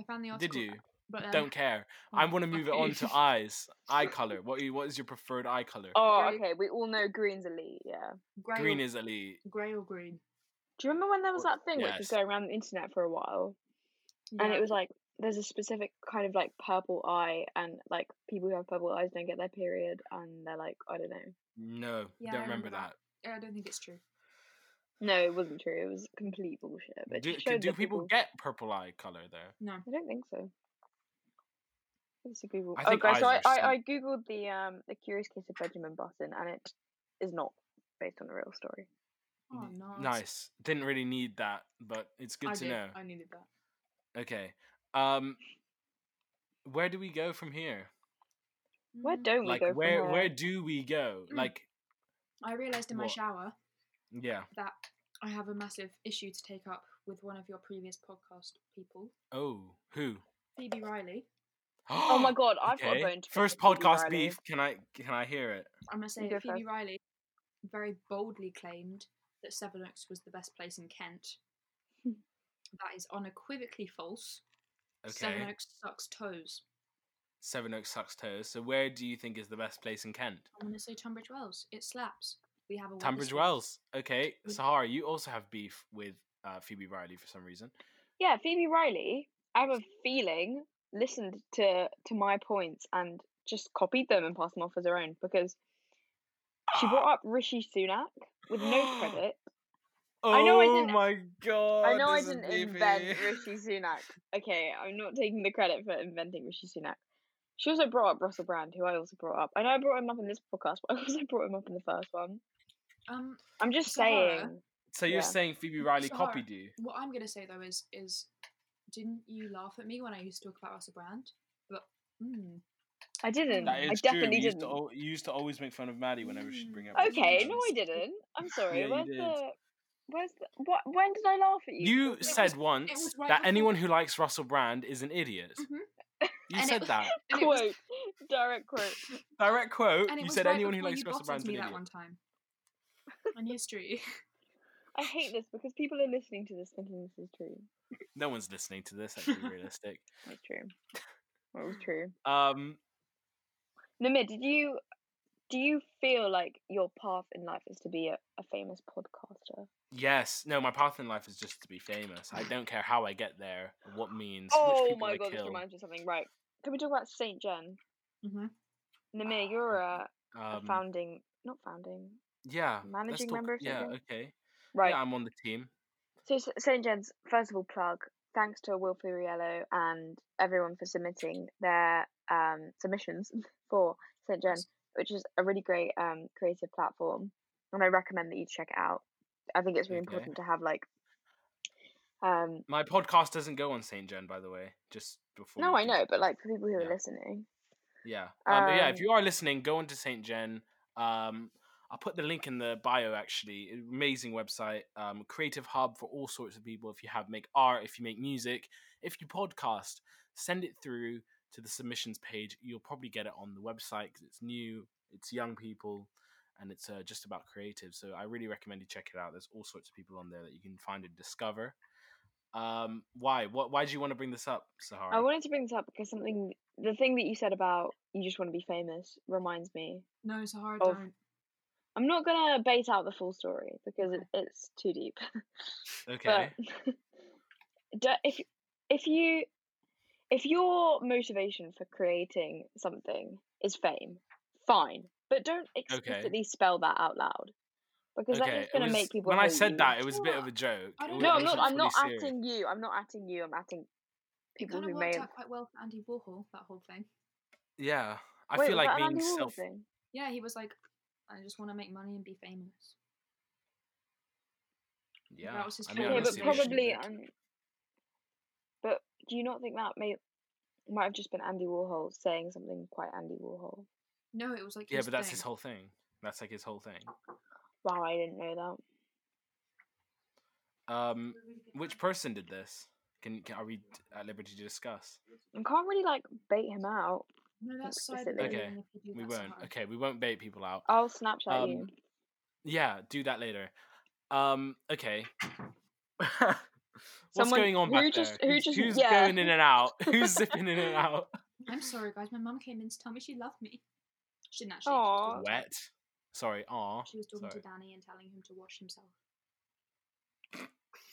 Speaker 5: I found the article.
Speaker 1: Did you?
Speaker 3: But um,
Speaker 1: Don't care.
Speaker 2: oh,
Speaker 1: I want to move it on
Speaker 3: okay.
Speaker 1: to eyes, eye color. What are you, what is your preferred eye color?
Speaker 2: Oh,
Speaker 3: Grey.
Speaker 2: okay. We all know green's elite. Yeah.
Speaker 3: grey
Speaker 1: Green
Speaker 3: or,
Speaker 1: is elite.
Speaker 3: grey or green.
Speaker 2: Do you remember when there was that thing which
Speaker 1: Yes.
Speaker 2: was going around the internet for a while, and
Speaker 3: Yeah.
Speaker 2: it was like there's a specific kind of like purple eye, and like people who have purple eyes don't get their period, and they're like, I don't know.
Speaker 1: No,
Speaker 3: Yeah, I
Speaker 1: don't
Speaker 3: remember
Speaker 1: remember
Speaker 3: that.
Speaker 1: that.
Speaker 3: I don't think it's true.
Speaker 2: No, it wasn't true. It was complete bullshit. But it
Speaker 1: Do,
Speaker 2: just
Speaker 1: do
Speaker 2: showed
Speaker 1: do
Speaker 2: that
Speaker 1: people
Speaker 2: people
Speaker 1: get purple eye color there?
Speaker 3: No.
Speaker 2: I don't think so. Obviously, people.
Speaker 1: I
Speaker 2: oh,
Speaker 1: think
Speaker 2: guys, so I,
Speaker 1: eyes are
Speaker 2: I,
Speaker 1: some-
Speaker 2: I googled the um the Curious Case of Benjamin Button, and it is not based on a real story.
Speaker 3: Oh,
Speaker 1: N-
Speaker 3: nice.
Speaker 1: Nice. Didn't really need that, but it's good
Speaker 3: I
Speaker 1: to
Speaker 3: did.
Speaker 1: know.
Speaker 3: I needed that.
Speaker 1: Okay. Um, where do we go from here?
Speaker 2: Where
Speaker 3: Mm.
Speaker 2: don't we
Speaker 1: Like,
Speaker 2: go from
Speaker 1: where
Speaker 2: here? Hmm.
Speaker 1: where do we go?
Speaker 3: Mm.
Speaker 1: Like,
Speaker 3: I realised in my
Speaker 1: What?
Speaker 3: shower
Speaker 1: yeah.
Speaker 3: that I have a massive issue to take up with one of your previous podcast people,
Speaker 1: Oh, who?
Speaker 3: Phoebe Riley.
Speaker 2: Oh my god, I've got
Speaker 1: Okay.
Speaker 2: a bone to pick
Speaker 1: First
Speaker 2: with Phoebe
Speaker 1: podcast
Speaker 2: Riley.
Speaker 1: beef. Can I can I hear it?
Speaker 3: I'm going to say
Speaker 2: You go
Speaker 3: that Phoebe
Speaker 2: first.
Speaker 3: Riley very boldly claimed that Sevenoaks was the best place in Kent. that is unequivocally false.
Speaker 1: Okay.
Speaker 3: Sevenoaks sucks toes.
Speaker 1: Seven Oaks sucks toes. So where do you think is the best place in Kent?
Speaker 3: I'm going to say Tunbridge Wells. It slaps. We have a
Speaker 1: Tunbridge
Speaker 3: Wetherspoons.
Speaker 1: Wells. Okay.
Speaker 3: We-
Speaker 1: Sahara, you also have beef with uh, Phoebe Riley for some reason.
Speaker 2: Yeah, Phoebe Riley. I have a feeling listened to to my points and just copied them and passed them off as her own because she brought up Rishi Sunak with no credit.
Speaker 1: Oh
Speaker 2: I know I didn't-
Speaker 1: my god.
Speaker 2: I know I
Speaker 1: this is
Speaker 2: didn't Oh, invent
Speaker 1: beefy.
Speaker 2: Rishi Sunak. Okay, I'm not taking the credit for inventing Rishi Sunak. She also brought up Russell Brand, who I also brought up. I know I brought him up in this podcast, but I also brought him up in the first one.
Speaker 3: Um,
Speaker 2: I'm just
Speaker 3: Sahara?
Speaker 2: saying.
Speaker 1: So you're
Speaker 2: Yeah.
Speaker 1: saying Phoebe Riley
Speaker 3: Sahara.
Speaker 1: copied you?
Speaker 3: what I'm going to say though is, is didn't you laugh at me when I used to talk about Russell Brand? But mm,
Speaker 2: I didn't.
Speaker 1: That
Speaker 3: Mm.
Speaker 1: is
Speaker 2: I definitely
Speaker 1: true. You used, to
Speaker 2: didn't. Mm,
Speaker 1: al- you used to always make fun of Maddie whenever she'd bring up. Russell
Speaker 2: Okay,
Speaker 1: Brand.
Speaker 2: no, I didn't. I'm sorry.
Speaker 1: Yeah, you
Speaker 2: where's
Speaker 1: did.
Speaker 2: the where's the what when did I laugh at you?
Speaker 1: You
Speaker 2: It was-
Speaker 1: said
Speaker 3: was-
Speaker 1: once
Speaker 3: was right
Speaker 1: that
Speaker 3: before-
Speaker 1: anyone who likes Russell Brand is an idiot.
Speaker 2: Mm-hmm.
Speaker 3: Mhm.
Speaker 1: You
Speaker 3: And it
Speaker 1: said
Speaker 3: was-
Speaker 1: that.
Speaker 3: and it was-
Speaker 2: quote. Direct quote.
Speaker 1: Direct quote.
Speaker 3: and it
Speaker 1: You
Speaker 3: was
Speaker 1: said
Speaker 3: right
Speaker 1: anyone who
Speaker 3: before
Speaker 1: likes
Speaker 3: you
Speaker 1: Russell
Speaker 3: bottled
Speaker 1: Brand is an
Speaker 3: me that
Speaker 1: idiot.
Speaker 3: one time on history.
Speaker 2: I hate this because people are listening to this thinking this is true.
Speaker 1: No one's listening to this, let's be realistic.
Speaker 2: It's true. Well, it was true.
Speaker 1: Um,
Speaker 2: Namir, did you do you feel like your path in life is to be a, a famous podcaster?
Speaker 1: yes. No, my path in life is just to be famous. I don't care how I get there, what means, which
Speaker 2: Oh
Speaker 1: people
Speaker 2: my
Speaker 1: I
Speaker 2: god, this
Speaker 1: kill.
Speaker 2: reminds me of something. Right. Can we talk about Saint John?
Speaker 3: hmm
Speaker 2: Namir, you're a, a
Speaker 1: Um,
Speaker 2: founding not founding.
Speaker 1: yeah. let's
Speaker 2: managing
Speaker 1: talk-
Speaker 2: member of
Speaker 1: Yeah,
Speaker 2: something?
Speaker 1: okay.
Speaker 2: Right.
Speaker 1: Yeah, I'm on the team.
Speaker 2: So S- St. John's, first of all, plug. Thanks to Will Furiello and everyone for submitting their um, submissions for St. John,
Speaker 3: Yes.
Speaker 2: which is a really great um, creative platform, and I recommend that you check it out. I think it's really
Speaker 1: Okay.
Speaker 2: important to have like. Um,
Speaker 1: My podcast doesn't go on St. John, by the way, just before.
Speaker 2: no,
Speaker 1: you
Speaker 2: I
Speaker 1: think
Speaker 2: know,
Speaker 1: it
Speaker 2: but
Speaker 1: does.
Speaker 2: like for people who
Speaker 1: Yeah.
Speaker 2: are listening,
Speaker 1: Yeah. Um, but yeah, if
Speaker 2: Um,
Speaker 1: you are listening, go on to St. Jen. Um, I'll put the link in the bio actually. Amazing website. Um, creative hub for all sorts of people. If you have make art, if you make music, if you podcast, send it through to the submissions page. You'll probably get it on the website because it's new, it's young people, and it's uh, just about creative. So I really recommend you check it out. There's all sorts of people on there that you can find and discover. Um, why? What? Why do you want to bring this up, Sahara?
Speaker 2: I wanted to bring this up because something, the thing that you said about you just want to be famous reminds me.
Speaker 3: No, Sahara,
Speaker 2: Of-
Speaker 3: don't.
Speaker 2: I'm not gonna bait out the full story because it,
Speaker 3: Okay.
Speaker 2: it's too deep.
Speaker 1: okay.
Speaker 2: but do- if if you if your motivation for creating something is fame, fine, but don't explicitly spell that out loud because
Speaker 1: okay.
Speaker 2: that's just
Speaker 1: it
Speaker 2: going to
Speaker 1: was-
Speaker 2: make people.
Speaker 1: When I
Speaker 2: hate
Speaker 1: said
Speaker 2: you.
Speaker 1: that, it was a bit
Speaker 3: Well,
Speaker 1: of a joke.
Speaker 3: I
Speaker 1: It wa-
Speaker 3: don't
Speaker 2: no,
Speaker 1: it
Speaker 2: I'm not.
Speaker 1: wasn't
Speaker 2: I'm
Speaker 1: fully
Speaker 2: not
Speaker 1: serious.
Speaker 2: acting you. I'm not acting you. I'm acting
Speaker 3: It
Speaker 2: people
Speaker 3: kind of
Speaker 2: who may
Speaker 3: worked
Speaker 2: have.
Speaker 3: out quite well for Andy Warhol, that whole thing.
Speaker 1: Yeah, I
Speaker 2: Wait,
Speaker 1: feel
Speaker 2: was
Speaker 1: like
Speaker 2: that an
Speaker 1: being
Speaker 2: Andy Warhol
Speaker 1: self.
Speaker 2: thing?
Speaker 3: Yeah, he was like, I just want to make money and be famous.
Speaker 1: Yeah,
Speaker 3: That was his
Speaker 1: I mean,
Speaker 3: Yeah,
Speaker 1: I'm
Speaker 2: okay,
Speaker 1: not
Speaker 2: but
Speaker 1: serious with
Speaker 2: probably.
Speaker 1: it.
Speaker 2: Um, but do you not think that may might have just been Andy Warhol saying something quite Andy Warhol?
Speaker 3: No, it was like
Speaker 1: yeah,
Speaker 3: his
Speaker 1: but that's
Speaker 3: thing.
Speaker 1: his whole thing. That's like his whole thing.
Speaker 2: Wow, I didn't know that.
Speaker 1: Um, which person did this? Can, can are we d- at liberty to discuss?
Speaker 2: I can't really like bait him out.
Speaker 3: No, that's
Speaker 2: explicitly.
Speaker 3: cyberbullying.
Speaker 1: Okay,
Speaker 3: if you do
Speaker 1: We
Speaker 3: that,
Speaker 1: won't.
Speaker 3: Sahara.
Speaker 1: Okay, we won't bait people out.
Speaker 2: I'll Snapchat
Speaker 1: Um,
Speaker 2: you.
Speaker 1: Yeah, do that later. Um, okay. What's
Speaker 2: Someone-
Speaker 1: going on
Speaker 2: who
Speaker 1: back
Speaker 2: just-
Speaker 1: there?
Speaker 2: who
Speaker 1: who's
Speaker 2: just-
Speaker 1: who's
Speaker 2: yeah.
Speaker 1: going in and out? Who's zipping in and out?
Speaker 3: I'm sorry, guys. My mum came in to tell me she loved me. She didn't actually.
Speaker 2: Aw.
Speaker 1: Wet. Sorry. Aw.
Speaker 3: She was talking
Speaker 1: Sorry.
Speaker 3: to Danny and telling him to wash himself.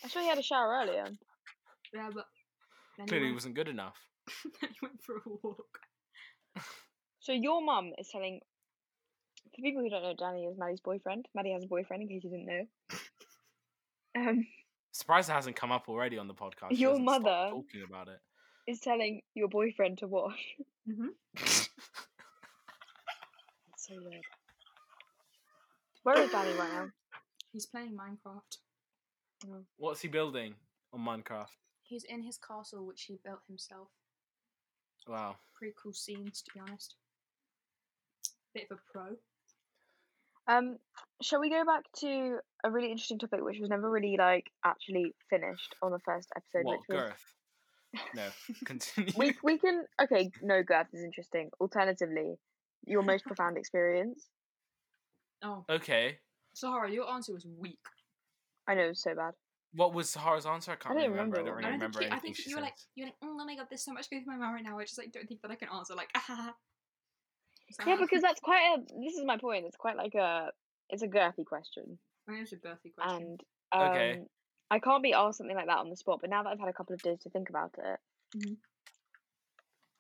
Speaker 2: I sure he had a shower earlier.
Speaker 3: Yeah, but then he
Speaker 1: Clearly it
Speaker 3: went-
Speaker 1: wasn't good enough.
Speaker 3: then he went for a walk.
Speaker 2: So your mum is telling. For people who don't know, Danny is Maddie's boyfriend. Maddie has a boyfriend, in case you didn't know. Um,
Speaker 1: Surprised it hasn't come up already on the podcast. She
Speaker 2: Your
Speaker 1: doesn't stop
Speaker 2: mother-
Speaker 1: talking about it.
Speaker 2: is telling your boyfriend to wash.
Speaker 1: Mm-hmm.
Speaker 3: Mhm.
Speaker 2: That's so weird. Where is Danny right now?
Speaker 3: He's playing Minecraft.
Speaker 1: What's he building on Minecraft?
Speaker 3: He's in his castle, which he built himself.
Speaker 1: Wow.
Speaker 3: Pretty cool scenes, to be honest. Bit of a pro.
Speaker 2: Um, shall we go back to a really interesting topic, which was never really like actually finished on the first episode,
Speaker 1: What
Speaker 2: which was
Speaker 1: girth? No. Continue.
Speaker 2: we we can okay no girth is interesting. Alternatively, your most profound experience.
Speaker 3: Oh,
Speaker 1: okay.
Speaker 3: Sahara, your answer was weak.
Speaker 2: I know it was so bad.
Speaker 1: What was Sahara's answer? I can't
Speaker 2: I
Speaker 1: really
Speaker 2: don't
Speaker 1: remember. I don't
Speaker 2: remember what-
Speaker 1: really
Speaker 3: I don't
Speaker 1: remember
Speaker 3: think you, I
Speaker 1: anything
Speaker 3: think
Speaker 1: she
Speaker 3: you were
Speaker 1: said.
Speaker 3: like, you were like, oh my god, there's so much going through my mind right now. I just like don't think that I can answer. Like, ah.
Speaker 2: Yeah, because that's quite a. This is my point. It's quite like a. It's a girthy question,
Speaker 3: There's a birthday question.
Speaker 2: and um,
Speaker 1: Okay.
Speaker 2: I can't be asked something like that on the spot. But now that I've had a couple of days to think about it,
Speaker 3: Mhm.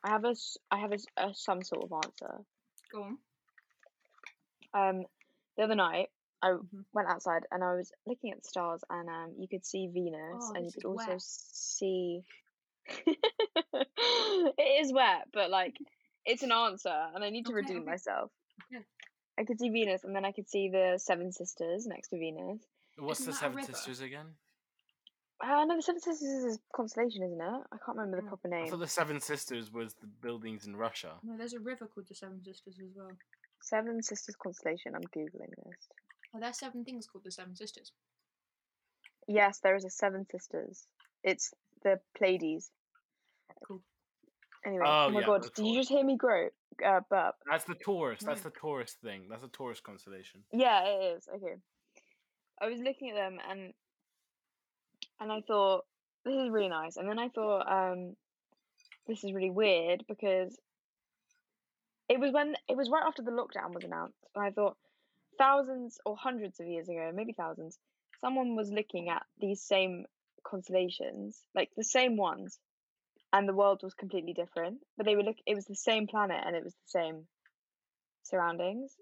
Speaker 2: I have a. s- I have a, s- a some sort of answer.
Speaker 3: Go on.
Speaker 2: Um, the other night I
Speaker 3: Mhm.
Speaker 2: went outside and I was looking at the stars, and um, you could see Venus,
Speaker 3: Oh,
Speaker 2: and you
Speaker 3: this
Speaker 2: could
Speaker 3: is
Speaker 2: also
Speaker 3: wet.
Speaker 2: see. it is wet, but like it's an answer, and I need to
Speaker 3: Okay,
Speaker 2: redeem
Speaker 3: okay.
Speaker 2: myself.
Speaker 3: Okay.
Speaker 2: I could see Venus, and then I could see the Seven Sisters next to Venus.
Speaker 1: What's the
Speaker 3: Isn't that a
Speaker 1: Seven
Speaker 3: river?
Speaker 1: Sisters again?
Speaker 2: Uh, no, the Seven Sisters is a constellation, isn't it? I can't remember the
Speaker 3: Mm.
Speaker 2: proper
Speaker 1: I
Speaker 2: name.
Speaker 1: thought the Seven Sisters was the buildings in Russia.
Speaker 3: No, there's a river called the Seven Sisters as well.
Speaker 2: Seven Sisters constellation. I'm googling this.
Speaker 3: Are Oh, there seven things called the Seven Sisters?
Speaker 2: Yes, there is a Seven Sisters. It's the Pleiades.
Speaker 3: Cool.
Speaker 2: Anyway,
Speaker 1: Oh,
Speaker 2: oh, my
Speaker 1: yeah,
Speaker 2: god,
Speaker 1: that's
Speaker 2: did you
Speaker 1: right.
Speaker 2: just hear me grow uh, burp?
Speaker 1: That's the Taurus. That's
Speaker 3: No.
Speaker 1: the Taurus thing. That's a Taurus constellation.
Speaker 2: Yeah, it is. Okay. I was looking at them and and I thought this is really nice. And then I thought um this is really weird because it was when it was right after the lockdown was announced. And I thought thousands or hundreds of years ago, maybe thousands, someone was looking at these same constellations, like the same ones, and the world was completely different. But they were look it was the same planet and it was the same surroundings.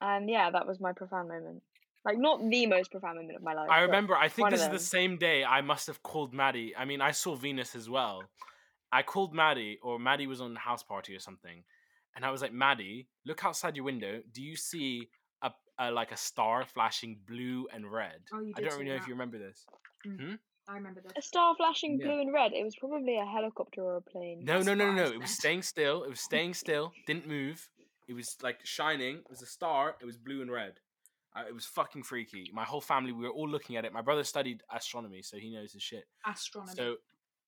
Speaker 2: And yeah, that was my profound moment. Like not the most profound moment of my life.
Speaker 1: I
Speaker 2: but-
Speaker 1: remember. I think
Speaker 2: one of
Speaker 1: this is the
Speaker 2: them.
Speaker 1: same day I must have called Maddie. I mean, I saw Venus as well. I called Maddie, or Maddie was on a house party or something, and I was like, Maddie, look outside your window. Do you see a, a like a star flashing blue and red?
Speaker 3: Oh, you
Speaker 1: I
Speaker 3: did
Speaker 1: don't really
Speaker 3: say
Speaker 1: know if
Speaker 3: that.
Speaker 1: you remember this.
Speaker 3: I remember
Speaker 2: A
Speaker 3: this.
Speaker 2: star flashing
Speaker 1: Yeah.
Speaker 2: blue and red. It was probably a helicopter or a plane.
Speaker 1: No, no, no, no, no.
Speaker 3: Stars
Speaker 1: It was
Speaker 3: then.
Speaker 1: staying still. It was staying still. Didn't move. It was like shining. It was a star. It was blue and red. Uh, it was fucking freaky. My whole family, we were all looking at it. My brother studied astronomy, so he knows his shit.
Speaker 3: Astronomy.
Speaker 1: So,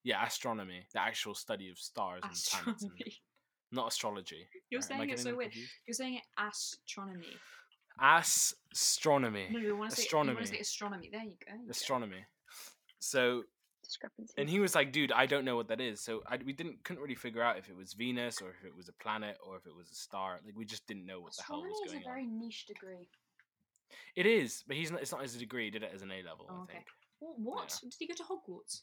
Speaker 1: yeah, astronomy, the actual study of stars and planets, and
Speaker 3: astronomy.
Speaker 1: not astrology.
Speaker 3: You're
Speaker 1: Alright, am I
Speaker 3: saying it
Speaker 1: getting
Speaker 3: so
Speaker 1: them
Speaker 3: weird.
Speaker 1: confused?
Speaker 3: You're saying it astronomy.
Speaker 1: Astronomy.
Speaker 3: No, you want to say you want
Speaker 1: Astronomy.
Speaker 3: to say astronomy. There you go. you go.
Speaker 1: Astronomy. So,
Speaker 2: Discrepancy.
Speaker 1: and he was like, "Dude, I don't know what that is." So I, we didn't couldn't really figure out if it was Venus or if it was a planet or if it was a star. Like we just didn't know what the hell
Speaker 3: astronomy
Speaker 1: was
Speaker 3: is
Speaker 1: going
Speaker 3: a very
Speaker 1: on.
Speaker 3: niche degree.
Speaker 1: It is, but he's not. It's not his degree. He did it as an A level,
Speaker 3: Oh,
Speaker 1: I
Speaker 3: okay.
Speaker 1: think.
Speaker 3: Well, what? Did he go to Hogwarts?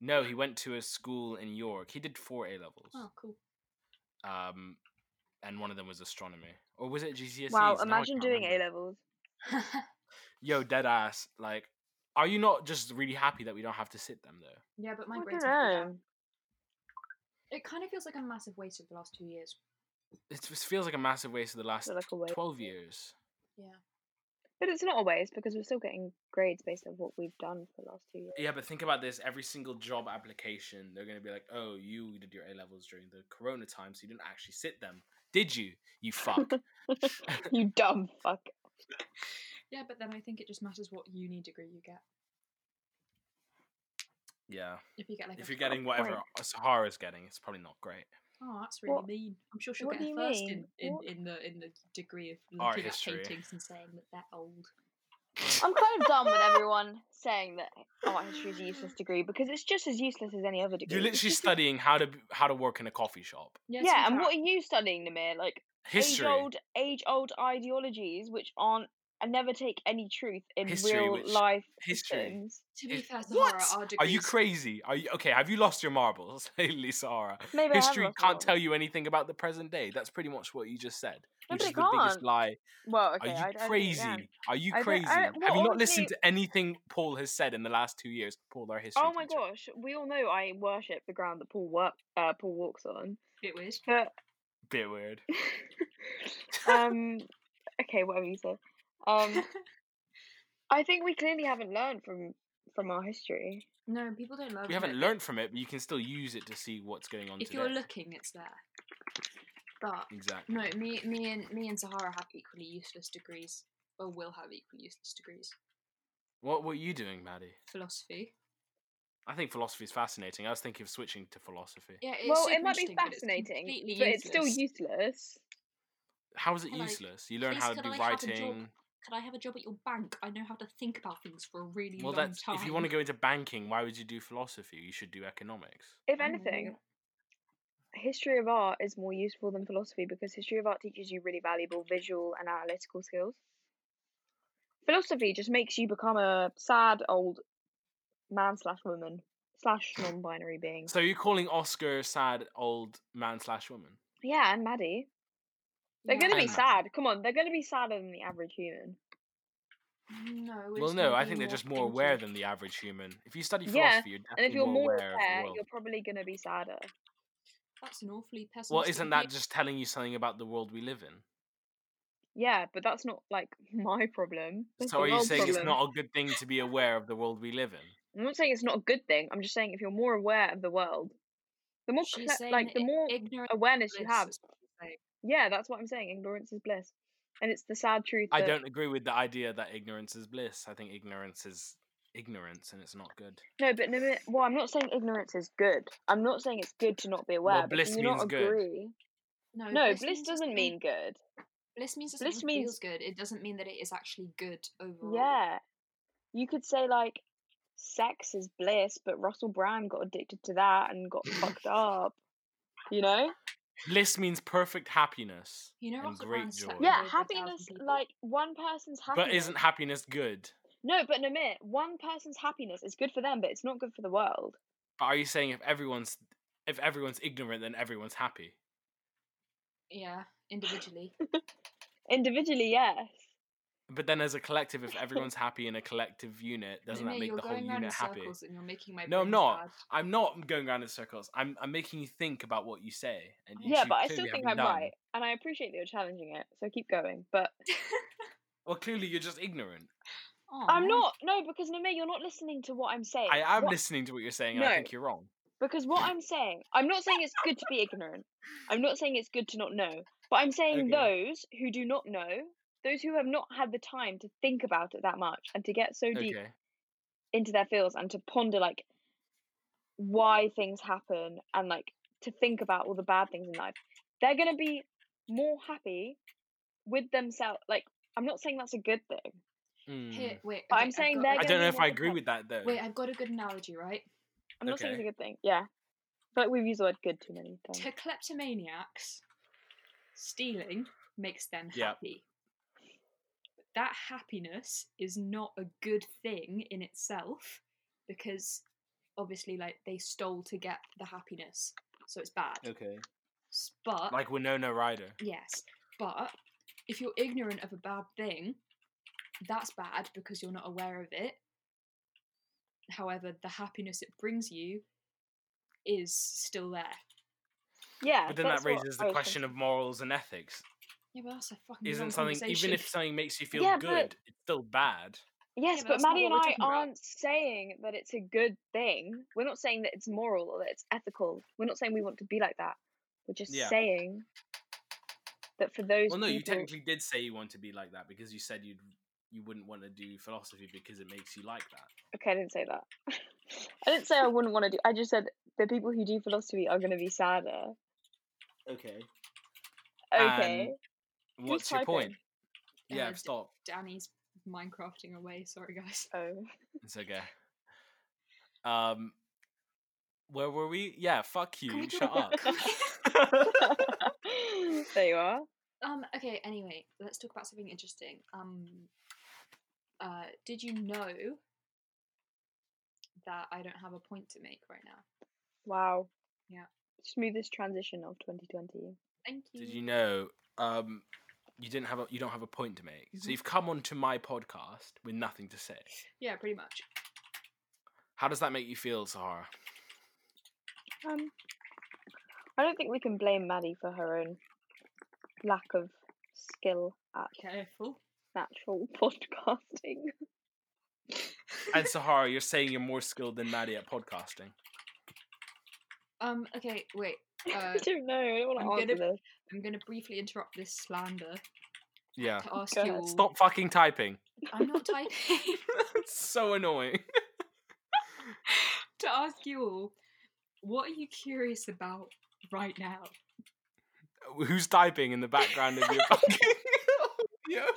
Speaker 1: No, he went to a school in York. He did four A levels.
Speaker 3: Oh, cool.
Speaker 1: Um, and one of them was astronomy, or was it GCSEs?
Speaker 2: wow,
Speaker 1: E Now I
Speaker 2: imagine
Speaker 1: can't
Speaker 2: doing
Speaker 1: remember.
Speaker 2: A levels.
Speaker 1: Yo, dead ass. Like, are you not just really happy that we don't have to sit them though?
Speaker 3: yeah, but my
Speaker 2: I don't
Speaker 3: grades. have to go
Speaker 2: know.
Speaker 3: down. It kind of feels like a massive waste of the last two years.
Speaker 1: It just feels like a massive waste of the last
Speaker 2: Feel like a waste.
Speaker 1: twelve years.
Speaker 3: Yeah.
Speaker 2: But it's not a waste because we're still getting grades based on what we've done for the last two years.
Speaker 1: Yeah, but think about this: every single job application, they're gonna be like, "Oh, you did your A levels during the Corona time, so you didn't actually sit them, did you? You fuck."
Speaker 2: you dumb fuck.
Speaker 3: Yeah, but then I think it just matters what uni degree you get.
Speaker 1: yeah.
Speaker 3: If you get like
Speaker 1: If
Speaker 3: a
Speaker 1: you're getting
Speaker 3: proper-
Speaker 1: whatever Sahara's getting, it's probably not great.
Speaker 3: Oh, that's really
Speaker 2: What-
Speaker 3: mean. I'm sure she'll
Speaker 2: what
Speaker 3: get
Speaker 2: do
Speaker 3: a
Speaker 2: you
Speaker 3: first
Speaker 2: mean?
Speaker 3: in,
Speaker 2: What-
Speaker 3: in, in the in the degree of
Speaker 1: Art
Speaker 3: looking at
Speaker 1: history.
Speaker 3: paintings and saying that they're old.
Speaker 2: I'm kind of done with everyone saying that art history is a useless degree because it's just as useless as any other degree.
Speaker 1: You're literally studying how to how to work in a coffee shop.
Speaker 3: Yes,
Speaker 2: yeah, and
Speaker 3: fact.
Speaker 2: what are you studying, Namir? Like
Speaker 1: History.
Speaker 2: age-old, age-old ideologies which aren't and never take any truth in
Speaker 1: History,
Speaker 2: real
Speaker 1: which-
Speaker 2: life
Speaker 1: history.
Speaker 2: systems.
Speaker 3: to be
Speaker 1: Is-
Speaker 3: fair, Sahara,
Speaker 1: What?
Speaker 3: our
Speaker 1: Are you
Speaker 3: degrees-
Speaker 1: crazy? Are you okay? Have you lost your marbles, Haley Sahara?
Speaker 2: Maybe I have
Speaker 1: History
Speaker 2: lost my
Speaker 1: can't
Speaker 2: marbles.
Speaker 1: tell you anything about the present day. That's pretty much what you just said,
Speaker 2: No,
Speaker 1: which
Speaker 2: but
Speaker 1: is
Speaker 2: it
Speaker 1: the biggest
Speaker 2: can't.
Speaker 1: lie.
Speaker 2: Well, okay, I,
Speaker 1: Are you
Speaker 2: I don't think it can.
Speaker 1: crazy? Are you
Speaker 2: I don't- I
Speaker 1: crazy?
Speaker 2: don't-
Speaker 1: Have
Speaker 2: well,
Speaker 1: you not listened
Speaker 2: honestly-
Speaker 1: to anything Paul has said in the last two years? Paul, our history.
Speaker 2: Oh my
Speaker 1: teacher.
Speaker 2: gosh, we all know I worship the ground that Paul work, uh, Paul walks on.
Speaker 3: Bit weird.
Speaker 2: But
Speaker 1: Bit weird.
Speaker 2: um, okay, whatever you say. Um, I think we clearly haven't learned from from our history.
Speaker 3: no, people don't love.
Speaker 1: We haven't
Speaker 3: it.
Speaker 1: learned from it, but you can still use it to see what's going on
Speaker 3: If
Speaker 1: today.
Speaker 3: you're looking, it's there. But
Speaker 1: exactly.
Speaker 3: no, me, me, and me and Sahara have equally useless degrees, or will have equally useless degrees.
Speaker 1: What were you doing, Maddie?
Speaker 3: Philosophy.
Speaker 1: I think philosophy is fascinating. I was thinking of switching to philosophy.
Speaker 3: Yeah, it's
Speaker 2: well,
Speaker 3: super
Speaker 2: it might be
Speaker 3: interesting, but it's
Speaker 2: fascinating, but
Speaker 3: completely
Speaker 2: it's still
Speaker 3: useless.
Speaker 2: useless.
Speaker 1: How is it
Speaker 3: Hello.
Speaker 1: useless? You learn
Speaker 3: Please,
Speaker 1: how to
Speaker 3: could
Speaker 1: do
Speaker 3: I have a job?
Speaker 1: writing.
Speaker 3: Could I have a job at your bank? I know how to think about things for a really
Speaker 1: Well,
Speaker 3: long
Speaker 1: that's
Speaker 3: time.
Speaker 1: if you want to go into banking, why would you do philosophy? You should do economics.
Speaker 2: If
Speaker 3: Oh my
Speaker 2: anything,
Speaker 3: God.
Speaker 1: Mm.
Speaker 2: history of art is more useful than philosophy because history of art teaches you really valuable visual and analytical skills. Philosophy just makes you become a sad old man slash woman slash non-binary being.
Speaker 1: So you're calling Oscar a sad old man slash woman?
Speaker 2: Yeah, and Maddie. They're
Speaker 3: Yeah.
Speaker 2: gonna be
Speaker 1: And-
Speaker 2: sad. Come on, they're gonna be sadder than the average human.
Speaker 3: No. we're
Speaker 1: well,
Speaker 3: just
Speaker 1: no,
Speaker 3: gonna
Speaker 1: I
Speaker 3: be
Speaker 1: think they're
Speaker 3: more
Speaker 1: just more aware
Speaker 3: thinking.
Speaker 1: than the average human. If you study
Speaker 2: Yeah,
Speaker 1: philosophy, you're
Speaker 2: And
Speaker 1: definitely
Speaker 2: if you're more
Speaker 1: aware of
Speaker 2: aware,
Speaker 1: the
Speaker 2: you're
Speaker 1: world.
Speaker 2: probably gonna be sadder.
Speaker 3: That's an awfully pessimistic.
Speaker 1: Well, isn't
Speaker 3: view.
Speaker 1: that just telling you something about the world we live in?
Speaker 2: Yeah, but that's not like my problem. That's
Speaker 1: so
Speaker 2: the
Speaker 1: are you
Speaker 2: world's
Speaker 1: saying it's
Speaker 2: problem.
Speaker 1: not a good thing to be aware of the world we live in?
Speaker 2: I'm not saying it's not a good thing. I'm just saying if you're more aware of the world, the more
Speaker 3: She's
Speaker 2: cle-
Speaker 3: saying
Speaker 2: like the
Speaker 3: i-
Speaker 2: more
Speaker 3: ignorance
Speaker 2: awareness Oh,
Speaker 3: is
Speaker 2: you
Speaker 3: bliss,
Speaker 2: have.
Speaker 3: is what she's saying.
Speaker 2: Yeah, that's what I'm saying. Ignorance is bliss, and it's the sad truth.
Speaker 1: I
Speaker 2: that-
Speaker 1: don't agree with the idea that ignorance is bliss. I think ignorance is ignorance, and it's not good.
Speaker 2: No, but no, but- well, I'm not saying ignorance is good. I'm not saying it's good to not be aware. but
Speaker 1: bliss
Speaker 2: do you not
Speaker 1: means good.
Speaker 2: agree?
Speaker 3: No,
Speaker 2: No,
Speaker 3: bliss
Speaker 2: bliss
Speaker 3: means it's
Speaker 2: doesn't
Speaker 3: not-
Speaker 2: mean good.
Speaker 3: bliss means that
Speaker 2: bliss
Speaker 3: something
Speaker 2: means-
Speaker 3: feels good. It doesn't mean that it is actually good overall.
Speaker 2: Yeah. You could say like sex is bliss, but Russell Brand got addicted to that and got fucked up. You know?
Speaker 1: Bliss means perfect happiness
Speaker 3: You know
Speaker 1: and
Speaker 3: Russell
Speaker 1: great
Speaker 3: Brand
Speaker 1: joy.
Speaker 3: slept
Speaker 2: Yeah,
Speaker 3: over a thousand
Speaker 2: happiness
Speaker 3: people.
Speaker 2: like one person's happiness.
Speaker 1: But isn't happiness good?
Speaker 2: No, but Namit, one person's happiness is good for them, but it's not good for the world.
Speaker 1: But are you saying if everyone's if everyone's ignorant, then everyone's happy?
Speaker 3: Yeah, individually.
Speaker 2: Individually, yes.
Speaker 1: But then, as a collective, if everyone's happy in a collective unit, doesn't
Speaker 3: Mate,
Speaker 1: that make
Speaker 3: you're
Speaker 1: the whole
Speaker 3: going round in
Speaker 1: unit happy?
Speaker 3: circles and you're making my
Speaker 1: No, I'm
Speaker 3: brain
Speaker 1: not.
Speaker 3: bad.
Speaker 1: I'm not going around in circles. I'm I'm making you think about what you say. And which
Speaker 2: yeah,
Speaker 1: you
Speaker 2: but I
Speaker 1: clearly
Speaker 2: still think
Speaker 1: haven't
Speaker 2: I'm
Speaker 1: done.
Speaker 2: right, and I appreciate that you're challenging it. So keep going. But
Speaker 1: Well, clearly you're just ignorant.
Speaker 3: Aw,
Speaker 2: I'm
Speaker 3: man.
Speaker 2: not. No, because Namit, you're not listening to what I'm saying.
Speaker 1: I am
Speaker 2: What-
Speaker 1: listening to what you're saying, and I
Speaker 2: No.
Speaker 1: think you're wrong.
Speaker 2: Because what I'm saying, I'm not saying it's good to be ignorant. I'm not saying it's good to not know. But I'm saying
Speaker 1: Okay.
Speaker 2: those who do not know, those who have not had the time to think about it that much and to get so deep
Speaker 1: Okay.
Speaker 2: into their fields and to ponder like why things happen and like to think about all the bad things in life, they're going to be more happy with themselves. Like, I'm not saying that's a good thing.
Speaker 1: Mm.
Speaker 3: Here, wait.
Speaker 2: But I'm
Speaker 3: okay, I've
Speaker 2: saying
Speaker 3: got-
Speaker 2: they're
Speaker 1: I
Speaker 2: gonna
Speaker 1: don't know
Speaker 2: be
Speaker 1: if
Speaker 2: more
Speaker 1: I agree
Speaker 2: content.
Speaker 1: with that though.
Speaker 3: Wait, I've got a good analogy, right?
Speaker 2: I'm not saying it's a
Speaker 1: Okay.
Speaker 2: good thing. Yeah. But we've used the word good too many times.
Speaker 3: To
Speaker 1: Um,
Speaker 3: kleptomaniacs, stealing makes them
Speaker 1: Yeah.
Speaker 3: happy. But that happiness is not a good thing in itself because obviously, like, they stole to get the happiness, so it's bad.
Speaker 1: Okay.
Speaker 3: S-
Speaker 2: uh,
Speaker 3: But
Speaker 1: Like Winona Ryder.
Speaker 3: yes, but if you're ignorant of a bad thing, that's bad because you're not aware of it. However, the happiness it brings you is still there.
Speaker 2: Yeah.
Speaker 1: But then
Speaker 2: that's
Speaker 1: that
Speaker 2: what
Speaker 1: raises
Speaker 2: I
Speaker 1: the
Speaker 2: was
Speaker 1: question
Speaker 2: thinking.
Speaker 1: of morals and ethics.
Speaker 3: Yeah, but that's a fucking long
Speaker 1: Isn't something even
Speaker 3: conversation.
Speaker 1: if something makes you feel
Speaker 2: Yeah, but-
Speaker 1: good, it's still bad.
Speaker 2: Yes,
Speaker 3: but
Speaker 2: but
Speaker 3: that's not
Speaker 2: Maddie and
Speaker 3: what we're
Speaker 2: I
Speaker 3: talking about.
Speaker 2: aren't saying that it's a good thing. We're not saying that it's moral or that it's ethical. We're not saying we want to be like that. We're just
Speaker 1: Yeah.
Speaker 2: saying that for those
Speaker 1: Well, no, you
Speaker 2: people,
Speaker 1: technically did say you want to be like that because you said you'd you wouldn't want to do philosophy because it makes you like that.
Speaker 2: okay, I didn't say that. I didn't say I wouldn't want to do. I just said the people who do philosophy are going to be sadder.
Speaker 1: Okay.
Speaker 2: Okay,
Speaker 1: What's your
Speaker 2: typing?
Speaker 1: point?
Speaker 3: Uh,
Speaker 1: Yeah,
Speaker 3: d-
Speaker 1: stop.
Speaker 3: Danny's Minecrafting away. Sorry, guys.
Speaker 2: Oh,
Speaker 1: It's okay. Um, where were we? Yeah, fuck
Speaker 3: Can we
Speaker 1: you.
Speaker 3: go
Speaker 1: Shut up.
Speaker 3: back?
Speaker 2: there you are.
Speaker 3: Um. Okay. Anyway, let's talk about something interesting. Um. Uh. Did you know that I don't have a point to make right now?
Speaker 2: Wow.
Speaker 3: Yeah.
Speaker 2: Smoothest transition of 2020.
Speaker 3: Thank you.
Speaker 1: Did you know? Um, you didn't have a you don't have a point to make. So
Speaker 3: Mhm.
Speaker 1: you've come onto my podcast with nothing to say.
Speaker 3: Yeah. Pretty much.
Speaker 1: How does that make you feel, Sahara?
Speaker 2: Um, I don't think we can blame Maddie for her own lack of skill at
Speaker 3: Careful.
Speaker 2: natural podcasting.
Speaker 1: And Sahara, you're saying you're more skilled than Maddie at podcasting.
Speaker 3: Um. Okay. Wait. Uh,
Speaker 2: I don't know. I don't
Speaker 3: I'm
Speaker 2: want to answer
Speaker 3: gonna-
Speaker 2: this.
Speaker 3: I'm gonna briefly interrupt this slander
Speaker 1: Yeah.
Speaker 3: to ask
Speaker 2: God.
Speaker 3: you. all-
Speaker 1: Uh, Stop fucking typing.
Speaker 3: I'm not typing.
Speaker 1: It's so annoying.
Speaker 3: to ask you all, what are you curious about right now?
Speaker 1: Who's typing in the background of your fucking audio?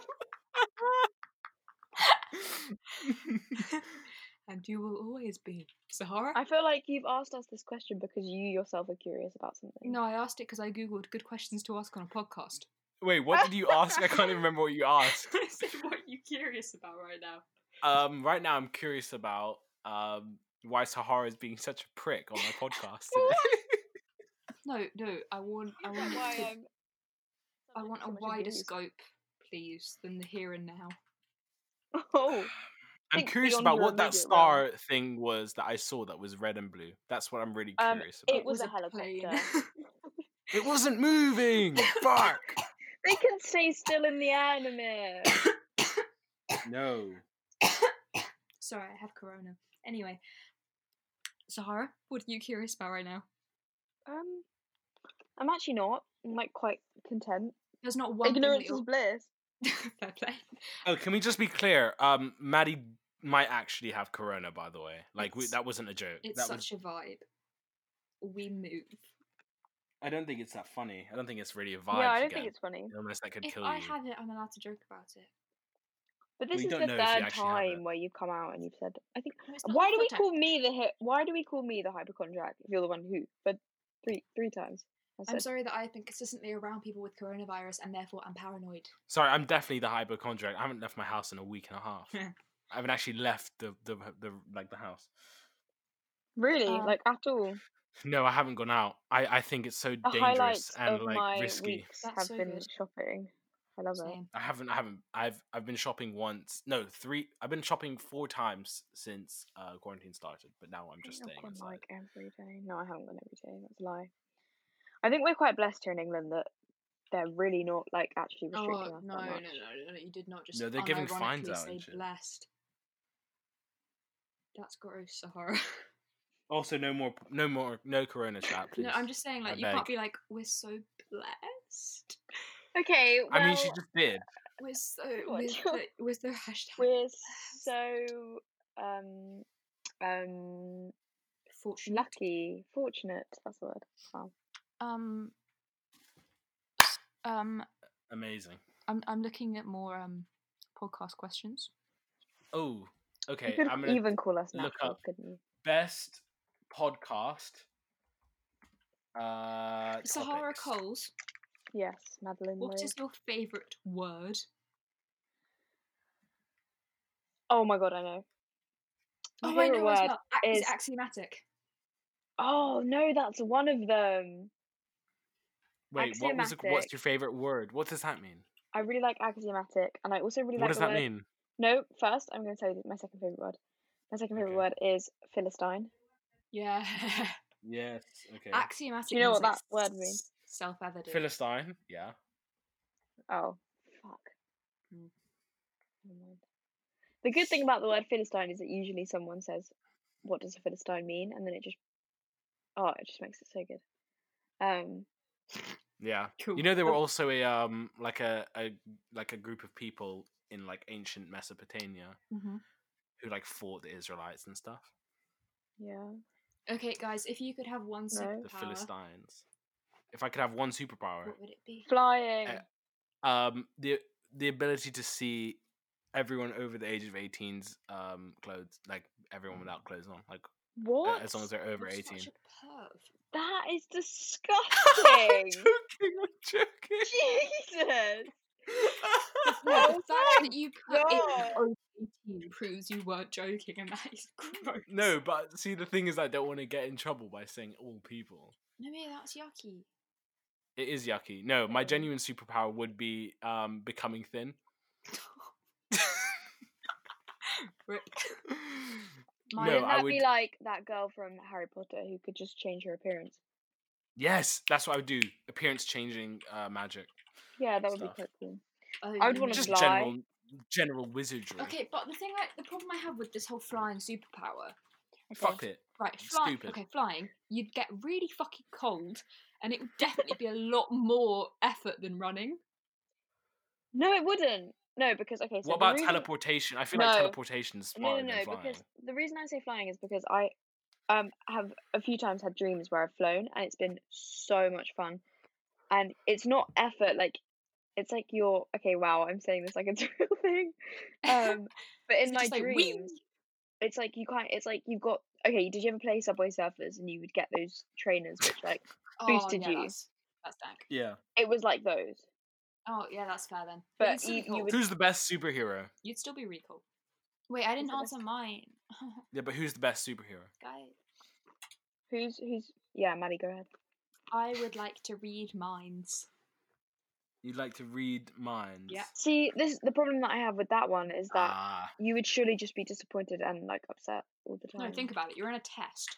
Speaker 3: and you will always be Sahara.
Speaker 2: I feel like you've asked us this question because you yourself are curious about something.
Speaker 3: no, I asked it because I googled good questions to ask on a podcast.
Speaker 1: Wait, what did you ask? I can't even remember what you asked.
Speaker 3: I said, what are you curious about right now?
Speaker 1: Um, right now, I'm curious about um, why Sahara is being such a prick on my podcast today.
Speaker 3: No, no, I want, I want, you um, to- I want a wider scope, please, than the here and now.
Speaker 2: Oh,
Speaker 1: I'm
Speaker 2: think
Speaker 1: curious
Speaker 2: beyond
Speaker 1: about
Speaker 2: your
Speaker 1: what that
Speaker 2: immediate
Speaker 1: star thing was that I saw that was red and blue. That's what I'm really
Speaker 2: Um,
Speaker 1: curious
Speaker 2: it
Speaker 1: about.
Speaker 2: was a
Speaker 3: plane.
Speaker 2: helicopter.
Speaker 1: It wasn't moving. Fuck.
Speaker 2: they can stay still in the anime.
Speaker 1: No.
Speaker 3: Sorry, I have corona. Anyway, Sahara, what are you curious about right now?
Speaker 2: um, I'm actually not. I'm like quite content.
Speaker 3: There's not one thing that
Speaker 2: Ignorance is
Speaker 3: you're...
Speaker 2: bliss.
Speaker 3: Fair play.
Speaker 1: Oh, can we just be clear? Um, Maddie might actually have corona, by the way. Like we,
Speaker 3: It's-
Speaker 1: that wasn't a joke.
Speaker 3: It's
Speaker 1: that was.
Speaker 3: such a vibe. We move.
Speaker 1: I don't think it's that funny. I don't think it's really a vibe.
Speaker 2: Yeah, I don't think it's funny.
Speaker 1: Unless that could
Speaker 3: If
Speaker 1: kill
Speaker 3: I
Speaker 1: you.
Speaker 3: had it, I'm allowed to joke about it.
Speaker 2: But this
Speaker 1: you
Speaker 2: is
Speaker 1: don't
Speaker 2: the
Speaker 1: know if you
Speaker 2: third
Speaker 1: actually have it.
Speaker 2: time where you've come out and you've said, "I think."
Speaker 3: No, it's not
Speaker 2: Why
Speaker 3: the
Speaker 2: do we
Speaker 3: third time.
Speaker 2: call me the hit? Why do we call me the hypochondriac? If you're the one who, but three three times. I
Speaker 3: I'm
Speaker 2: said,
Speaker 3: sorry that I've been consistently around people with coronavirus and therefore I'm paranoid.
Speaker 1: Sorry, I'm definitely the hypochondriac. I haven't left my house in a week and a half. I haven't actually left the the, the like the house.
Speaker 2: really,
Speaker 3: Um,
Speaker 2: like at all.
Speaker 1: No, I haven't gone out. I, I think it's so
Speaker 2: The
Speaker 1: dangerous
Speaker 2: highlights
Speaker 1: and
Speaker 2: of
Speaker 1: like
Speaker 2: my
Speaker 1: risky.
Speaker 2: weeks
Speaker 3: That's
Speaker 2: have
Speaker 3: so
Speaker 2: been
Speaker 3: good.
Speaker 2: shopping. I love it.
Speaker 3: Same.
Speaker 1: I haven't. I haven't. I've I've been shopping once. No, three. I've been shopping four times since uh, quarantine started. But now I'm
Speaker 2: I
Speaker 1: just
Speaker 2: think
Speaker 1: staying
Speaker 2: I've gone
Speaker 1: inside.
Speaker 2: like every day. No, I haven't gone every day. That's a lie. I think we're quite blessed here in England that they're really not like actually
Speaker 3: Oh
Speaker 2: restricting us
Speaker 3: no, no,
Speaker 2: that
Speaker 3: no,
Speaker 2: much.
Speaker 3: no, no! You did not just.
Speaker 1: No, they're giving
Speaker 3: unironically
Speaker 1: fines out
Speaker 3: Say
Speaker 1: and shit.
Speaker 3: blessed. That's gross, Sahara.
Speaker 1: Also, no more. No more. No Corona chat, please.
Speaker 3: no, I'm just saying,
Speaker 1: I
Speaker 3: like, you can't
Speaker 1: beg.
Speaker 3: be like, we're so blessed.
Speaker 2: Okay, well,
Speaker 1: I mean, she just did.
Speaker 3: We're so
Speaker 2: What?
Speaker 3: with the, with the hashtag
Speaker 2: we're so um um
Speaker 3: fortune.
Speaker 2: lucky, fortunate. That's the word. Wow.
Speaker 6: Um. Um.
Speaker 1: Amazing.
Speaker 6: I'm. I'm looking at more um, podcast questions.
Speaker 1: Oh, okay.
Speaker 2: you could
Speaker 1: I'm gonna
Speaker 2: even call us
Speaker 1: look
Speaker 2: natural,
Speaker 1: up
Speaker 2: couldn't you?
Speaker 1: best podcast. Uh,
Speaker 3: Sahara
Speaker 1: topics.
Speaker 3: Coles,
Speaker 2: Yes, Madeline.
Speaker 3: what
Speaker 2: Lee.
Speaker 3: is your favourite word?
Speaker 2: Oh my god, I know. My
Speaker 3: oh, I
Speaker 2: favourite
Speaker 3: know as
Speaker 2: word
Speaker 3: well. A- is
Speaker 2: is-
Speaker 3: axiomatic.
Speaker 2: Oh no, that's one of them.
Speaker 1: Wait, what was? The, what's
Speaker 2: Axiomatic. your
Speaker 1: your favorite word? What does that mean?
Speaker 2: I really like axiomatic, and I also really
Speaker 1: what
Speaker 2: like
Speaker 1: does
Speaker 2: the
Speaker 1: that
Speaker 2: word.
Speaker 1: mean?
Speaker 2: No, first I'm going to tell you my second favorite word. My second favorite
Speaker 1: Okay.
Speaker 2: word is philistine.
Speaker 3: Yeah.
Speaker 1: Yes. Okay.
Speaker 3: Axiomatic.
Speaker 2: Do you know
Speaker 3: means,
Speaker 2: what
Speaker 3: like,
Speaker 2: that word means?
Speaker 3: Self evident.
Speaker 1: Philistine. Yeah.
Speaker 2: Oh, fuck.
Speaker 3: Mm.
Speaker 2: Never mind. The good thing about the word philistine is that usually someone says, "What does a philistine mean?" and then it just, oh, it just makes it so good. Um,
Speaker 1: Yeah.
Speaker 3: cool.
Speaker 1: You know, there were
Speaker 2: Um,
Speaker 1: also a um like a, a like a group of people in like ancient Mesopotamia
Speaker 3: Mm-hmm.
Speaker 6: Mhm.
Speaker 1: who like fought the Israelites and stuff.
Speaker 2: yeah.
Speaker 3: okay, guys, if you could have one
Speaker 2: No.
Speaker 3: superpower,
Speaker 1: The Philistines. If I could have one superpower,
Speaker 3: what would it be?
Speaker 2: Flying.
Speaker 1: Uh, um, the the ability to see everyone over the age of 18's um clothes, like everyone without clothes on, like
Speaker 2: What?
Speaker 1: uh, as long as they're over
Speaker 3: You're
Speaker 1: 18.
Speaker 3: Mm. Such a perv.
Speaker 2: that is
Speaker 1: I'm
Speaker 2: disgusting.
Speaker 1: joking. I'm joking.
Speaker 2: Jesus.
Speaker 3: No,
Speaker 2: Oh
Speaker 3: the fact that you put
Speaker 2: God.
Speaker 3: in over 18 proves you weren't joking, and that is gross.
Speaker 1: No, but see, the thing is, I don't want to get in trouble by saying all people.
Speaker 3: No, yeah, that's yucky.
Speaker 1: It is yucky. No,
Speaker 3: Mm.
Speaker 1: my genuine superpower would be um becoming thin.
Speaker 3: Rip.
Speaker 1: No,
Speaker 2: Wouldn't
Speaker 1: I
Speaker 2: that
Speaker 1: would.
Speaker 2: be like that girl from Harry Potter who could just change her appearance?
Speaker 1: yes, that's what I would do. Appearance changing uh, magic.
Speaker 2: Yeah, that would
Speaker 1: Stuff.
Speaker 2: be quite cool.
Speaker 3: Oh,
Speaker 2: I would
Speaker 3: you
Speaker 2: wanna
Speaker 3: mean-
Speaker 1: Just
Speaker 2: fly.
Speaker 1: general, general wizardry.
Speaker 3: Okay, but the thing, I, the problem I have with this whole flying superpower,
Speaker 1: Fuck it.
Speaker 3: right? Flying,
Speaker 1: Stupid.
Speaker 3: okay, flying, you'd get really fucking cold, and it would definitely be a lot more effort than running.
Speaker 2: No, it wouldn't. No, because okay. So
Speaker 1: what
Speaker 2: the
Speaker 1: about
Speaker 2: reason-
Speaker 1: teleportation? I feel like
Speaker 2: No.
Speaker 1: teleportation is
Speaker 2: No,
Speaker 1: smarter
Speaker 2: no, no.
Speaker 1: than flying.
Speaker 2: Because the reason I say flying is because I um have a few times had dreams where I've flown and it's been so much fun, and it's not effort. Like it's like you're okay. Wow, I'm saying this like it's a real thing. Um, but in
Speaker 3: Is it
Speaker 2: my
Speaker 3: just like, wee-
Speaker 2: dreams, it's like you can't. It's like you've got. Okay, did you ever play Subway Surfers and you would get those trainers which like boosted
Speaker 3: Oh, yeah,
Speaker 2: you.
Speaker 3: That's, that's dank.
Speaker 1: yeah.
Speaker 2: it was like those.
Speaker 3: Oh yeah, that's fair then.
Speaker 2: But
Speaker 3: you'd still
Speaker 2: you-
Speaker 3: be
Speaker 2: you
Speaker 3: cool.
Speaker 2: would-
Speaker 1: Who's the best superhero?
Speaker 3: You'd still be really cool. Wait, I didn't
Speaker 2: it best-
Speaker 3: answer mine,
Speaker 1: Yeah, but who's the best superhero?
Speaker 3: guys.
Speaker 2: Who's who's? Yeah, Maddie, go ahead.
Speaker 3: I would like to read minds.
Speaker 1: You'd like to read minds.
Speaker 3: Yeah.
Speaker 2: See, this the problem that I have with that one is that
Speaker 1: Ah,
Speaker 2: you would surely just be disappointed and like upset all the time.
Speaker 3: No, think about it. You're in a test.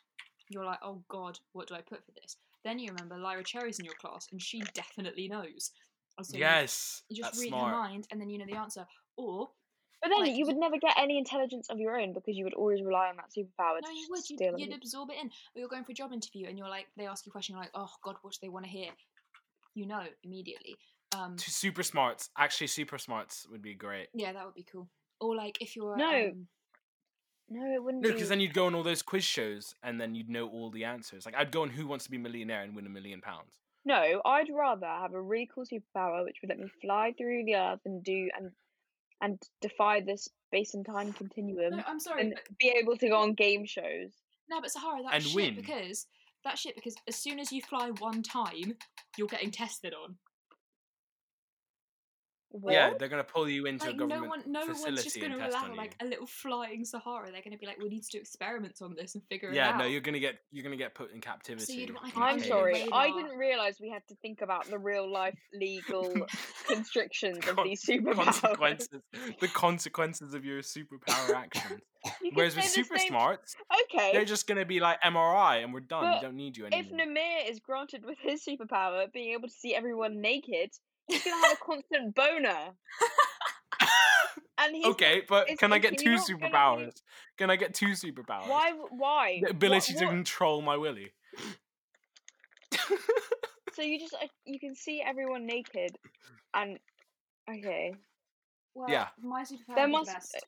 Speaker 3: You're like, oh god, what do I put for this? Then you remember Lyra Cherry's in your class, and she definitely knows. And so you-
Speaker 1: yes.
Speaker 3: You just
Speaker 1: that's
Speaker 3: read
Speaker 1: smart.
Speaker 3: her mind, and then you know the answer. Or
Speaker 2: but then
Speaker 3: like,
Speaker 2: you
Speaker 3: y-
Speaker 2: would never get any intelligence of your own because you would always rely on that superpower.
Speaker 3: no,
Speaker 2: to
Speaker 3: you
Speaker 2: just
Speaker 3: would. You'd,
Speaker 2: steal and
Speaker 3: you'd
Speaker 2: use.
Speaker 3: absorb it in. Or you're going for a job interview, and you're like, they ask you a question, you're like, oh god, what do they want to hear? You know immediately. Um,
Speaker 1: Two super smarts. Actually, super smarts would be great.
Speaker 3: yeah, that would be cool. Or like if you're
Speaker 2: No.
Speaker 3: um,
Speaker 2: No, it wouldn't.
Speaker 1: No,
Speaker 2: be...
Speaker 1: because then you'd go on all those quiz shows and then you'd know all the answers. Like I'd go on Who Wants to Be a Millionaire and win a million pounds.
Speaker 2: No, I'd rather have a really cool superpower which would let me fly through the earth and do and and defy this space and time continuum
Speaker 1: um,
Speaker 3: No, I'm sorry,
Speaker 2: and
Speaker 3: but
Speaker 2: be able to go on game shows.
Speaker 3: no, but Sahara, that
Speaker 1: And
Speaker 3: shit
Speaker 1: win.
Speaker 3: because that shit because as soon as you fly one time, you're getting tested on.
Speaker 2: What?
Speaker 1: Yeah, they're gonna pull you into
Speaker 3: Like
Speaker 1: a
Speaker 3: no
Speaker 1: government
Speaker 3: one, no
Speaker 1: facility
Speaker 3: one's just going
Speaker 1: and
Speaker 3: to
Speaker 1: test
Speaker 3: allow
Speaker 1: on
Speaker 3: like
Speaker 1: you.
Speaker 3: a little flying Sahara. They're going to be like, we need to do experiments on this and figure it
Speaker 1: Yeah,
Speaker 3: out.
Speaker 1: no, you're gonna get you're gonna get put in captivity.
Speaker 3: want, like,
Speaker 1: in a
Speaker 2: I'm
Speaker 3: an under
Speaker 1: cage.
Speaker 3: the
Speaker 2: sorry, I
Speaker 3: radar.
Speaker 2: didn't realise we had to think about the real life legal constrictions of
Speaker 1: Con-
Speaker 2: these superpowers.
Speaker 1: consequences. the consequences of your superpower actions.
Speaker 2: You could
Speaker 1: Whereas with
Speaker 2: say the
Speaker 1: super
Speaker 2: same-
Speaker 1: smarts,
Speaker 2: Okay.
Speaker 1: they're just gonna be like MRI and we're done.
Speaker 2: But
Speaker 1: we don't need you anymore.
Speaker 2: if Namir is granted with his superpower of being able to see everyone naked, he's gonna have a constant boner. and he's
Speaker 1: okay, but
Speaker 2: is-
Speaker 1: can I
Speaker 2: is-
Speaker 1: get
Speaker 2: you're
Speaker 1: two
Speaker 2: not gonna be-
Speaker 1: superpowers? Can I get two superpowers?
Speaker 2: why? w- Why?
Speaker 1: The ability
Speaker 2: What-
Speaker 1: to
Speaker 2: what-
Speaker 1: control my willy.
Speaker 2: So you just like, you can see everyone naked, and okay,
Speaker 3: Well,
Speaker 1: Yeah. uh,
Speaker 3: my superpower
Speaker 2: There
Speaker 3: would be
Speaker 2: must-
Speaker 3: the best.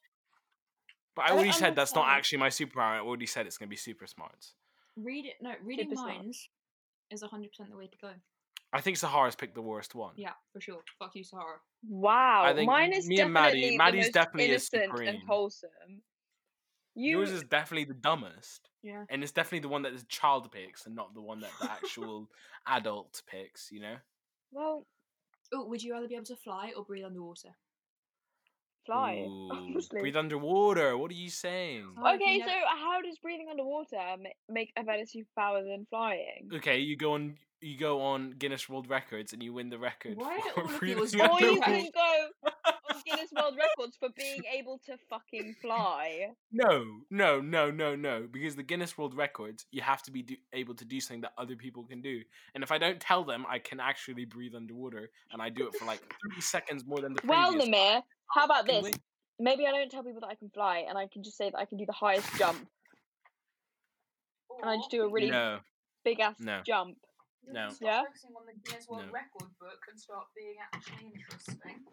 Speaker 1: But I
Speaker 2: I don't
Speaker 1: already said that's not
Speaker 2: understand.
Speaker 1: actually my superpower. I already said it's going to be super smarts.
Speaker 3: Read it. No, reading
Speaker 2: Super smart.
Speaker 3: minds is hundred percent the way to go.
Speaker 1: I think Sahara's picked the worst one.
Speaker 3: Yeah, for sure. Fuck you, Sahara.
Speaker 2: wow,
Speaker 1: I think
Speaker 2: mine is
Speaker 1: me
Speaker 2: definitely
Speaker 1: and Maddie-
Speaker 2: the
Speaker 1: Maddie's
Speaker 2: most
Speaker 1: definitely is
Speaker 2: innocent and
Speaker 1: supreme.
Speaker 2: wholesome. You
Speaker 1: Yours is definitely the dumbest.
Speaker 3: Yeah.
Speaker 1: And it's definitely the one that the child picks and not the one that the actual adult picks, you know?
Speaker 2: well
Speaker 3: Oh, would you rather be able to fly or breathe underwater?
Speaker 2: fly.
Speaker 1: Ooh,
Speaker 2: obviously.
Speaker 1: breathe underwater. What are you saying?
Speaker 3: Oh, if you
Speaker 2: Okay,
Speaker 3: never-
Speaker 2: so how does breathing underwater ma- make a better superpower than flying?
Speaker 1: Okay, you go on you go on Guinness World Records and you win the record.
Speaker 3: Why are
Speaker 1: for
Speaker 3: all of
Speaker 1: breathing
Speaker 3: yours
Speaker 2: Or you
Speaker 1: underwater.
Speaker 2: can go on Guinness World Records for being able to fucking fly.
Speaker 1: No, no, no, no, no. Because the Guinness World Records, you have to be do- able to do something that other people can do. And if I don't tell them, I can actually breathe underwater, and I do it for like 30 seconds more than the previous.
Speaker 2: Well, Namir, how about
Speaker 1: fucking
Speaker 2: this?
Speaker 1: week.
Speaker 2: Maybe I don't tell people that I can fly, and I can just say that I can do the highest jump, and I
Speaker 3: Or-
Speaker 2: just do a really
Speaker 1: No,
Speaker 2: big ass
Speaker 1: No.
Speaker 2: jump.
Speaker 3: You're gonna
Speaker 1: No.
Speaker 3: start
Speaker 2: Yeah?
Speaker 3: Focusing on the Guinness World
Speaker 1: No.
Speaker 3: Record book and start being actually interesting.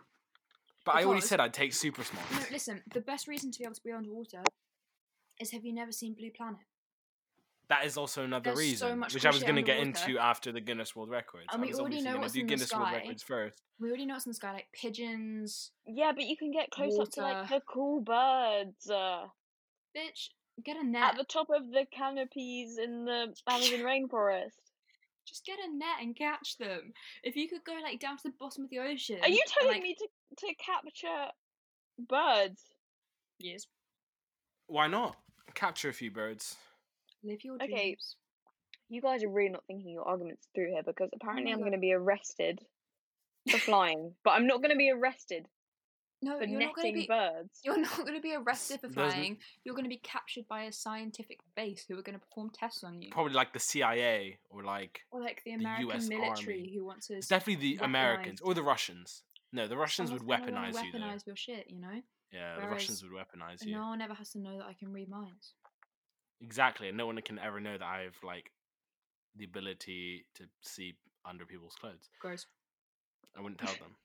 Speaker 1: but I already
Speaker 3: Because-
Speaker 1: said I'd take super
Speaker 3: No,
Speaker 1: smarts.
Speaker 3: listen. The best reason to be able to be underwater is have you never seen Blue Planet?
Speaker 1: That is also another
Speaker 3: There's so
Speaker 1: reason,
Speaker 3: much
Speaker 1: which
Speaker 3: cool
Speaker 1: I was
Speaker 3: shit
Speaker 1: going to get
Speaker 3: underwater.
Speaker 1: into after the Guinness World Records. I
Speaker 3: And we
Speaker 1: was
Speaker 3: already
Speaker 1: obviously
Speaker 3: know
Speaker 1: gonna
Speaker 3: what's
Speaker 1: do
Speaker 3: in the
Speaker 1: Guinness World
Speaker 3: sky.
Speaker 1: Records first.
Speaker 3: We already know it's in the sky, like pigeons.
Speaker 2: Yeah, but you can get close up to like
Speaker 3: Water.
Speaker 2: the cool birds uh,
Speaker 3: Bitch, get a net.
Speaker 2: at the top of the canopies in the Amazon rainforest.
Speaker 3: Just get a net and catch them. If you could go like down to the bottom of the ocean.
Speaker 2: Are you
Speaker 3: and,
Speaker 2: telling
Speaker 3: like-
Speaker 2: me to to capture birds?
Speaker 3: Yes.
Speaker 1: Why not capture a few birds?
Speaker 3: Live your dreams.
Speaker 2: Okay. You guys are really not thinking your arguments through here because apparently
Speaker 3: my
Speaker 2: I'm
Speaker 3: God.
Speaker 2: going to be arrested for flying, but I'm not going to be arrested
Speaker 3: No,
Speaker 2: for
Speaker 3: you're not gonna
Speaker 2: netting
Speaker 3: be.
Speaker 2: birds.
Speaker 3: You're not going to be arrested for
Speaker 1: There's n-
Speaker 3: flying. You're going to be captured by a scientific base who are going to perform tests on you.
Speaker 1: Probably like the CIA or like
Speaker 3: or like the
Speaker 1: the
Speaker 3: American
Speaker 1: US
Speaker 3: military
Speaker 1: Army.
Speaker 3: who want to.
Speaker 1: it's definitely the Americans
Speaker 3: weaponized.
Speaker 1: or the Russians. No, the Russians
Speaker 3: someone's
Speaker 1: would
Speaker 3: gonna wanna
Speaker 1: weaponize, you. Though.
Speaker 3: Weaponize your shit, you know.
Speaker 1: Yeah, the
Speaker 3: whereas-
Speaker 1: Russians would weaponize
Speaker 3: And
Speaker 1: you
Speaker 3: no one ever has to know that I can read minds.
Speaker 1: exactly, and no one can ever know that I have like the ability to see under people's clothes.
Speaker 3: Gross.
Speaker 1: I wouldn't tell them.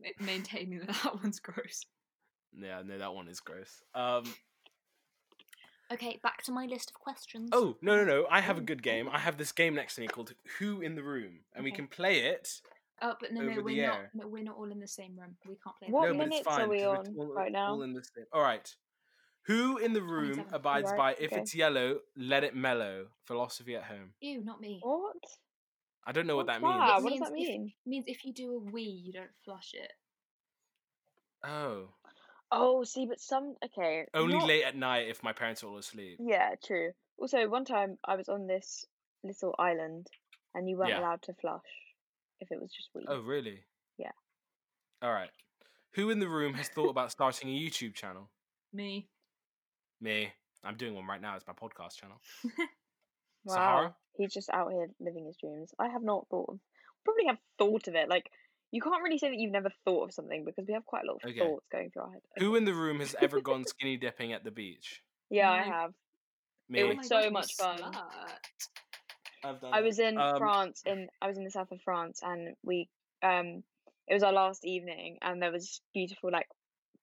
Speaker 3: Ma- Maintaining that that one's gross.
Speaker 1: yeah, no, that one is gross. Um,
Speaker 3: Okay, back to my list of questions.
Speaker 1: Oh no no no! I have a
Speaker 3: Oh,
Speaker 1: good game. I have this game next to me called Who in the Room, and we
Speaker 3: Okay.
Speaker 1: can play it.
Speaker 3: Oh, but no,
Speaker 1: over
Speaker 3: no,
Speaker 1: the
Speaker 3: we're not.
Speaker 1: air.
Speaker 3: No, we're not all in the same room. We can't play.
Speaker 2: What
Speaker 1: no, but it's
Speaker 2: minutes are
Speaker 1: fine.
Speaker 2: we
Speaker 1: 'cause
Speaker 2: on
Speaker 1: we're all,
Speaker 2: right now?
Speaker 1: All in this thing. All right. Who in the room
Speaker 3: 27.
Speaker 1: abides
Speaker 2: Right,
Speaker 1: by if
Speaker 2: okay.
Speaker 1: it's yellow, let it mellow? Philosophy at home.
Speaker 3: that. Ew, not me.
Speaker 2: What?
Speaker 1: I don't know
Speaker 2: What's
Speaker 1: what that
Speaker 2: that?
Speaker 1: means.
Speaker 2: What does
Speaker 3: Means
Speaker 2: that
Speaker 3: if-
Speaker 2: mean?
Speaker 3: means if you do a wee, you don't flush it.
Speaker 1: Oh,
Speaker 2: Oh, see, but some okay.
Speaker 1: only
Speaker 2: not-
Speaker 1: late at night if my parents are all asleep.
Speaker 2: Yeah, true. Also, one time I was on this little island, and you weren't
Speaker 1: Yeah.
Speaker 2: allowed to flush if it was just weed.
Speaker 1: Oh really?
Speaker 2: Yeah.
Speaker 1: All right. Who in the room has thought about starting a YouTube channel?
Speaker 3: Me.
Speaker 1: Me. I'm doing one right now. It's my podcast channel.
Speaker 2: wow,
Speaker 1: Sahara?
Speaker 2: he's just out here living his dreams. I have not thought of. Probably have thought of it. Like you can't really say that you've never thought of something because we have quite a lot of
Speaker 1: Okay.
Speaker 2: thoughts going through our head.
Speaker 1: Who in the room has ever gone skinny dipping at the beach?
Speaker 2: Yeah, I
Speaker 3: No.
Speaker 2: have.
Speaker 1: Me.
Speaker 2: was
Speaker 3: Oh my
Speaker 2: so
Speaker 3: you
Speaker 2: much fun.
Speaker 3: slut.
Speaker 1: I've done
Speaker 2: I
Speaker 1: that.
Speaker 2: was in
Speaker 1: Um,
Speaker 2: France in I was in the south of France and we um it was our last evening and there was beautiful like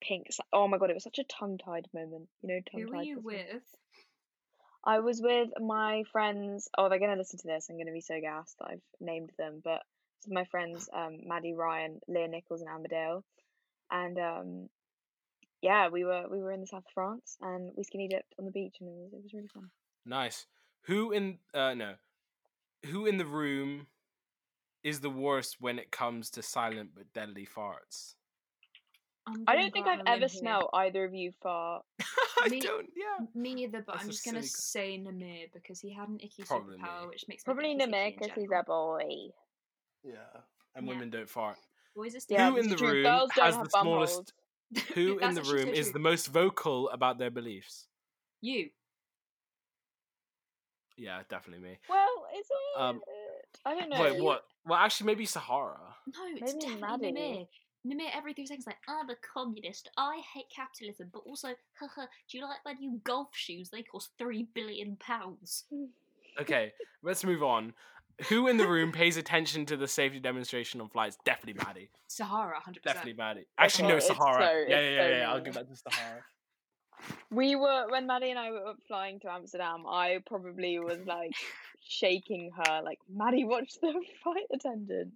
Speaker 2: pink s- oh my god it was such a tongue tied moment you know tongue
Speaker 3: Who
Speaker 2: tied
Speaker 3: were you with?
Speaker 2: I was with my friends oh they're gonna listen to this I'm gonna be so gassed that I've named them but it's my friends um Maddie Ryan Leah Nichols and Amadale and um yeah we were we were in the south of France and we skinny dipped on the beach and it was, it was really fun
Speaker 1: Nice. Who in uh no. Who in the room is the worst when it comes to silent but deadly farts?
Speaker 3: I'm
Speaker 2: I
Speaker 3: gonna
Speaker 2: don't
Speaker 3: go
Speaker 2: think
Speaker 3: out
Speaker 2: I've
Speaker 3: on a
Speaker 2: ever
Speaker 3: limb here.
Speaker 2: smelled either of you fart
Speaker 1: I
Speaker 3: Me-
Speaker 1: don't yeah.
Speaker 3: M- Me either, but
Speaker 1: That's
Speaker 3: I'm
Speaker 1: a
Speaker 3: just gonna
Speaker 1: silly
Speaker 3: say Namir because he had an icky
Speaker 1: Probably
Speaker 3: superpower,
Speaker 1: me.
Speaker 3: which makes me
Speaker 2: probably
Speaker 3: think he's
Speaker 2: Namir
Speaker 3: icky in
Speaker 2: because he's a
Speaker 3: general.
Speaker 2: boy.
Speaker 1: Yeah. And
Speaker 3: Yeah.
Speaker 1: women don't fart.
Speaker 3: Boys are
Speaker 2: Yeah,
Speaker 1: who in
Speaker 2: that's
Speaker 1: the
Speaker 2: true.
Speaker 1: room
Speaker 2: Girls don't
Speaker 1: has
Speaker 2: have
Speaker 1: the
Speaker 2: bum
Speaker 1: smallest who in
Speaker 3: That's
Speaker 1: the
Speaker 3: actually so
Speaker 1: room is
Speaker 3: true.
Speaker 1: the most vocal about their beliefs?
Speaker 3: You.
Speaker 1: Yeah, definitely me.
Speaker 2: Well, is it?
Speaker 1: Um,
Speaker 2: I don't know.
Speaker 1: Wait, what? Well actually maybe Sahara.
Speaker 3: No, it's
Speaker 2: Maybe
Speaker 3: definitely
Speaker 2: Maddie.
Speaker 3: Namir. Namir every three seconds like, I'm a communist. I hate capitalism, but also, haha, do you like my new golf shoes? They cost three billion pounds.
Speaker 1: Okay, let's move on. Who in the room pays attention to the safety demonstration on flights? Definitely Maddie.
Speaker 3: Sahara, hundred
Speaker 1: Definitely
Speaker 3: percent.
Speaker 1: Maddie. Actually, no,
Speaker 2: it's
Speaker 1: Sahara.
Speaker 2: so-
Speaker 1: yeah,
Speaker 2: it's
Speaker 1: yeah,
Speaker 2: so
Speaker 1: yeah, yeah. I'll
Speaker 2: mean.
Speaker 1: give that to Sahara.
Speaker 2: We were when Maddie and I were flying to Amsterdam. I probably was like shaking her, like Maddie, watch the flight attendant.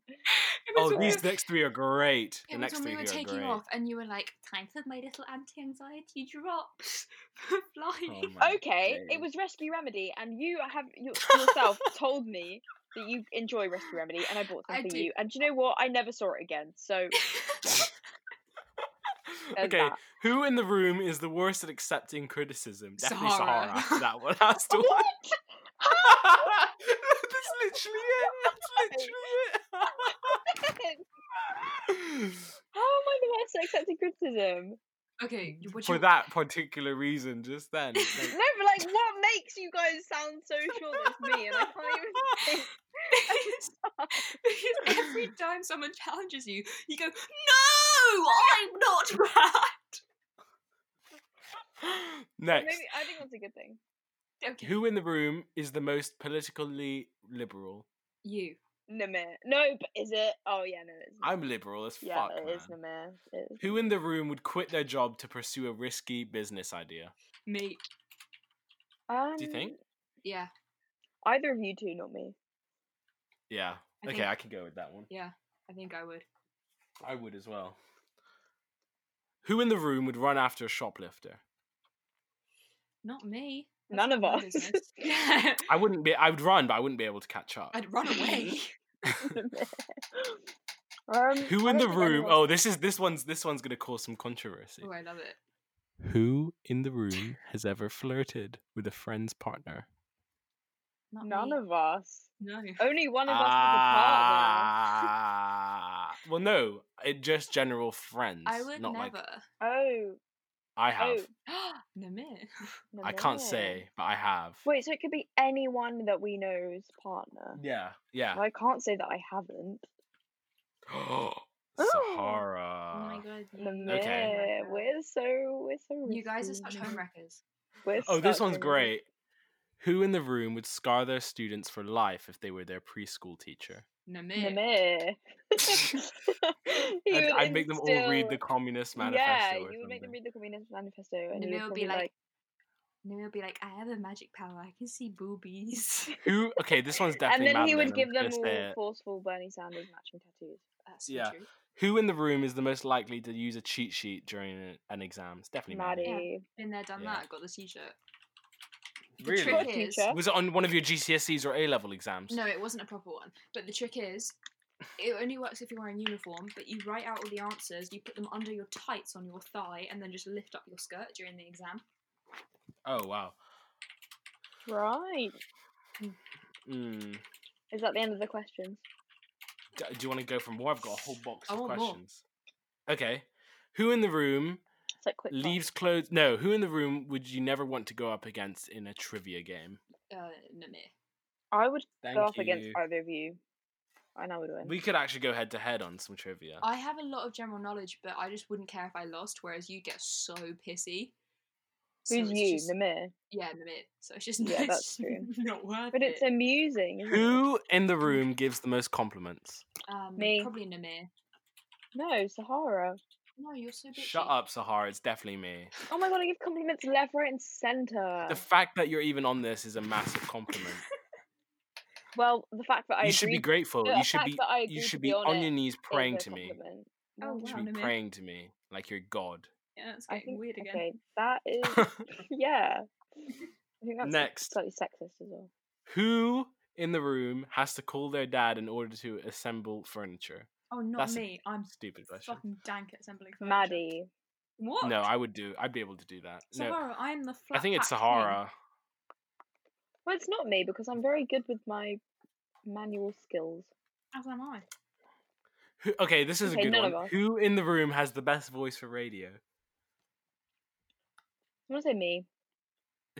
Speaker 1: oh,
Speaker 2: when we
Speaker 1: these
Speaker 2: were-
Speaker 1: next three are great. The
Speaker 3: It was
Speaker 1: next
Speaker 3: when we
Speaker 1: three
Speaker 3: were
Speaker 1: here are
Speaker 3: taking
Speaker 1: great.
Speaker 3: off, and you were like, "Time for my little anti-anxiety drops for flying."
Speaker 1: Oh my
Speaker 2: Okay,
Speaker 1: days.
Speaker 2: it was Rescue Remedy, and you have you, yourself told me that you enjoy Rescue Remedy, and I bought some
Speaker 3: I
Speaker 2: for
Speaker 3: do.
Speaker 2: you. And do you know what? I never saw it again. So there's
Speaker 1: okay,
Speaker 2: that.
Speaker 1: who in the room is the worst at accepting criticism? Definitely Sahara.
Speaker 3: Sahara.
Speaker 1: that one. That's the one.
Speaker 2: What?
Speaker 1: That's literally it. That's literally it.
Speaker 2: How am Oh I the worst at accepting criticism?
Speaker 3: Okay, would
Speaker 1: For
Speaker 3: you-
Speaker 1: that particular reason, just then.
Speaker 2: No,
Speaker 1: like-
Speaker 2: but like, what makes you guys sound so sure that's me? And I can't even think.
Speaker 3: because, because every time someone challenges you, you go, "No, I'm not bad."
Speaker 1: Next.
Speaker 2: Maybe I think that's a good thing.
Speaker 3: Okay,
Speaker 1: Who in the room is the most politically liberal?
Speaker 3: you.
Speaker 2: Namir. No, but is it? Oh yeah, no, it's.
Speaker 1: I'm liberal as
Speaker 2: Yeah,
Speaker 1: fuck,
Speaker 2: it
Speaker 1: man.
Speaker 2: is Namir. It is.
Speaker 1: Who in the room would quit their job to pursue a risky business idea?
Speaker 3: Me.
Speaker 2: Um,
Speaker 1: Do you think?
Speaker 3: Yeah.
Speaker 2: Either of you two, not me.
Speaker 1: Yeah.
Speaker 3: I
Speaker 1: okay,
Speaker 3: think-
Speaker 1: I could go with that one.
Speaker 3: Yeah, I think I would.
Speaker 1: I would as well. Who in the room would run after a shoplifter?
Speaker 3: Not me.
Speaker 2: None
Speaker 3: not
Speaker 2: of
Speaker 3: my
Speaker 2: us.
Speaker 3: business. yeah.
Speaker 1: I wouldn't be. I would run, but I wouldn't be able to catch up.
Speaker 3: I'd run away.
Speaker 2: um,
Speaker 1: Who
Speaker 2: I
Speaker 1: in
Speaker 2: don't
Speaker 1: the
Speaker 2: think
Speaker 1: room?
Speaker 2: anyone's-
Speaker 1: Oh, this is this one's this one's gonna cause some controversy.
Speaker 3: oh, I love it.
Speaker 1: Who in the room has ever flirted with a friend's partner?
Speaker 7: Not
Speaker 2: None
Speaker 7: me.
Speaker 2: of us.
Speaker 3: No.
Speaker 2: Only one of us has
Speaker 1: Ah, well, no, it just general friends.
Speaker 3: I would
Speaker 1: not like
Speaker 3: never.
Speaker 2: a partner.
Speaker 1: I have.
Speaker 2: Oh,
Speaker 3: no me.
Speaker 2: no
Speaker 1: I can't
Speaker 2: way.
Speaker 1: say, but I have.
Speaker 2: Wait, so it could be anyone that we know's partner.
Speaker 1: Yeah, yeah.
Speaker 2: Well, I can't say that I haven't.
Speaker 3: oh my
Speaker 1: Sahara.
Speaker 3: god.
Speaker 2: Uh, The
Speaker 3: you-
Speaker 1: Okay.
Speaker 2: meh, We're so we're so.
Speaker 3: You guys are such
Speaker 2: risky.
Speaker 3: homewreckers.
Speaker 2: We're
Speaker 1: Oh, this
Speaker 2: such
Speaker 1: one's
Speaker 2: homewreckers.
Speaker 1: great. Who in the room would scar their students for life if they were their preschool teacher?
Speaker 3: No
Speaker 2: The
Speaker 3: me.
Speaker 2: meh. He
Speaker 1: I'd,
Speaker 2: would
Speaker 1: I'd make them all read
Speaker 2: instill-
Speaker 1: the Communist Manifesto.
Speaker 2: Yeah,
Speaker 1: or
Speaker 2: you would make them
Speaker 1: something.
Speaker 2: read the Communist Manifesto, and
Speaker 3: Name
Speaker 2: you
Speaker 3: it
Speaker 2: would
Speaker 3: would be
Speaker 2: probably, like,
Speaker 3: No me would be like, I have a magic power. I can see boobies.
Speaker 1: Who? Okay, this one's
Speaker 2: and
Speaker 1: definitely.
Speaker 2: then he
Speaker 1: Madeline,
Speaker 2: would
Speaker 1: I'm
Speaker 2: give
Speaker 1: gonna
Speaker 2: them all
Speaker 1: say it.
Speaker 2: forceful Bernie Sanders matching tattoos.
Speaker 3: That's so
Speaker 1: Yeah.
Speaker 3: true.
Speaker 1: Who in the room is the most likely to use a cheat sheet during an- an exam? It's definitely Maddie.
Speaker 2: Maddie,
Speaker 3: Been there, done
Speaker 1: Yeah.
Speaker 3: that. Got the t-shirt. The
Speaker 1: Really?
Speaker 2: What
Speaker 3: trick is,
Speaker 2: teacher?
Speaker 1: Was it on one of your GCSEs or A level exams?
Speaker 3: no, it wasn't a proper one. But the trick is, it only works if you're wearing uniform. But you write out all the answers. You put them under your tights on your thigh, and then just lift up your skirt during the exam.
Speaker 1: Oh wow.
Speaker 2: right?
Speaker 1: Mm.
Speaker 2: Is that the end of the questions?
Speaker 1: D- Do you want to go from more? I've got a whole box
Speaker 3: I
Speaker 1: of
Speaker 3: want more.
Speaker 1: questions. Okay. Who in the room
Speaker 2: It's like quick. fire.
Speaker 1: leaves clothes? No. Who in the room would you never want to go up against in a trivia game?
Speaker 3: Uh, no me.
Speaker 2: I would
Speaker 1: Thank
Speaker 2: go up
Speaker 1: you.
Speaker 2: against either of you, and I would win.
Speaker 1: we could actually go head to head on some trivia.
Speaker 3: I have a lot of general knowledge, but I just wouldn't care if I lost. Whereas you get so pissy. So
Speaker 2: Who's
Speaker 3: it's
Speaker 2: you,
Speaker 3: just-
Speaker 2: Namir?
Speaker 3: yeah, no me. So it's just
Speaker 2: Yeah,
Speaker 3: it's
Speaker 2: that's true.
Speaker 3: Not worth
Speaker 2: But it's
Speaker 3: it.
Speaker 2: amusing. Isn't It?
Speaker 1: Who in the room gives the most compliments?
Speaker 3: um,
Speaker 2: me.
Speaker 3: Probably Namir.
Speaker 2: No, Sahara.
Speaker 3: No, you're so bitchy.
Speaker 1: Shut up, Sahara. It's definitely me.
Speaker 2: Oh my god, I give compliments left, right, and centre.
Speaker 1: The fact that you're even on this is a massive compliment.
Speaker 2: well, the fact that I
Speaker 1: you should be
Speaker 2: agreed-
Speaker 1: grateful.
Speaker 2: the
Speaker 1: You should
Speaker 2: fact
Speaker 1: be
Speaker 2: that I
Speaker 1: you
Speaker 2: agreed to
Speaker 1: should
Speaker 2: be
Speaker 1: be
Speaker 2: on
Speaker 1: on
Speaker 2: it
Speaker 1: your knees
Speaker 2: is
Speaker 1: praying
Speaker 2: a
Speaker 1: to me.
Speaker 2: compliment.
Speaker 3: Oh,
Speaker 2: Well,
Speaker 1: You should
Speaker 3: Wow,
Speaker 1: be
Speaker 3: Namir.
Speaker 1: praying to me like you're God.
Speaker 3: Yeah, it's
Speaker 2: I
Speaker 3: getting
Speaker 2: think
Speaker 3: weird again.
Speaker 2: okay, that is yeah. I think that's
Speaker 1: Next.
Speaker 2: slightly sexist as well.
Speaker 1: Who in the room has to call their dad in order to assemble furniture?
Speaker 3: Oh, not
Speaker 1: That's a
Speaker 3: me. i I'm
Speaker 1: Stupid question.
Speaker 3: fucking dank at assembling furniture.
Speaker 2: Maddie.
Speaker 3: What?
Speaker 1: No, I would do. I'd be able to do that. No,
Speaker 3: Sahara, I'm the flat
Speaker 1: I think it's
Speaker 3: pack
Speaker 1: Sahara.
Speaker 2: Well, it's not me because I'm very good with my manual skills.
Speaker 3: King, As am I.
Speaker 1: Who, okay, this is
Speaker 2: Okay,
Speaker 1: a good
Speaker 2: none of
Speaker 1: one.
Speaker 2: us.
Speaker 1: Who in the room has the best voice for radio?
Speaker 2: I'm gonna say me.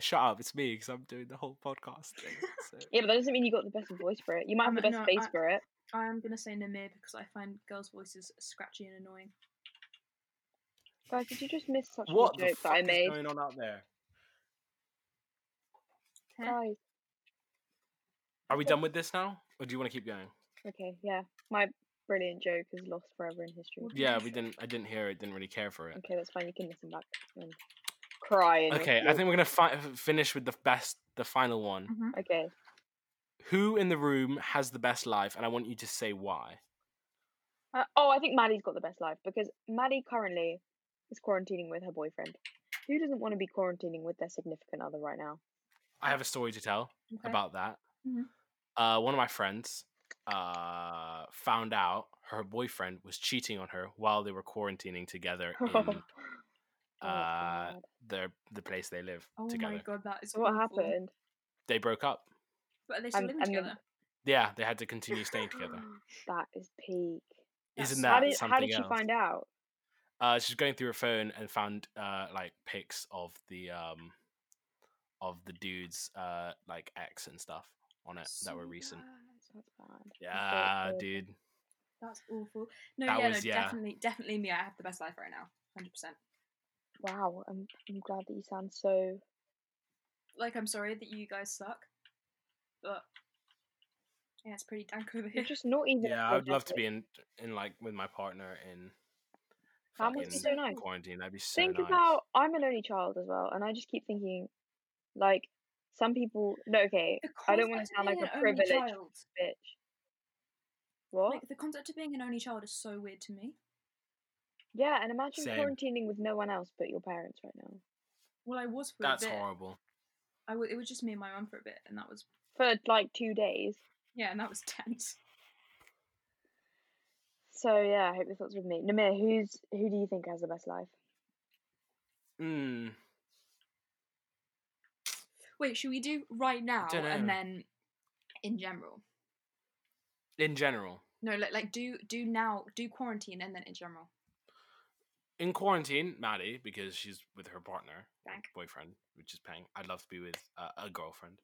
Speaker 1: Shut up! It's me because I'm doing the whole podcast thing. So.
Speaker 2: Yeah, but that doesn't mean you got the best voice for it. You might have
Speaker 3: Um,
Speaker 2: the best
Speaker 3: no,
Speaker 2: face
Speaker 3: I-
Speaker 2: for it.
Speaker 3: I am gonna say Namir because I find girls' voices scratchy and annoying.
Speaker 2: Guys, did you just miss such
Speaker 1: what
Speaker 2: a
Speaker 1: the
Speaker 2: joke that
Speaker 1: fuck
Speaker 2: I
Speaker 1: is
Speaker 2: made?
Speaker 1: going on out there?
Speaker 3: Heh.
Speaker 2: Guys,
Speaker 1: Are we done with this now, or do you want to keep going?
Speaker 2: okay, yeah. My brilliant joke is lost forever in history.
Speaker 3: Well, did
Speaker 1: Yeah,
Speaker 3: you
Speaker 1: we
Speaker 3: feel-
Speaker 1: didn't. I didn't hear it. Didn't really care for it.
Speaker 2: Okay, that's fine. You can listen back and cry. in your
Speaker 1: Okay, I
Speaker 2: sleep.
Speaker 1: think we're gonna fi- finish with the best, the final one.
Speaker 2: Mm.
Speaker 3: Mhm.
Speaker 2: Okay,
Speaker 1: Who in the room has the best life? And I want you to say why.
Speaker 2: Uh, oh, I think Maddie's got the best life because Maddie currently is quarantining with her boyfriend. Who doesn't want to be quarantining with their significant other right now?
Speaker 1: I have a story to tell
Speaker 3: Okay.
Speaker 1: about that.
Speaker 3: Mhm.
Speaker 1: Uh, one of my friends uh, found out her boyfriend was cheating on her while they were quarantining together in
Speaker 2: Oh,
Speaker 1: Hmm. uh,
Speaker 2: God.
Speaker 1: their the place they live
Speaker 3: Oh
Speaker 1: together.
Speaker 3: my god, that is
Speaker 2: So what
Speaker 3: awful.
Speaker 2: happened?
Speaker 1: They broke up.
Speaker 3: But are they still
Speaker 2: And-
Speaker 3: living
Speaker 2: and the-
Speaker 3: together?
Speaker 1: Yeah, they had to continue staying together.
Speaker 2: That is peak.
Speaker 3: That's
Speaker 1: Isn't
Speaker 3: so-
Speaker 1: that
Speaker 2: how did
Speaker 1: something
Speaker 2: how did she
Speaker 1: else?
Speaker 2: find out?
Speaker 1: uh, she's going through her phone and found uh, like pics of the um, of the dude's uh, like ex and stuff on it that were
Speaker 3: So
Speaker 1: recent.
Speaker 3: bad.
Speaker 2: That's bad.
Speaker 1: Yeah,
Speaker 2: awkward.
Speaker 1: dude.
Speaker 3: That's awful. No,
Speaker 1: That
Speaker 3: yeah,
Speaker 1: was-
Speaker 3: no,
Speaker 1: yeah.
Speaker 3: definitely, definitely me. I have the best life right now, hundred percent.
Speaker 2: Wow, I'm I'm glad that you sound so.
Speaker 3: Like, I'm sorry that you guys suck, but yeah, it's pretty dank over
Speaker 2: You're
Speaker 3: here.
Speaker 2: just not even.
Speaker 1: Yeah, I would love to be in in like with my partner in.
Speaker 2: That must be
Speaker 1: fucking
Speaker 2: so nice.
Speaker 1: Quarantine. That'd be so
Speaker 2: Think
Speaker 1: nice.
Speaker 2: about I'm an only child as well, and I just keep thinking, like, Some people, no, okay, I don't want
Speaker 3: concept
Speaker 2: to
Speaker 3: of
Speaker 2: sound like
Speaker 3: being
Speaker 2: a
Speaker 3: an only
Speaker 2: privileged
Speaker 3: child,
Speaker 2: bitch. What?
Speaker 3: Like the concept of being an only child is so weird to me.
Speaker 2: yeah, and imagine
Speaker 1: Same.
Speaker 2: quarantining with no one else but your parents right now
Speaker 3: Well, I was for
Speaker 1: That's
Speaker 3: a bit.
Speaker 1: horrible.
Speaker 3: I w- it was just me and my mum for a bit, and that was
Speaker 2: for like two days.
Speaker 3: yeah, and that was tense.
Speaker 2: So yeah, I hope your thoughts with me. Namir, who's who do you think has the best life?
Speaker 1: Mm.
Speaker 3: Wait, should we do right now
Speaker 1: dunno.
Speaker 3: and then in general?
Speaker 1: In general,
Speaker 3: No, like like do do now, do quarantine and then in general.
Speaker 1: in quarantine, Maddie because she's with her partner, or
Speaker 3: Bank.
Speaker 1: boyfriend, which is Pang. I'd love to be with uh, a girlfriend.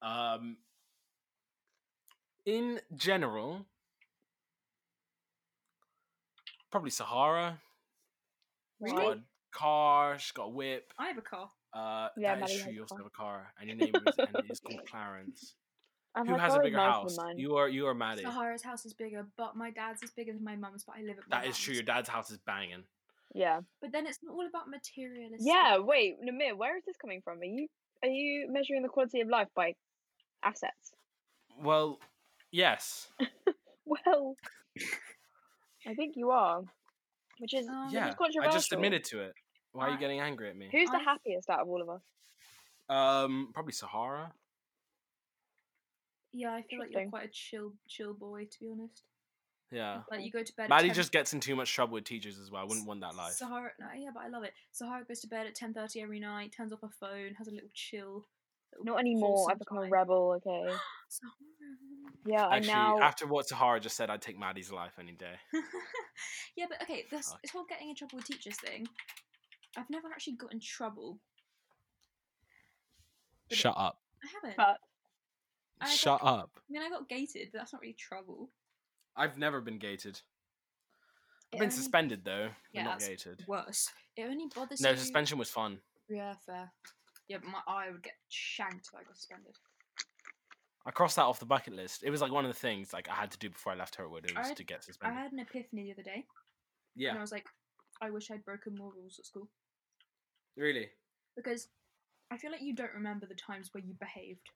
Speaker 1: Um, in general, probably Sahara. She's got
Speaker 3: Really?
Speaker 1: a car. She's got a whip.
Speaker 3: I have a car.
Speaker 1: Uh,
Speaker 2: Yeah,
Speaker 1: that is
Speaker 2: Maddie
Speaker 1: true.
Speaker 2: has a
Speaker 1: You also
Speaker 2: car.
Speaker 1: have a car, and your neighbor is, and is called Clarence.
Speaker 2: And
Speaker 1: Who
Speaker 2: her
Speaker 1: has a
Speaker 2: car is
Speaker 1: bigger
Speaker 2: nicer oh, than
Speaker 1: house?
Speaker 2: mine.
Speaker 1: You are you are Maddie.
Speaker 3: Sahara's house is bigger, but my dad's is bigger than my mum's. But I live at my
Speaker 1: That is true. Your
Speaker 3: mum's.
Speaker 1: dad's house is banging.
Speaker 2: Yeah.
Speaker 3: But then it's not all about materialistic.
Speaker 2: Yeah, wait, Namir, where is this coming from? Are you are you measuring the quality of life by assets?
Speaker 1: Well, yes.
Speaker 2: Well, I think you are, which is
Speaker 3: Um,
Speaker 2: which
Speaker 1: yeah.
Speaker 2: is controversial.
Speaker 1: I just admitted to it. Why are you
Speaker 3: I-
Speaker 1: getting angry at me?
Speaker 2: Who's the
Speaker 3: I-
Speaker 2: happiest out of all of us?
Speaker 1: Um, probably Sahara.
Speaker 3: Yeah, I feel like you're
Speaker 2: Interesting.
Speaker 3: quite a chill, chill boy, to be honest.
Speaker 1: Yeah.
Speaker 3: Like you go to bed.
Speaker 1: Maddie
Speaker 3: at 10
Speaker 1: just gets in too much trouble with teachers as well. I wouldn't want that life.
Speaker 3: Sahara, no, yeah, but I love it. Sahara goes to bed at ten thirty every night, turns off her phone, has a little chill. little
Speaker 2: Not anymore. I've
Speaker 3: wholesome
Speaker 2: become a
Speaker 3: time.
Speaker 2: rebel. Okay.
Speaker 3: Sahara.
Speaker 2: Yeah, I
Speaker 1: Actually,
Speaker 2: now.
Speaker 1: after what Sahara just said, I'd take Maddie's life any day.
Speaker 3: yeah, but okay, this
Speaker 1: Fuck.
Speaker 3: this whole getting in trouble with teachers thing. I've never actually got in trouble. But it-
Speaker 1: Shut up.
Speaker 3: I haven't.
Speaker 2: But
Speaker 3: I got-
Speaker 1: Shut up.
Speaker 3: I mean, I got gated, but that's not really trouble.
Speaker 1: I've never been gated. I've
Speaker 3: It
Speaker 1: been
Speaker 3: only-
Speaker 1: suspended though. but
Speaker 3: Yeah,
Speaker 1: not
Speaker 3: that's
Speaker 1: gated.
Speaker 3: Worse. It only bothers
Speaker 1: No,
Speaker 3: you.
Speaker 1: suspension was fun.
Speaker 3: Yeah, fair. Yeah, but my eye would get shanked if I got suspended.
Speaker 1: I crossed that off the bucket list. It was like one of the things like I had to do before I left Hertwood. It
Speaker 3: I
Speaker 1: was
Speaker 3: had-
Speaker 1: to get
Speaker 3: I
Speaker 1: suspended.
Speaker 3: had an epiphany the other day,
Speaker 1: yeah,
Speaker 3: and I was like, I wish I'd broken more rules at school.
Speaker 1: really.
Speaker 3: because I feel like you don't remember the times where you behaved.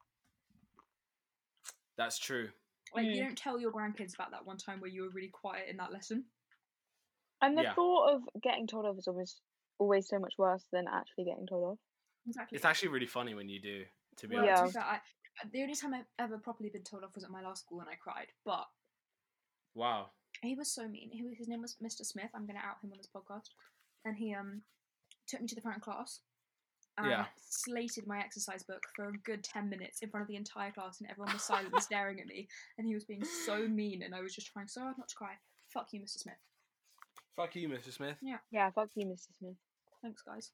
Speaker 1: That's true.
Speaker 3: Like you
Speaker 2: Mm.
Speaker 3: don't tell your grandkids about that one time where you were really quiet in that lesson.
Speaker 2: and the
Speaker 1: yeah.
Speaker 2: thought of getting told off is always always so much worse than actually getting told off.
Speaker 3: Exactly.
Speaker 1: It's actually really funny when you do. To be
Speaker 3: well,
Speaker 1: honest,
Speaker 3: to
Speaker 2: Yeah.
Speaker 3: be fair, I, uh, the only time I've ever properly been told off was at my last school, and I cried. But
Speaker 1: wow.
Speaker 3: he was so mean. He, was- his name was Mr. Smith. I'm gonna out him on this podcast, and he um took me to the front of class. And
Speaker 1: Yeah.
Speaker 3: slated my exercise book for a good 10 minutes in front of the entire class, and everyone was silent and staring at me. And he was being so mean, and I was just trying so hard not to cry. Fuck you, Mr. Smith.
Speaker 1: Fuck you, Mr. Smith.
Speaker 2: Yeah, fuck you, Mr. Smith.
Speaker 3: Thanks, guys.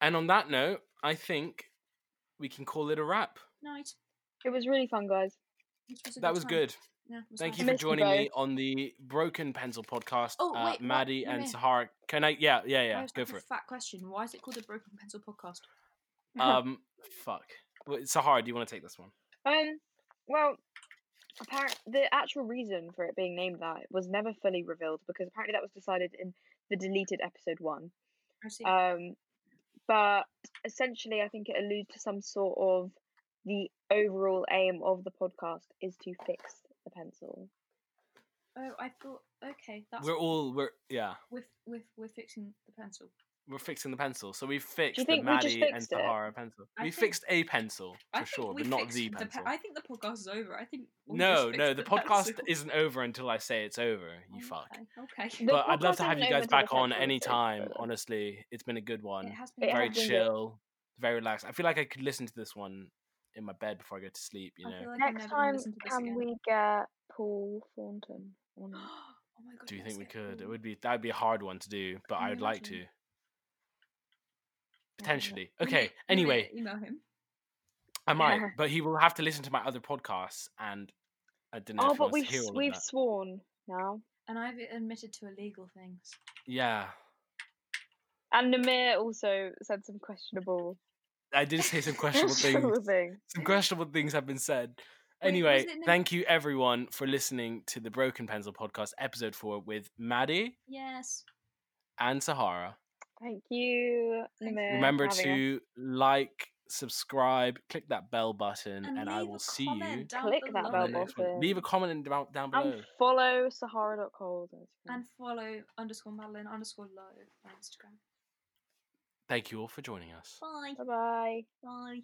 Speaker 1: And on that note, I think we can call it a wrap.
Speaker 3: Night.
Speaker 2: It was really fun, guys.
Speaker 3: This a
Speaker 1: That was
Speaker 3: time.
Speaker 1: good.
Speaker 3: Yeah, it was
Speaker 1: Thank
Speaker 3: nice.
Speaker 1: you
Speaker 2: I
Speaker 1: for
Speaker 2: missed you
Speaker 1: joining me
Speaker 2: both.
Speaker 1: on the Broken Pencil podcast.
Speaker 3: Oh,
Speaker 1: uh,
Speaker 3: wait, what?
Speaker 1: Maddie
Speaker 3: No,
Speaker 1: and
Speaker 3: no.
Speaker 1: Sahara. Can I? Yeah, yeah,
Speaker 3: I
Speaker 1: yeah.
Speaker 3: was
Speaker 1: Go
Speaker 3: like a
Speaker 1: for it.
Speaker 3: Fat question. Why is it called the Broken Pencil Podcast?
Speaker 1: Um, fuck. Wait, Sahara, do you want to take this one?
Speaker 2: Um, well, apparent the actual reason for it being named that was never fully revealed because apparently that was decided in the deleted episode one.
Speaker 3: I see.
Speaker 2: Um, but essentially, I think it alludes to some sort of the overall aim of the podcast is to fix the pencil.
Speaker 3: oh, I thought. Okay, that's
Speaker 1: We're all we're yeah.
Speaker 3: with with we're fixing the pencil.
Speaker 1: We're fixing the pencil, so we fixed the
Speaker 2: think we just
Speaker 1: Maddie and
Speaker 2: fixed it?
Speaker 1: Sahara pencil.
Speaker 3: I
Speaker 1: we
Speaker 3: think-
Speaker 1: fixed a pencil
Speaker 3: I
Speaker 1: for
Speaker 3: think
Speaker 1: sure,
Speaker 3: we
Speaker 1: but not
Speaker 3: fixed
Speaker 1: the
Speaker 3: pe-
Speaker 1: pencil.
Speaker 3: I think the podcast is over. I think. we just
Speaker 1: no,
Speaker 3: fixed
Speaker 1: no, the podcast
Speaker 3: pencil.
Speaker 1: isn't over until I say it's over. You fuck.
Speaker 3: Okay. okay.
Speaker 2: Oh The
Speaker 1: But I'd love
Speaker 2: podcast
Speaker 1: to have
Speaker 2: isn't
Speaker 1: you
Speaker 2: over
Speaker 1: guys
Speaker 2: until the
Speaker 1: back on
Speaker 2: pencil is
Speaker 1: any
Speaker 2: fixed,
Speaker 1: time.
Speaker 2: but-
Speaker 1: Honestly, it's been a good one.
Speaker 3: It has been
Speaker 2: It
Speaker 1: very
Speaker 2: has been good.
Speaker 1: chill, very relaxed. I feel like I could listen to this one in my bed before I go to sleep. You
Speaker 3: I
Speaker 1: know,
Speaker 3: feel like I'm
Speaker 2: Next
Speaker 3: never gonna
Speaker 2: time,
Speaker 3: listen to this
Speaker 2: can
Speaker 3: again.
Speaker 2: we get Paul Thornton? on it?
Speaker 3: oh my god.
Speaker 1: do you
Speaker 3: yes,
Speaker 1: think we
Speaker 3: get
Speaker 1: could? It
Speaker 3: all-
Speaker 1: would be that would be a hard one to do, but
Speaker 3: Can
Speaker 1: I
Speaker 3: you
Speaker 1: would like to
Speaker 3: imagine?
Speaker 1: potentially.
Speaker 3: You may-
Speaker 1: Okay.
Speaker 3: you may
Speaker 1: Anyway,
Speaker 3: email him.
Speaker 1: I might,
Speaker 2: Yeah.
Speaker 1: but he will have to listen to my other podcasts, and I don't know
Speaker 2: Oh,
Speaker 1: if he
Speaker 2: but
Speaker 1: wants to
Speaker 2: we've
Speaker 1: hear
Speaker 2: s-
Speaker 1: all of
Speaker 2: we've
Speaker 1: that.
Speaker 2: sworn now,
Speaker 3: And I've admitted to illegal things.
Speaker 1: Yeah,
Speaker 2: and Namir also said some questionable,
Speaker 1: I did say some questionable things.
Speaker 2: questionable things.
Speaker 1: some questionable things have been said.
Speaker 3: Wait, was
Speaker 1: Anyway,
Speaker 3: it Nim-
Speaker 1: thank you everyone for listening to the Broken Pencil podcast, episode four, with Maddie
Speaker 3: Yes.
Speaker 1: and Sahara.
Speaker 2: Thank you,
Speaker 3: Thanks.
Speaker 2: Namir.
Speaker 1: Remember
Speaker 2: for having
Speaker 1: to
Speaker 2: us.
Speaker 1: like, subscribe, click that bell button, Mm, and,
Speaker 3: And
Speaker 1: I
Speaker 3: leave
Speaker 1: will
Speaker 3: a
Speaker 1: see you.
Speaker 3: comment down
Speaker 2: Click that
Speaker 1: on
Speaker 3: below
Speaker 1: the
Speaker 2: bell
Speaker 1: next one.
Speaker 2: button.
Speaker 1: Leave a comment and down, down below.
Speaker 2: And follow Sahara.cold on Instagram.
Speaker 3: and follow underscore Madeline underscore Low on Instagram.
Speaker 1: Thank you all for joining us.
Speaker 3: Bye.
Speaker 2: Bye bye.
Speaker 3: Bye.